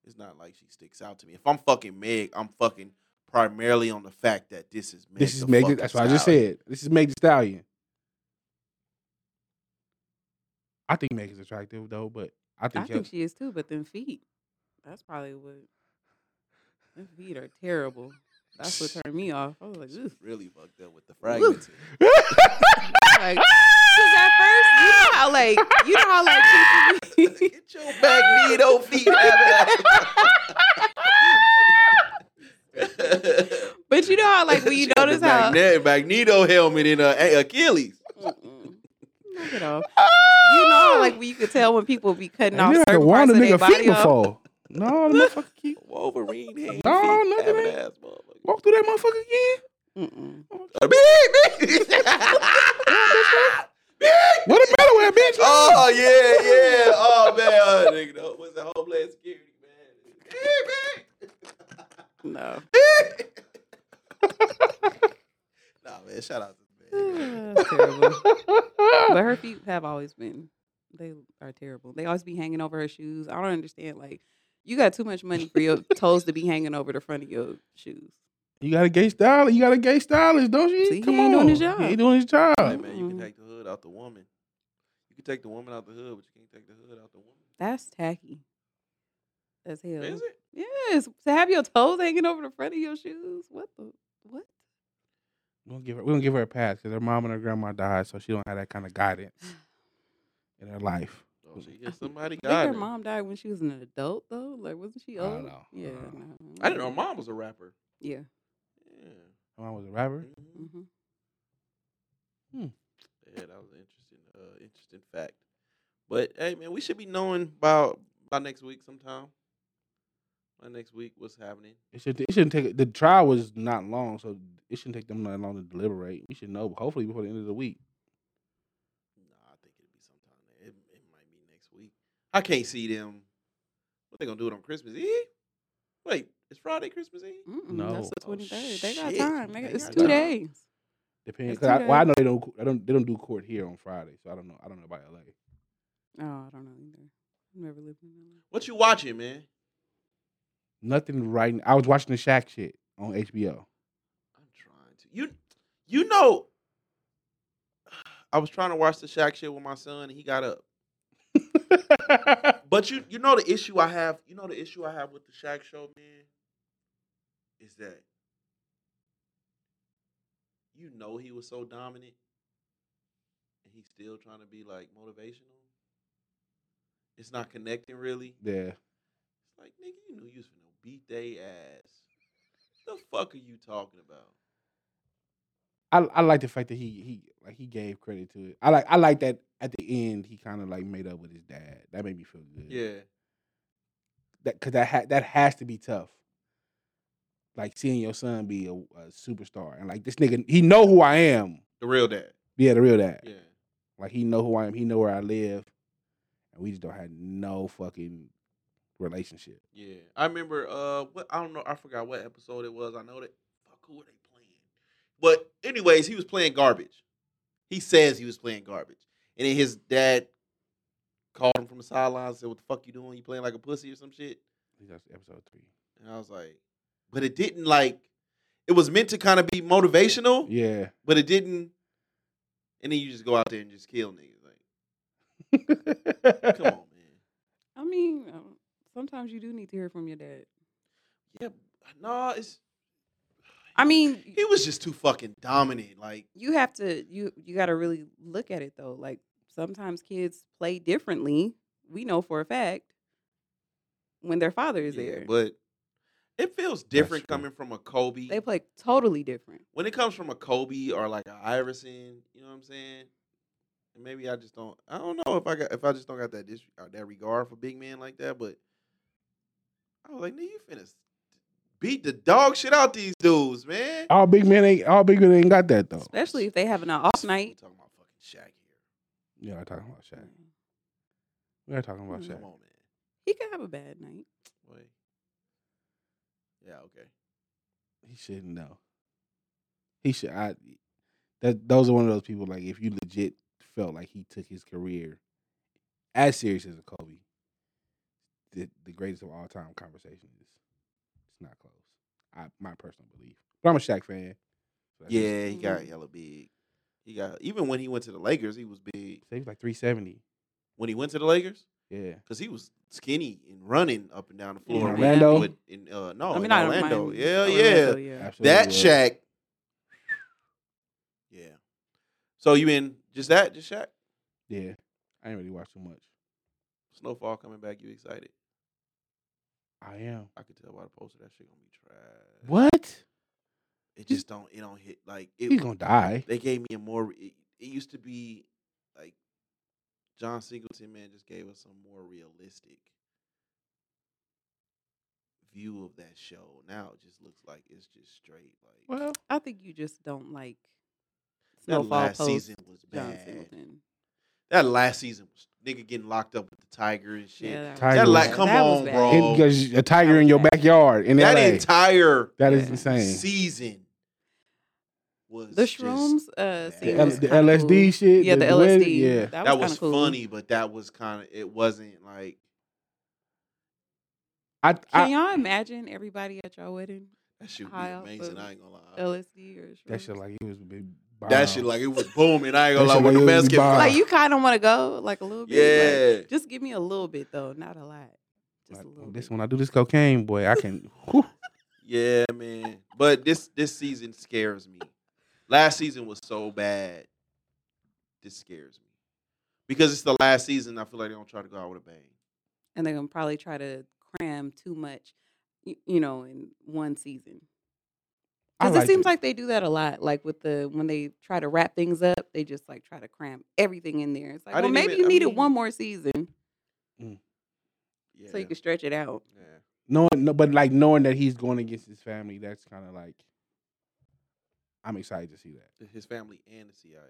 Speaker 1: It's not like she sticks out to me. If I'm fucking Meg, I'm fucking primarily on the fact that this is Meg.
Speaker 2: this is
Speaker 1: the
Speaker 2: Meg. the-
Speaker 1: fucking
Speaker 2: That's what I just
Speaker 1: Stallion.
Speaker 2: said. This is Meg the Stallion. I think Meg is attractive though, but I
Speaker 4: I
Speaker 2: think,
Speaker 4: think
Speaker 2: Kelsey,
Speaker 4: she is too, but them feet. That's probably what. Them feet are terrible. That's what turned me off. I was like, Oof.
Speaker 1: Really fucked up with the fragments.
Speaker 4: like, 'cause at first, you know how like, you know how like people. be-
Speaker 1: Get your magneto feet out of that.
Speaker 4: but you know how like when you
Speaker 1: She got the
Speaker 4: notice how.
Speaker 1: magne- magneto helmet in uh, A- Achilles.
Speaker 4: Mm-mm. Knock it off. You know how like when you could tell when people be cutting off
Speaker 2: you
Speaker 4: certain
Speaker 2: wound
Speaker 4: parts
Speaker 2: a
Speaker 4: of their
Speaker 2: nigga feet
Speaker 4: body off.
Speaker 2: before. No, no, fuck,
Speaker 1: Wolverine hand
Speaker 2: No,
Speaker 1: feet
Speaker 2: nothing
Speaker 1: having
Speaker 2: ain't-
Speaker 1: ass motherfucker.
Speaker 2: walk through that motherfucker again.
Speaker 4: Mm-mm.
Speaker 1: Uh, beep, beep. Beep.
Speaker 2: What a better way, bitch.
Speaker 1: Oh yeah, yeah. Oh man, oh, nigga, no, what's the homeland security man?
Speaker 4: No.
Speaker 1: nah, man, shout out to the man.
Speaker 4: That's terrible. but her feet have always been they are terrible. They always be hanging over her shoes. I don't understand. Like you got too much money for your toes to be hanging over the front of your shoes.
Speaker 2: You got a gay stylist. You got a gay stylist, don't you?
Speaker 4: See, he
Speaker 2: Come
Speaker 4: ain't
Speaker 2: on.
Speaker 4: doing his job.
Speaker 2: He ain't doing his job.
Speaker 1: Hey man, you can
Speaker 4: Mm.
Speaker 1: take the hood out the woman. You can take the woman out the hood, but you can't take the hood out the woman.
Speaker 4: That's tacky. As hell.
Speaker 1: Is it?
Speaker 4: Yes. To have your toes hanging over the front of your shoes. What the what?
Speaker 2: We don't give her. We don't give her a pass because her mom and her grandma died, so she don't have that kind of guidance in her life.
Speaker 1: Oh, she hit somebody
Speaker 4: I think
Speaker 1: got
Speaker 4: her
Speaker 1: her.
Speaker 4: mom died when she was an adult though. Like wasn't she
Speaker 2: I
Speaker 4: old?
Speaker 2: don't know. I
Speaker 4: Yeah.
Speaker 2: don't
Speaker 4: no.
Speaker 1: Mm-hmm. I didn't know her mom was a rapper.
Speaker 4: Yeah.
Speaker 1: Yeah.
Speaker 2: Her mom was a rapper.
Speaker 1: Mhm.
Speaker 4: hmm
Speaker 1: Yeah, that was an interesting, uh, interesting fact. But hey, man, we should be knowing by by next week sometime. By next week, what's happening?
Speaker 2: It should. It shouldn't take. The trial was not long, so it shouldn't take them that long to deliberate. We should know hopefully before the end of the week.
Speaker 1: Nah, I think it'll be sometime. It, it might be next week. I can't see them. What they gonna do it on Christmas Eve? Wait, it's Friday, Christmas Eve.
Speaker 4: No. That's the
Speaker 1: No. Oh,
Speaker 4: twenty third. they got
Speaker 1: shit.
Speaker 4: time. They got,
Speaker 1: They
Speaker 4: it's
Speaker 1: got
Speaker 4: two
Speaker 1: time.
Speaker 4: days.
Speaker 2: Depending,
Speaker 4: It's
Speaker 2: cause I,
Speaker 4: two
Speaker 2: well, I
Speaker 4: days.
Speaker 2: know they don't. I don't. They don't do court here on Friday, so I don't know. I don't know about LA.
Speaker 4: Oh, I don't know either. I've never lived in LA.
Speaker 1: What you watching, man?
Speaker 2: Nothing right. n- I was watching the Shaq shit on HBO.
Speaker 1: I'm trying to. You, you know, I was trying to watch the Shaq shit with my son, and he got up. But you you know the issue I have, you know the issue I have with the Shaq show, man, is that you know he was so dominant and he's still trying to be like motivational. It's not connecting really.
Speaker 2: yeah,
Speaker 1: It's like, nigga, you knew you was gonna beat they ass. The fuck are you talking about?
Speaker 2: I I like the fact that he he like he gave credit to it. I like I like that at the end he kind of like made up with his dad. That made me feel good.
Speaker 1: Yeah.
Speaker 2: that because that ha- that has to be tough. Like seeing your son be a, a superstar and like this nigga, he know who I am.
Speaker 1: The real dad.
Speaker 2: Yeah, the real dad.
Speaker 1: Yeah.
Speaker 2: Like he know who I am. He know where I live, and we just don't have no fucking relationship.
Speaker 1: Yeah, I remember. Uh, what I don't know, I forgot what episode it was. I know that. Fuck, who were they playing? But anyways, he was playing garbage. He says he was playing garbage, and then his dad called him from the sidelines and said, "What the fuck you doing? You playing like a pussy or some shit?"
Speaker 2: I think That's episode three.
Speaker 1: And I was like, "But it didn't like. It was meant to kind of be motivational,
Speaker 2: Yeah,
Speaker 1: but it didn't." And then you just go out there and just kill niggas. Like, come on, man.
Speaker 4: I mean, um, sometimes you do need to hear from your dad.
Speaker 1: Yeah, no, it's.
Speaker 4: I mean,
Speaker 1: he was just too fucking dominant. Like.
Speaker 4: you have to you you got to really look at it though. Like sometimes kids play differently. We know for a fact when their father is
Speaker 1: Yeah,
Speaker 4: there,
Speaker 1: But it feels different
Speaker 2: true.
Speaker 1: coming from a Kobe.
Speaker 4: they play totally different.
Speaker 1: when it comes from a Kobe or like a Iverson, you know what I'm saying? And maybe I just don't. I don't know if I got if I just don't got that dis, or that regard for big men like that. But I was like, nigga, you finna s- beat the dog shit out these dudes, man.
Speaker 2: all big men ain't all big men ain't got that
Speaker 1: Oh,
Speaker 2: though.
Speaker 4: Especially if they having an off
Speaker 1: We
Speaker 4: night.
Speaker 1: talking about fucking Shaq here.
Speaker 2: Yeah, we're talking about Shaq. We are talking about
Speaker 4: Mm.
Speaker 2: Shaq.
Speaker 1: Come on, man.
Speaker 4: He could have a bad night.
Speaker 1: Wait. Yeah. Okay.
Speaker 2: He shouldn't know. He should. I. That those are one of those people. Like if you legit felt like he took his career as serious as a Kobe. The, the greatest of all time conversation is it's not close. I my personal belief. But I'm a Shaq fan. so that's just-
Speaker 1: Yeah, he got
Speaker 4: Mm-hmm.
Speaker 1: hella big. He got even when he went to the Lakers, he was big.
Speaker 2: so he was like 370.
Speaker 1: When he went to the Lakers,
Speaker 2: Yeah.
Speaker 1: because he was skinny and running up and down the floor.
Speaker 4: In
Speaker 1: with-
Speaker 2: Orlando?
Speaker 1: with- in, uh, no,
Speaker 4: I mean,
Speaker 1: in
Speaker 4: not
Speaker 1: Orlando.
Speaker 4: Miami,
Speaker 1: yeah, yeah.
Speaker 4: Orlando, yeah.
Speaker 2: Absolutely.
Speaker 1: That
Speaker 2: was.
Speaker 1: Shaq. Yeah. So you in just that, just Shaq?
Speaker 2: Yeah. I didn't really watch too much.
Speaker 1: Snowfall coming back. You excited?
Speaker 2: I am.
Speaker 1: I could tell by the poster that shit gonna be trash.
Speaker 2: What?
Speaker 1: It just don't. It don't hit like it.
Speaker 2: He's gonna die.
Speaker 1: They gave me a more. It, it used to be like John Singleton man just gave us a more realistic view of that show. Now it just looks like it's just straight like
Speaker 2: Well,
Speaker 4: I think you just don't like
Speaker 1: that
Speaker 4: Snowfall
Speaker 1: last
Speaker 4: post
Speaker 1: season was
Speaker 4: John
Speaker 1: bad.
Speaker 4: Singleton.
Speaker 1: That last season was nigga getting locked up with the tiger and shit.
Speaker 4: Yeah, that,
Speaker 2: Tiger
Speaker 4: was
Speaker 2: like,
Speaker 4: bad.
Speaker 1: come
Speaker 4: That was
Speaker 1: on,
Speaker 4: bad.
Speaker 1: bro.
Speaker 2: Getting- because a tiger in your
Speaker 4: Okay.
Speaker 2: backyard in
Speaker 1: oh, that
Speaker 2: LA.
Speaker 1: entire
Speaker 2: that is
Speaker 4: Yeah.
Speaker 2: insane.
Speaker 1: season was
Speaker 4: The
Speaker 1: just-
Speaker 4: shrooms, uh,
Speaker 1: bad.
Speaker 4: scene
Speaker 2: the,
Speaker 1: It
Speaker 2: L-
Speaker 4: was
Speaker 2: the
Speaker 4: kinda
Speaker 2: LSD
Speaker 4: cool.
Speaker 2: shit.
Speaker 4: Yeah,
Speaker 2: the,
Speaker 4: the
Speaker 2: wedding-
Speaker 4: LSD.
Speaker 2: Yeah.
Speaker 4: that was,
Speaker 1: that was
Speaker 4: kinda cool.
Speaker 1: funny, but that was kind of it wasn't like
Speaker 2: I,
Speaker 4: Can
Speaker 2: I,
Speaker 4: y'all imagine everybody at your wedding?
Speaker 1: that shit would be
Speaker 4: High off
Speaker 1: amazing.
Speaker 4: of
Speaker 1: I ain't gonna lie.
Speaker 4: LSD or
Speaker 2: that
Speaker 4: shrooms?
Speaker 2: shit like it was a big bomb.
Speaker 1: That shit like it was booming. I ain't gonna
Speaker 2: That
Speaker 1: lie
Speaker 2: shit
Speaker 1: when the
Speaker 2: like it was
Speaker 1: basket.
Speaker 2: bomb.
Speaker 1: fly.
Speaker 4: Like, you kind of want to go like a little bit. like,
Speaker 1: yeah.
Speaker 4: just give me a little bit though, not a lot. Just
Speaker 2: Like,
Speaker 4: a little.
Speaker 2: this
Speaker 4: bit.
Speaker 2: when I do this cocaine, boy, I can. whew.
Speaker 1: Yeah, man. But this this season scares me. Last season was so bad. This scares me. Because it's the last season, I feel like they don't try to go out with a bang.
Speaker 4: and they're gonna probably try to cram too much, you, you know, in one season.
Speaker 2: I
Speaker 4: Because it
Speaker 2: liked
Speaker 4: seems
Speaker 2: it.
Speaker 4: like they do that a lot. Like with the when they try to wrap things up, they just like try to cram everything in there. It's like,
Speaker 1: I
Speaker 4: well,
Speaker 1: didn't
Speaker 4: maybe
Speaker 1: even-
Speaker 4: you
Speaker 1: I
Speaker 4: needed
Speaker 1: mean-
Speaker 4: one more season
Speaker 1: Yeah.
Speaker 4: so you could stretch it out.
Speaker 1: yeah.
Speaker 2: knowing, no, but like knowing that he's going against his family, that's kind of like. I'm excited to see that.
Speaker 1: Th- His family and the CIA.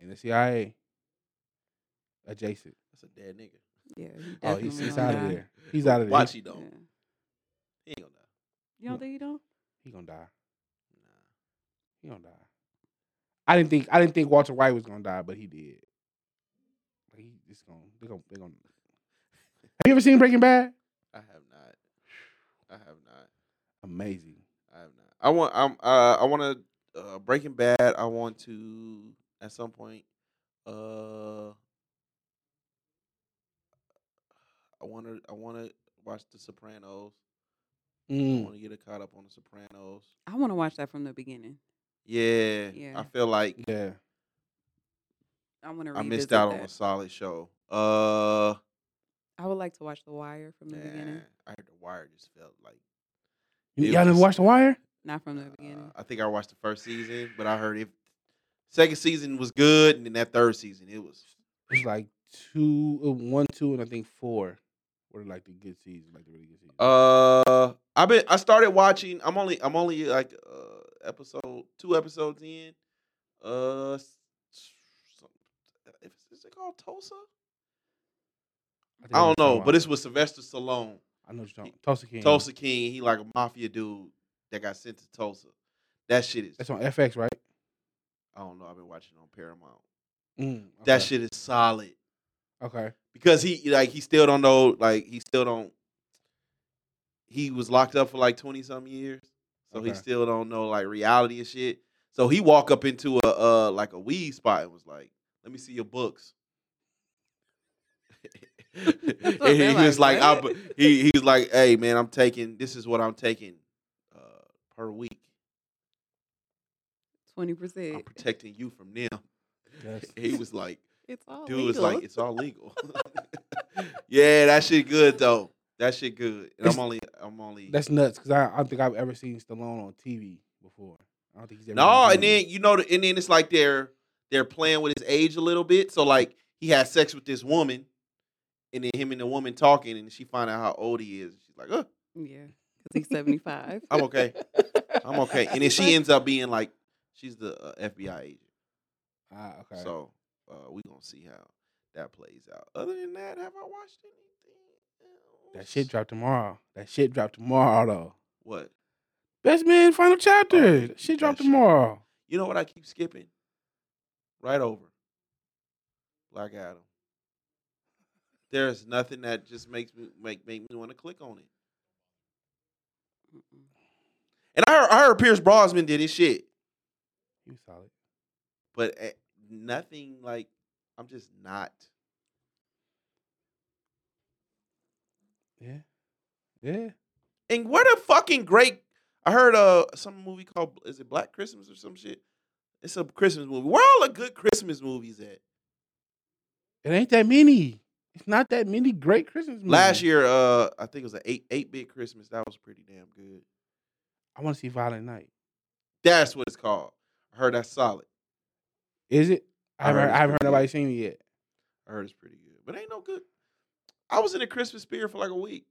Speaker 2: And the CIA adjacent.
Speaker 1: That's a dead nigga.
Speaker 4: Yeah. he
Speaker 2: Oh, he's,
Speaker 4: definitely
Speaker 2: he's
Speaker 4: gonna
Speaker 2: out of
Speaker 4: die.
Speaker 2: there. He's out of there.
Speaker 1: Watch he
Speaker 4: Yeah.
Speaker 1: don't. He ain't gonna die.
Speaker 4: You don't think you don't?
Speaker 2: He gonna die.
Speaker 1: Nah.
Speaker 2: He gonna die. I didn't think I didn't think Walter White was gonna die, but he did. Like he just gonna they gonna they gonna. Have you ever seen Breaking Bad?
Speaker 1: I have not. I have not.
Speaker 2: Amazing.
Speaker 1: I have not. I want. I'm. Uh, I want to. Uh, Breaking Bad. I want to at some point. Uh, I want to. I want to watch The Sopranos. I
Speaker 2: Mm.
Speaker 1: want to get caught up on The Sopranos.
Speaker 4: I want to watch that from the beginning.
Speaker 1: Yeah. I
Speaker 4: Yeah.
Speaker 1: feel like
Speaker 2: Yeah.
Speaker 4: I want to.
Speaker 1: I missed out on a
Speaker 4: That.
Speaker 1: solid show. Uh,
Speaker 4: I would like to watch The Wire from the
Speaker 1: man,
Speaker 4: beginning,
Speaker 1: I heard The Wire just felt like.
Speaker 2: You,
Speaker 1: It
Speaker 2: y'all never
Speaker 1: was-
Speaker 2: watched The Wire?
Speaker 4: not from the
Speaker 1: Uh,
Speaker 4: beginning.
Speaker 1: I think I watched the first season, but I heard it. Second season was good, and then that third season it was.
Speaker 2: It was like two, uh, one, two, and I think four were like the good seasons, like the really good seasons.
Speaker 1: Uh, I've been. I started watching. I'm only. I'm only like uh episode two episodes in. Uh, s- some- if- is it called Tulsa?
Speaker 2: think
Speaker 1: I
Speaker 2: know what
Speaker 1: don't
Speaker 2: you're
Speaker 1: know,
Speaker 2: talking
Speaker 1: but
Speaker 2: about.
Speaker 1: it's with Sylvester Stallone,
Speaker 2: I know what you're talking. Tulsa King.
Speaker 1: Tulsa King. He like a mafia dude that got sent to Tulsa. That shit is.
Speaker 2: That's on FX, right?
Speaker 1: I don't know. I've been watching it on Paramount.
Speaker 2: Mm,
Speaker 1: That
Speaker 2: okay.
Speaker 1: shit is solid.
Speaker 2: Okay.
Speaker 1: because he like he still don't know like he still don't he was locked up for like 20 some years so he
Speaker 2: Okay.
Speaker 1: still don't know like reality and shit so he walk up into a uh like a weed spot and was like let me see your books and
Speaker 4: what
Speaker 1: he
Speaker 4: they're
Speaker 1: was like
Speaker 4: like,
Speaker 1: I'm,
Speaker 4: "What?"
Speaker 1: he he's like hey man i'm taking this is what i'm taking uh per week
Speaker 4: Twenty
Speaker 1: i'm
Speaker 4: percent.
Speaker 1: protecting you from them
Speaker 2: That's,
Speaker 1: he was like
Speaker 4: It's all
Speaker 1: dude
Speaker 4: legal.
Speaker 1: it's like it's all legal yeah that shit good though that shit good and
Speaker 2: It's-
Speaker 1: i'm only i'm only
Speaker 2: that's nuts because I, I don't think I've ever seen Stallone on TV before. I don't think he's ever.
Speaker 1: no
Speaker 2: been
Speaker 1: and then you know the- and then it's like they're they're playing with his age a little bit so like he had sex with this woman and then him and the woman talking and she find out how old he is she's like uh,
Speaker 4: yeah, because he's seventy five.
Speaker 1: i'm okay i'm okay and then she ends up being like she's the uh, fbi agent
Speaker 2: Ah, okay.
Speaker 1: so uh we gonna see how that plays out other than that have i watched anything
Speaker 2: that
Speaker 1: else?
Speaker 2: shit dropped tomorrow. That shit dropped tomorrow though.
Speaker 1: what
Speaker 2: Best Man Final Chapter.
Speaker 1: Oh,
Speaker 2: that
Speaker 1: that
Speaker 2: shit dropped
Speaker 1: shit.
Speaker 2: tomorrow.
Speaker 1: You know what I keep skipping? Right over. Black Adam. There's nothing that just makes me make make me want to click on it. And I heard, I heard Pierce Brosnan did his shit,
Speaker 2: He was solid.
Speaker 1: but eh, nothing like I'm just not.
Speaker 2: Yeah. Yeah.
Speaker 1: And what a fucking great! I heard uh some movie called is it Black Christmas or some shit. It's a Christmas movie. Where all the good Christmas movies at?
Speaker 2: It ain't that many. It's not that many great Christmas movies.
Speaker 1: Last year, uh, I think it was an eight eight bit Christmas. That was pretty damn good.
Speaker 2: I want to see Violent Night.
Speaker 1: That's what it's called. I heard that's solid.
Speaker 2: Is it?
Speaker 1: I
Speaker 2: I haven't
Speaker 1: heard
Speaker 2: heard,
Speaker 1: it's
Speaker 2: I haven't heard
Speaker 1: pretty
Speaker 2: nobody seen it yet.
Speaker 1: I heard it's pretty good, but ain't no good. I was in the Christmas spirit for like a week.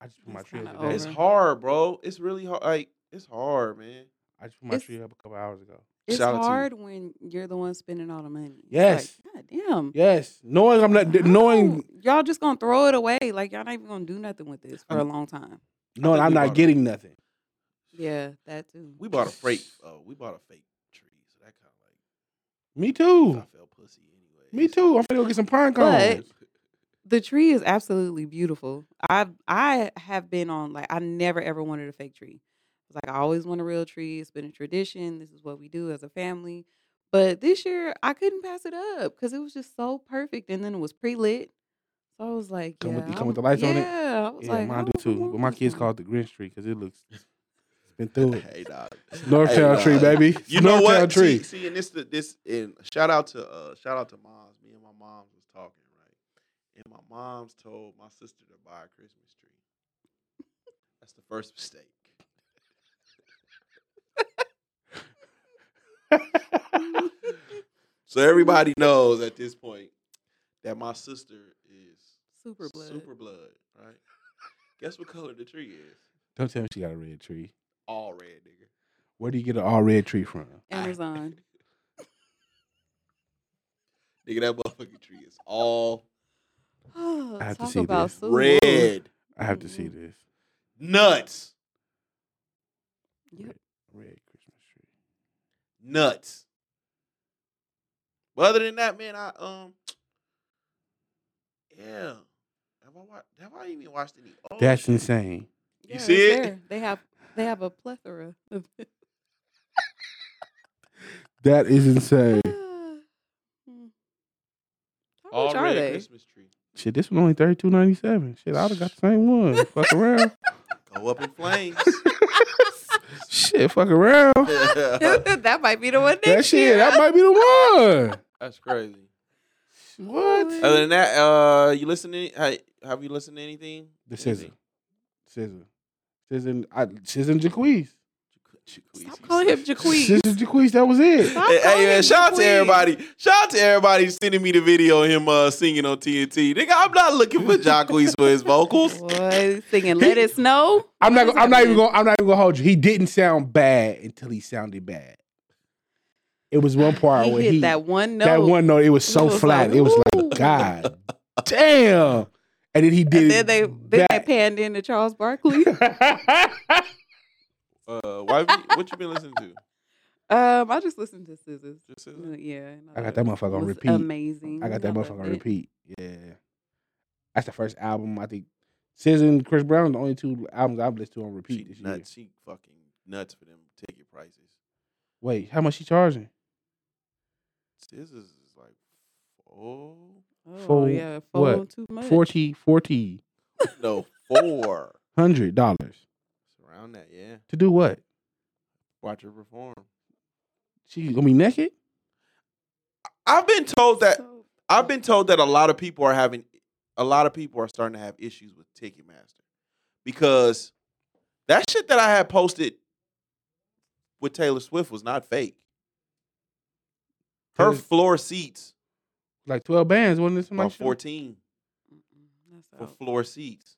Speaker 2: I just put my
Speaker 4: It's
Speaker 2: tree up
Speaker 4: kinda
Speaker 2: today.
Speaker 1: It's
Speaker 4: Over.
Speaker 1: hard, bro. It's really hard. Like it's hard, man.
Speaker 2: I just put my
Speaker 4: It's-
Speaker 2: tree up a couple hours ago.
Speaker 4: It's
Speaker 1: Shout out to you.
Speaker 4: hard when you're the one spending all the money. It's
Speaker 2: Yes.
Speaker 4: Like, God damn.
Speaker 2: Yes. Knowing I'm
Speaker 1: Uh,
Speaker 2: not d-
Speaker 4: How?
Speaker 2: knowing
Speaker 4: y'all just gonna throw it away. Like y'all not even gonna do nothing with this for a
Speaker 1: I'm-
Speaker 4: long time.
Speaker 2: knowing
Speaker 1: think
Speaker 2: I'm
Speaker 1: we
Speaker 2: not
Speaker 1: bought it.
Speaker 2: getting nothing.
Speaker 4: Yeah, that too.
Speaker 1: We bought a fake. Uh, we bought a fake tree, so that kind of
Speaker 2: Me too.
Speaker 1: like I felt pussy anyway.
Speaker 2: Me too. I'm gonna go get some prime
Speaker 4: But-
Speaker 2: cones.
Speaker 4: the tree is absolutely beautiful. I I have been on like I never ever wanted a fake tree. It's like I always want a real tree. It's been a tradition. This is what we do as a family. But this year I couldn't pass it up because it was just so perfect, and then it was pre lit. So I was like,
Speaker 2: Come
Speaker 4: yeah,
Speaker 2: with the- come
Speaker 4: I'm-
Speaker 2: with the lights
Speaker 4: yeah.
Speaker 2: on it?
Speaker 4: I was
Speaker 2: yeah,
Speaker 4: like,
Speaker 2: mine
Speaker 4: I
Speaker 2: do
Speaker 4: don't- I
Speaker 2: too.
Speaker 4: want
Speaker 2: But my
Speaker 4: this
Speaker 2: kids
Speaker 4: one.
Speaker 2: call it the Grinch tree because it looks it's been through it.
Speaker 1: Hey, dog.
Speaker 2: North
Speaker 1: Hey,
Speaker 2: Town
Speaker 1: dog.
Speaker 2: tree, baby.
Speaker 1: You know
Speaker 2: North Town
Speaker 1: what? See,
Speaker 2: tree.
Speaker 1: see, and this, the- this, and shout out to, uh, shout out to moms. Me and my moms was talking, right? And my moms told my sister to buy a Christmas tree. That's the first mistake. so everybody knows at this point that my sister is
Speaker 4: Super blood.
Speaker 1: super blood, right? Guess what color the tree is?
Speaker 2: Don't tell me she got a red tree.
Speaker 1: All red, nigga.
Speaker 2: Where do you get an all red tree from?
Speaker 1: Ah.
Speaker 4: Amazon.
Speaker 1: Nigga, that motherfucking tree is all
Speaker 4: Oh,
Speaker 2: I have to
Speaker 4: talk
Speaker 2: see
Speaker 4: about
Speaker 2: this.
Speaker 4: Sulu.
Speaker 1: red.
Speaker 2: I have to see
Speaker 4: Mm-mm.
Speaker 2: this.
Speaker 1: Nuts.
Speaker 4: Yep.
Speaker 2: Red Christmas tree.
Speaker 1: Nuts. But other than that, man, I um Yeah. Have I watched have I even watched any old
Speaker 2: That's
Speaker 1: shit?
Speaker 2: insane.
Speaker 1: You
Speaker 4: Yeah,
Speaker 1: see
Speaker 4: it's
Speaker 1: it?
Speaker 4: there. They have they have a plethora of it.
Speaker 2: That is insane.
Speaker 4: Hmm. How
Speaker 1: All
Speaker 4: much are
Speaker 1: red
Speaker 4: they?
Speaker 1: Christmas tree.
Speaker 2: Shit, this one only thirty two ninety seven. Shit, I'd have got the same one. fuck around.
Speaker 1: Go up in flames.
Speaker 2: Shit, fuck around.
Speaker 4: that might be the one next
Speaker 2: That shit,
Speaker 4: year.
Speaker 2: that might be the one.
Speaker 1: That's crazy.
Speaker 2: What?
Speaker 1: Other than that, uh you listening hey, have you listened to anything?
Speaker 2: The scissor, scissor, scissor. I scissor and Jaquees.
Speaker 4: Stop calling him
Speaker 2: Scissor
Speaker 4: Jaquees.
Speaker 2: Jaquees. That was it.
Speaker 4: Stop
Speaker 1: Hey, hey,
Speaker 4: calling
Speaker 1: man,
Speaker 4: him
Speaker 1: shout out to
Speaker 4: Jaquees.
Speaker 1: everybody. Shout out to everybody sending me the video of him uh, singing on TNT. Nigga, I'm not looking for Jacquees for his vocals.
Speaker 4: Boy, singing "Let It Snow."
Speaker 2: I'm not.
Speaker 4: What
Speaker 2: gonna-
Speaker 4: is
Speaker 2: I'm not even
Speaker 4: happening?
Speaker 2: gonna. I'm not even gonna hold you. He didn't sound bad until he sounded bad. It was one part
Speaker 4: he
Speaker 2: where
Speaker 4: hit
Speaker 2: he
Speaker 4: that one note.
Speaker 2: that one note. It was
Speaker 4: It
Speaker 2: so
Speaker 4: was
Speaker 2: flat.
Speaker 4: like,
Speaker 2: it was
Speaker 4: ooh.
Speaker 2: like God damn. And then he did.
Speaker 4: And
Speaker 2: it
Speaker 4: then they then they panned into Charles Barkley.
Speaker 2: that.
Speaker 1: Uh, wifey, what you been listening to?
Speaker 4: um, I just listened to Scissors.
Speaker 1: Just
Speaker 4: Uh,
Speaker 1: SZA?
Speaker 4: Yeah, and
Speaker 2: I
Speaker 4: I
Speaker 2: got that motherfucker on
Speaker 4: was
Speaker 2: repeat.
Speaker 4: Amazing.
Speaker 1: Mm,
Speaker 2: I got that
Speaker 4: loved
Speaker 2: motherfucker on
Speaker 4: it.
Speaker 2: repeat. Yeah. That's the first album I think. SZA and Chris Brown the only two albums I've listened to on repeat
Speaker 1: She
Speaker 2: this year.
Speaker 1: nuts. She fucking nuts for them ticket prices.
Speaker 2: Wait, how much she charging?
Speaker 1: Scissors is like, oh
Speaker 4: Oh
Speaker 2: For
Speaker 4: yeah,
Speaker 2: what?
Speaker 4: phone too much.
Speaker 2: Forty, forty
Speaker 1: no, four.
Speaker 2: hundred dollars
Speaker 1: It's around that, yeah.
Speaker 2: to do what?
Speaker 1: Watch her perform.
Speaker 2: She gonna be naked?
Speaker 1: I've been told that
Speaker 4: So-
Speaker 1: I've been told that a lot of people are having a lot of people are starting to have issues with Ticketmaster because that shit that I had posted with Taylor Swift was not fake. Her
Speaker 2: Taylor-
Speaker 1: floor seats
Speaker 2: Like twelve bands, wasn't it? Somebody
Speaker 1: about
Speaker 2: should-
Speaker 1: 14
Speaker 4: Mm-mm, that's
Speaker 2: Oh.
Speaker 1: for
Speaker 4: out.
Speaker 1: floor seats.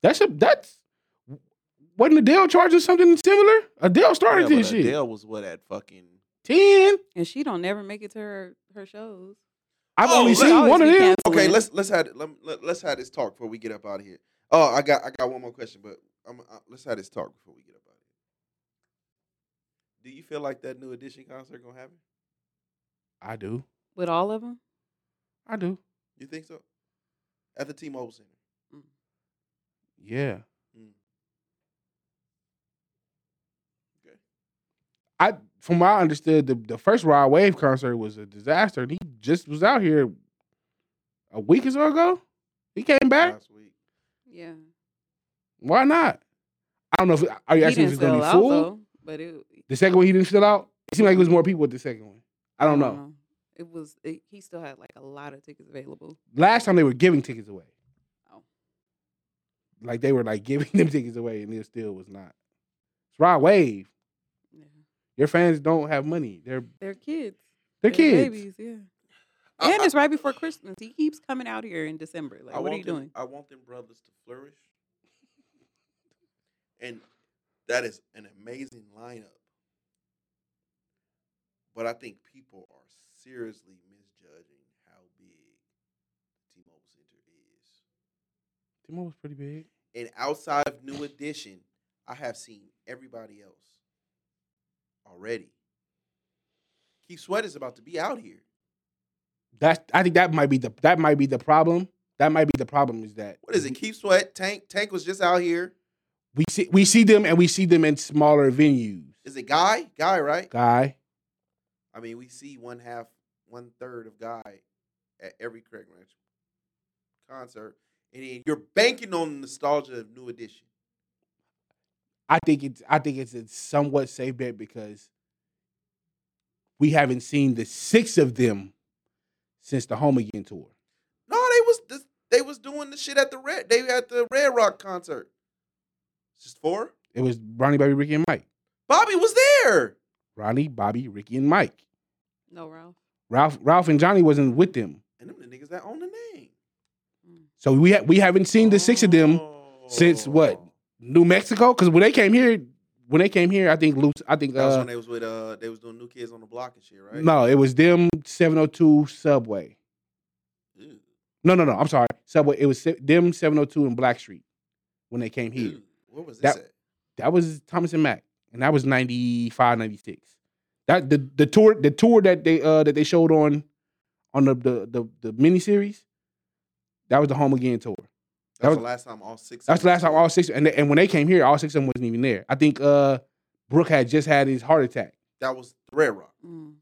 Speaker 2: That's a that's. Wasn't Adele charging something similar? Adele started
Speaker 1: Yeah,
Speaker 2: this
Speaker 1: but
Speaker 2: shit.
Speaker 1: Adele was what at fucking
Speaker 2: Ten.
Speaker 4: And she don't never make it to her her shows.
Speaker 2: I've
Speaker 1: Oh,
Speaker 2: only
Speaker 1: let-
Speaker 2: seen
Speaker 4: Always
Speaker 2: one of
Speaker 4: be
Speaker 2: them.
Speaker 1: Okay,
Speaker 4: canceling.
Speaker 1: let's let's have let, let, let's have this talk before we get up out of here. Oh, I got I got one more question, but I'm, I, let's have this talk before we get up out of here. Do you feel like that new edition concert gonna happen?
Speaker 2: I do.
Speaker 4: with all of them.
Speaker 2: I do.
Speaker 1: You think so? At the T-Mobile Center.
Speaker 2: Yeah.
Speaker 1: Mm. Okay.
Speaker 2: I from what I understood, the, the first Rod Wave concert was a disaster, and he just was out here a week or so ago. He came back.
Speaker 1: Last week.
Speaker 4: Yeah.
Speaker 2: Why not? I don't know if are you
Speaker 4: he
Speaker 2: asking if
Speaker 4: didn't
Speaker 2: it's gonna
Speaker 4: sell
Speaker 2: be
Speaker 4: out
Speaker 2: full?
Speaker 4: though, but it.
Speaker 2: The second one he didn't fill out. It seemed like it was more people with the second one. I don't know.
Speaker 4: It was. It, he still had like a lot of tickets available.
Speaker 2: Last time they were giving tickets away.
Speaker 4: Oh.
Speaker 2: Like they were like giving them tickets away, and it still was not. It's Rod Wave.
Speaker 4: Yeah.
Speaker 2: Your fans don't have money. They're
Speaker 4: They're kids.
Speaker 2: they're kids.
Speaker 4: Babies. Yeah.
Speaker 1: I-
Speaker 4: and
Speaker 1: I-
Speaker 4: it's right before Christmas. He keeps coming out here in December. Like,
Speaker 1: I
Speaker 4: what are
Speaker 1: want
Speaker 4: you
Speaker 1: them-
Speaker 4: doing?
Speaker 1: I want them brothers to flourish. And that is an amazing lineup. But I think people are seriously misjudging how big T-Mobile Center is.
Speaker 2: Timo was pretty big.
Speaker 1: And outside of New Edition, I have seen everybody else already. Keith Sweat is about to be out here.
Speaker 2: That's I think that might be the that might be the problem. That might be the problem is that
Speaker 1: What is
Speaker 4: Mm-hmm.
Speaker 1: it? Keith Sweat, Tank. Tank was just out here.
Speaker 2: We see we see them and we see them in smaller venues.
Speaker 1: Is it Guy? Guy, right?
Speaker 2: Guy,
Speaker 1: I mean, we see one half, one third of Guy at every Craig Ranch concert, and then you're banking on the nostalgia of New Edition.
Speaker 2: I think it's I think it's a somewhat safe bet because we haven't seen the six of them since the home again tour.
Speaker 1: No, they was this, they was doing the shit at the red. They at the Red Rock concert. It's just four.
Speaker 2: It was Ronnie, Bobby, Ricky, and Mike.
Speaker 1: Bobby was there.
Speaker 2: Ronnie, Bobby, Ricky, and Mike.
Speaker 4: No, Ralph.
Speaker 2: Ralph, Ralph, and Johnny wasn't with them,
Speaker 1: And them the niggas that own the name.
Speaker 2: so we ha- we haven't seen the six of them. since
Speaker 1: Oh.
Speaker 2: what? New Mexico, because when they came here, when they came here, I think Luke, I think
Speaker 1: That was
Speaker 2: uh,
Speaker 1: when they was with uh they was doing New Kids on the Block and shit, right?
Speaker 2: no, it was them seven hundred two Subway.
Speaker 1: Ew,
Speaker 2: No, no, no. I'm sorry. Subway. It was se- them 702 and Black Street when they came here.
Speaker 1: ew. What was
Speaker 2: That-
Speaker 1: this? at?
Speaker 2: That was Thomas and Mack, and that was 95, 96. That the, the tour the tour that they uh that they showed on on the the the, the miniseries, that was the home again tour.
Speaker 1: That was
Speaker 2: was-
Speaker 1: the last time all six. of
Speaker 2: That's the
Speaker 1: them
Speaker 2: last time
Speaker 1: were
Speaker 2: all six and they, and when they came here, all six of them wasn't even there. I think uh Brooke had just had his heart attack.
Speaker 1: there. That was the Red Rock
Speaker 4: Mm.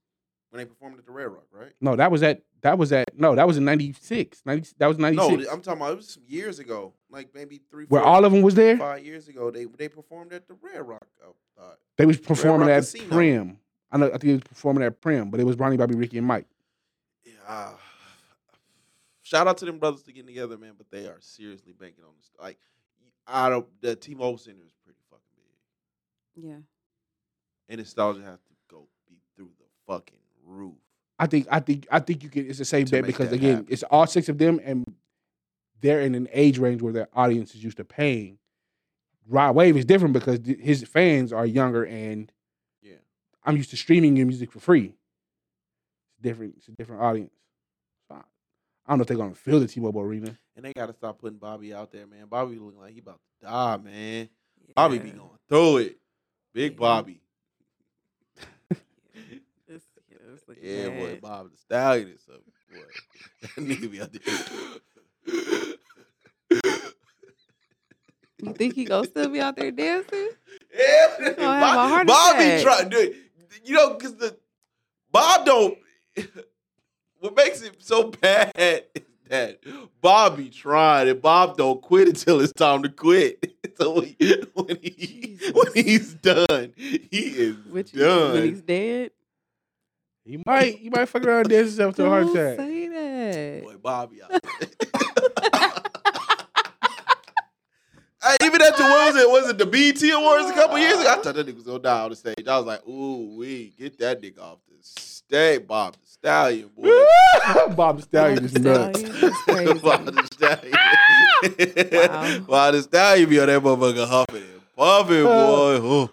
Speaker 1: when they performed at the Red Rock, right?
Speaker 2: No, that was at that was at no, that was in 96. 90, that was 96.
Speaker 1: No, I'm talking about it was some years ago, like maybe three, four,
Speaker 2: Oh, where all of them was there.
Speaker 1: five years ago. They they performed at the Red Rock. I thought.
Speaker 2: They was performing
Speaker 1: Rock
Speaker 2: at
Speaker 1: Casino.
Speaker 2: Prim. I know. I think they was performing at Prim, but it was Ronnie, Bobby, Ricky, and Mike.
Speaker 1: Yeah. ah. Shout out to them brothers to getting together, man. But they are seriously banking on this. Like, I don't. The T-Mobile Center is pretty fucking big.
Speaker 4: Yeah.
Speaker 1: and nostalgia has to go be through the fucking roof.
Speaker 2: I think. I think. I think you can. It's a safe
Speaker 1: To
Speaker 2: bet
Speaker 1: make
Speaker 2: because
Speaker 1: that
Speaker 2: again,
Speaker 1: happen.
Speaker 2: it's all six of them, and they're in an age range where their audience is used to paying. Rod Wave is different because th- his fans are younger, and
Speaker 1: Yeah.
Speaker 2: I'm used to streaming your music for free. It's different. It's a different audience. So I I don't know if they're gonna fill the T-Mobile Arena.
Speaker 1: And they gotta stop putting Bobby out there, man. Bobby looking like he about to die, man. Bobby be going through it. Big
Speaker 4: Yeah.
Speaker 1: Bobby.
Speaker 4: It's, yeah, it's looking
Speaker 1: Yeah, boy,
Speaker 4: bad.
Speaker 1: Bob the Stallion or something. Boy. that nigga be out there.
Speaker 4: You think he gonna still be out there dancing?
Speaker 1: Yeah,
Speaker 4: He's gonna have a
Speaker 1: Bob,
Speaker 4: heart
Speaker 1: Bobby
Speaker 4: attack.
Speaker 1: trying to, you know, because the Bob don't. What makes it so bad is that Bobby tried and Bob don't quit until it's time to quit. So when, when he when
Speaker 4: Jesus.
Speaker 1: he's done, he is
Speaker 4: Which is when he's
Speaker 1: done.
Speaker 4: dead.
Speaker 2: You might. You might fuck around and dance yourself to a heart
Speaker 4: Don't
Speaker 2: attack.
Speaker 4: say that.
Speaker 1: Boy, Bobby out. Hey, even at the what was it? Was it the BT Awards a couple years ago? I thought that nigga was gonna die on the stage. I was like, ooh, we get that nigga off the stage, Bob the Stallion, boy.
Speaker 2: Bob the Stallion is nuts.
Speaker 4: Stallion is crazy.
Speaker 1: Bob the Stallion.
Speaker 4: Wow.
Speaker 1: Bob the Stallion be on that motherfucker huffing and puffing, boy. Ooh.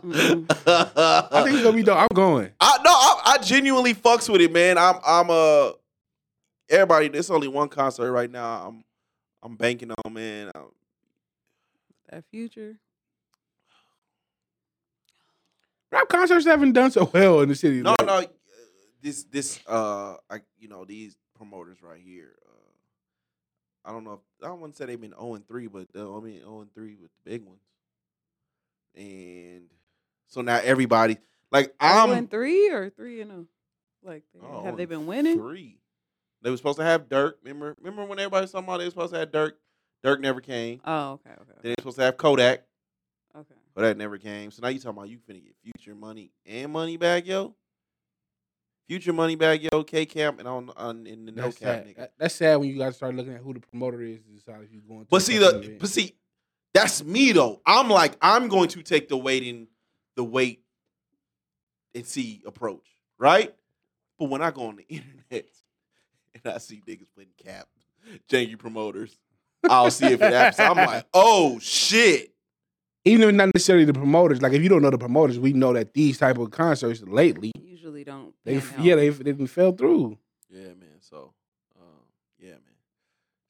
Speaker 4: Mm-mm.
Speaker 2: I think it's gonna be dope. I'm going.
Speaker 1: I no, I, I genuinely fucks with it, man. I'm I'm uh everybody. There's only one concert right now. I'm I'm banking on, man. Um, i
Speaker 4: That future.
Speaker 2: Rap concerts haven't done so well in the city.
Speaker 1: no,
Speaker 2: like,
Speaker 1: no, uh, this this uh I you know these promoters right here. Uh, I don't know. If, I wouldn't say they've been zero and three, but uh, I mean zero and three with the big ones. And so now everybody like
Speaker 4: I'm
Speaker 1: I'm
Speaker 4: three or three and oh. Like they-
Speaker 1: Oh,
Speaker 4: have they been
Speaker 1: and
Speaker 4: winning?
Speaker 1: three. They were supposed to have Dirk. Remember remember when everybody was talking about they were supposed to have Dirk. Dirk never came.
Speaker 4: Oh, okay, okay,
Speaker 1: Then they're supposed to have Kodak.
Speaker 4: okay.
Speaker 1: But that never came. So now you talking about you finna get future money and money back, yo. Future money back, yo. K Camp uh, and on, on in the no
Speaker 2: That's
Speaker 1: cap,
Speaker 2: sad.
Speaker 1: nigga.
Speaker 2: That- That's sad when you guys start looking at who the promoter is to decide if you're going. To a
Speaker 1: But see
Speaker 2: fucking
Speaker 1: the
Speaker 2: event.
Speaker 1: but see, that's me though. I'm like I'm going to take the waiting, the wait and see approach, right? But when I go on the internet and I see niggas putting cap, janky promoters, I'll see if it happens. I'm like, oh shit.
Speaker 2: even if not necessarily the promoters. Like if you don't know the promoters, we know that these type of concerts lately,
Speaker 4: Usually don't.
Speaker 2: they
Speaker 4: pan out.
Speaker 2: yeah they they done fell through.
Speaker 1: Yeah, man. So, um, yeah, man.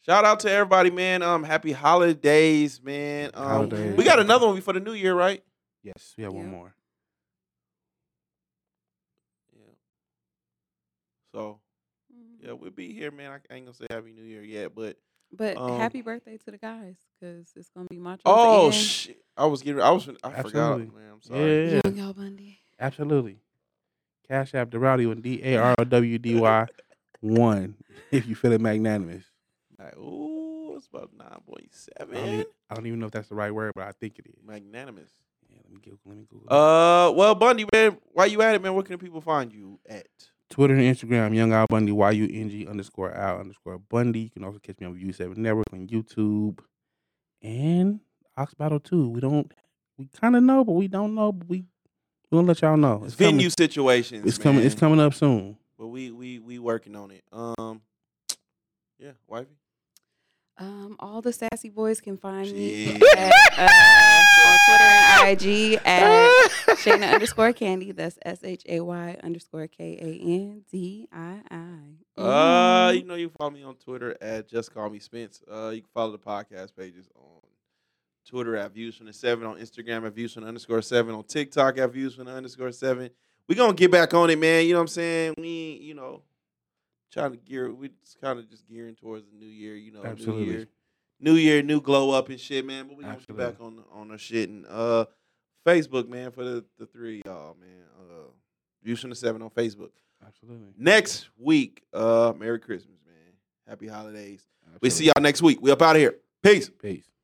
Speaker 1: Shout out to everybody, man. Um, happy holidays, man. Um,
Speaker 2: Holidays.
Speaker 1: we got another one before the new year, right?
Speaker 2: Yes, we have one
Speaker 4: Yeah.
Speaker 2: more.
Speaker 1: Yeah. So
Speaker 4: Mm-hmm.
Speaker 1: yeah, we'll be here, man. I ain't gonna say happy new year yet, but
Speaker 4: But
Speaker 1: Um,
Speaker 4: happy birthday to the guys because it's gonna be my turn.
Speaker 1: oh
Speaker 4: to end.
Speaker 1: shit, I was getting, I was, I
Speaker 2: Absolutely.
Speaker 1: forgot, man. I'm sorry.
Speaker 2: Yeah.
Speaker 4: Young Al Bundy.
Speaker 2: Absolutely. Cash App Dorowdy on D A R O W D Y one. If you feel it magnanimous.
Speaker 1: Like, ooh, it's about nine point
Speaker 2: I don't, even,
Speaker 1: seven.
Speaker 2: I don't even know if that's the right word, but I think it is.
Speaker 1: Magnanimous.
Speaker 2: Yeah, let me Google. Let me Google.
Speaker 1: Uh, well, Bundy, man, while you at it, man, where can people find you at?
Speaker 2: Twitter and Instagram, Young Al Bundy, Y U N G underscore Al underscore Bundy. You can also catch me on View Seven Network on YouTube and Ox Battle Two. We don't, we kind of know, but we don't know. But we we gonna let y'all know. Oh, It's
Speaker 1: venue
Speaker 2: coming.
Speaker 1: situations.
Speaker 2: It's coming. It's
Speaker 1: man.
Speaker 2: coming up soon.
Speaker 1: But we we we working on it. Um, yeah, wifey.
Speaker 4: Um, all the sassy boys can find me
Speaker 1: Shit.
Speaker 4: at, uh, on Twitter and IG at Shayna underscore Candy. That's S H A Y underscore K A N D I I.
Speaker 1: Uh,
Speaker 4: Mm-hmm.
Speaker 1: you know you can follow me on Twitter at just call me Spence. Uh, you can follow the podcast pages on Twitter at views from the seven, on Instagram at views from the underscore seven, on TikTok at views from the underscore seven. We gonna get back on it, man. You know what I'm saying? We ain't, you know trying to gear. We just kind of just gearing towards the new year. You know,
Speaker 2: Absolutely.
Speaker 1: new year, new year, new glow up and shit, man. But we gonna get back
Speaker 2: Absolutely.
Speaker 1: on the- on our shit and uh, Facebook, man, for the the three of y'all, man. Uh, views from the seven on Facebook
Speaker 2: Absolutely.
Speaker 1: next week. Uh, Merry Christmas, man. Happy holidays. We see y'all next week. We up out of here. Peace.
Speaker 2: Peace.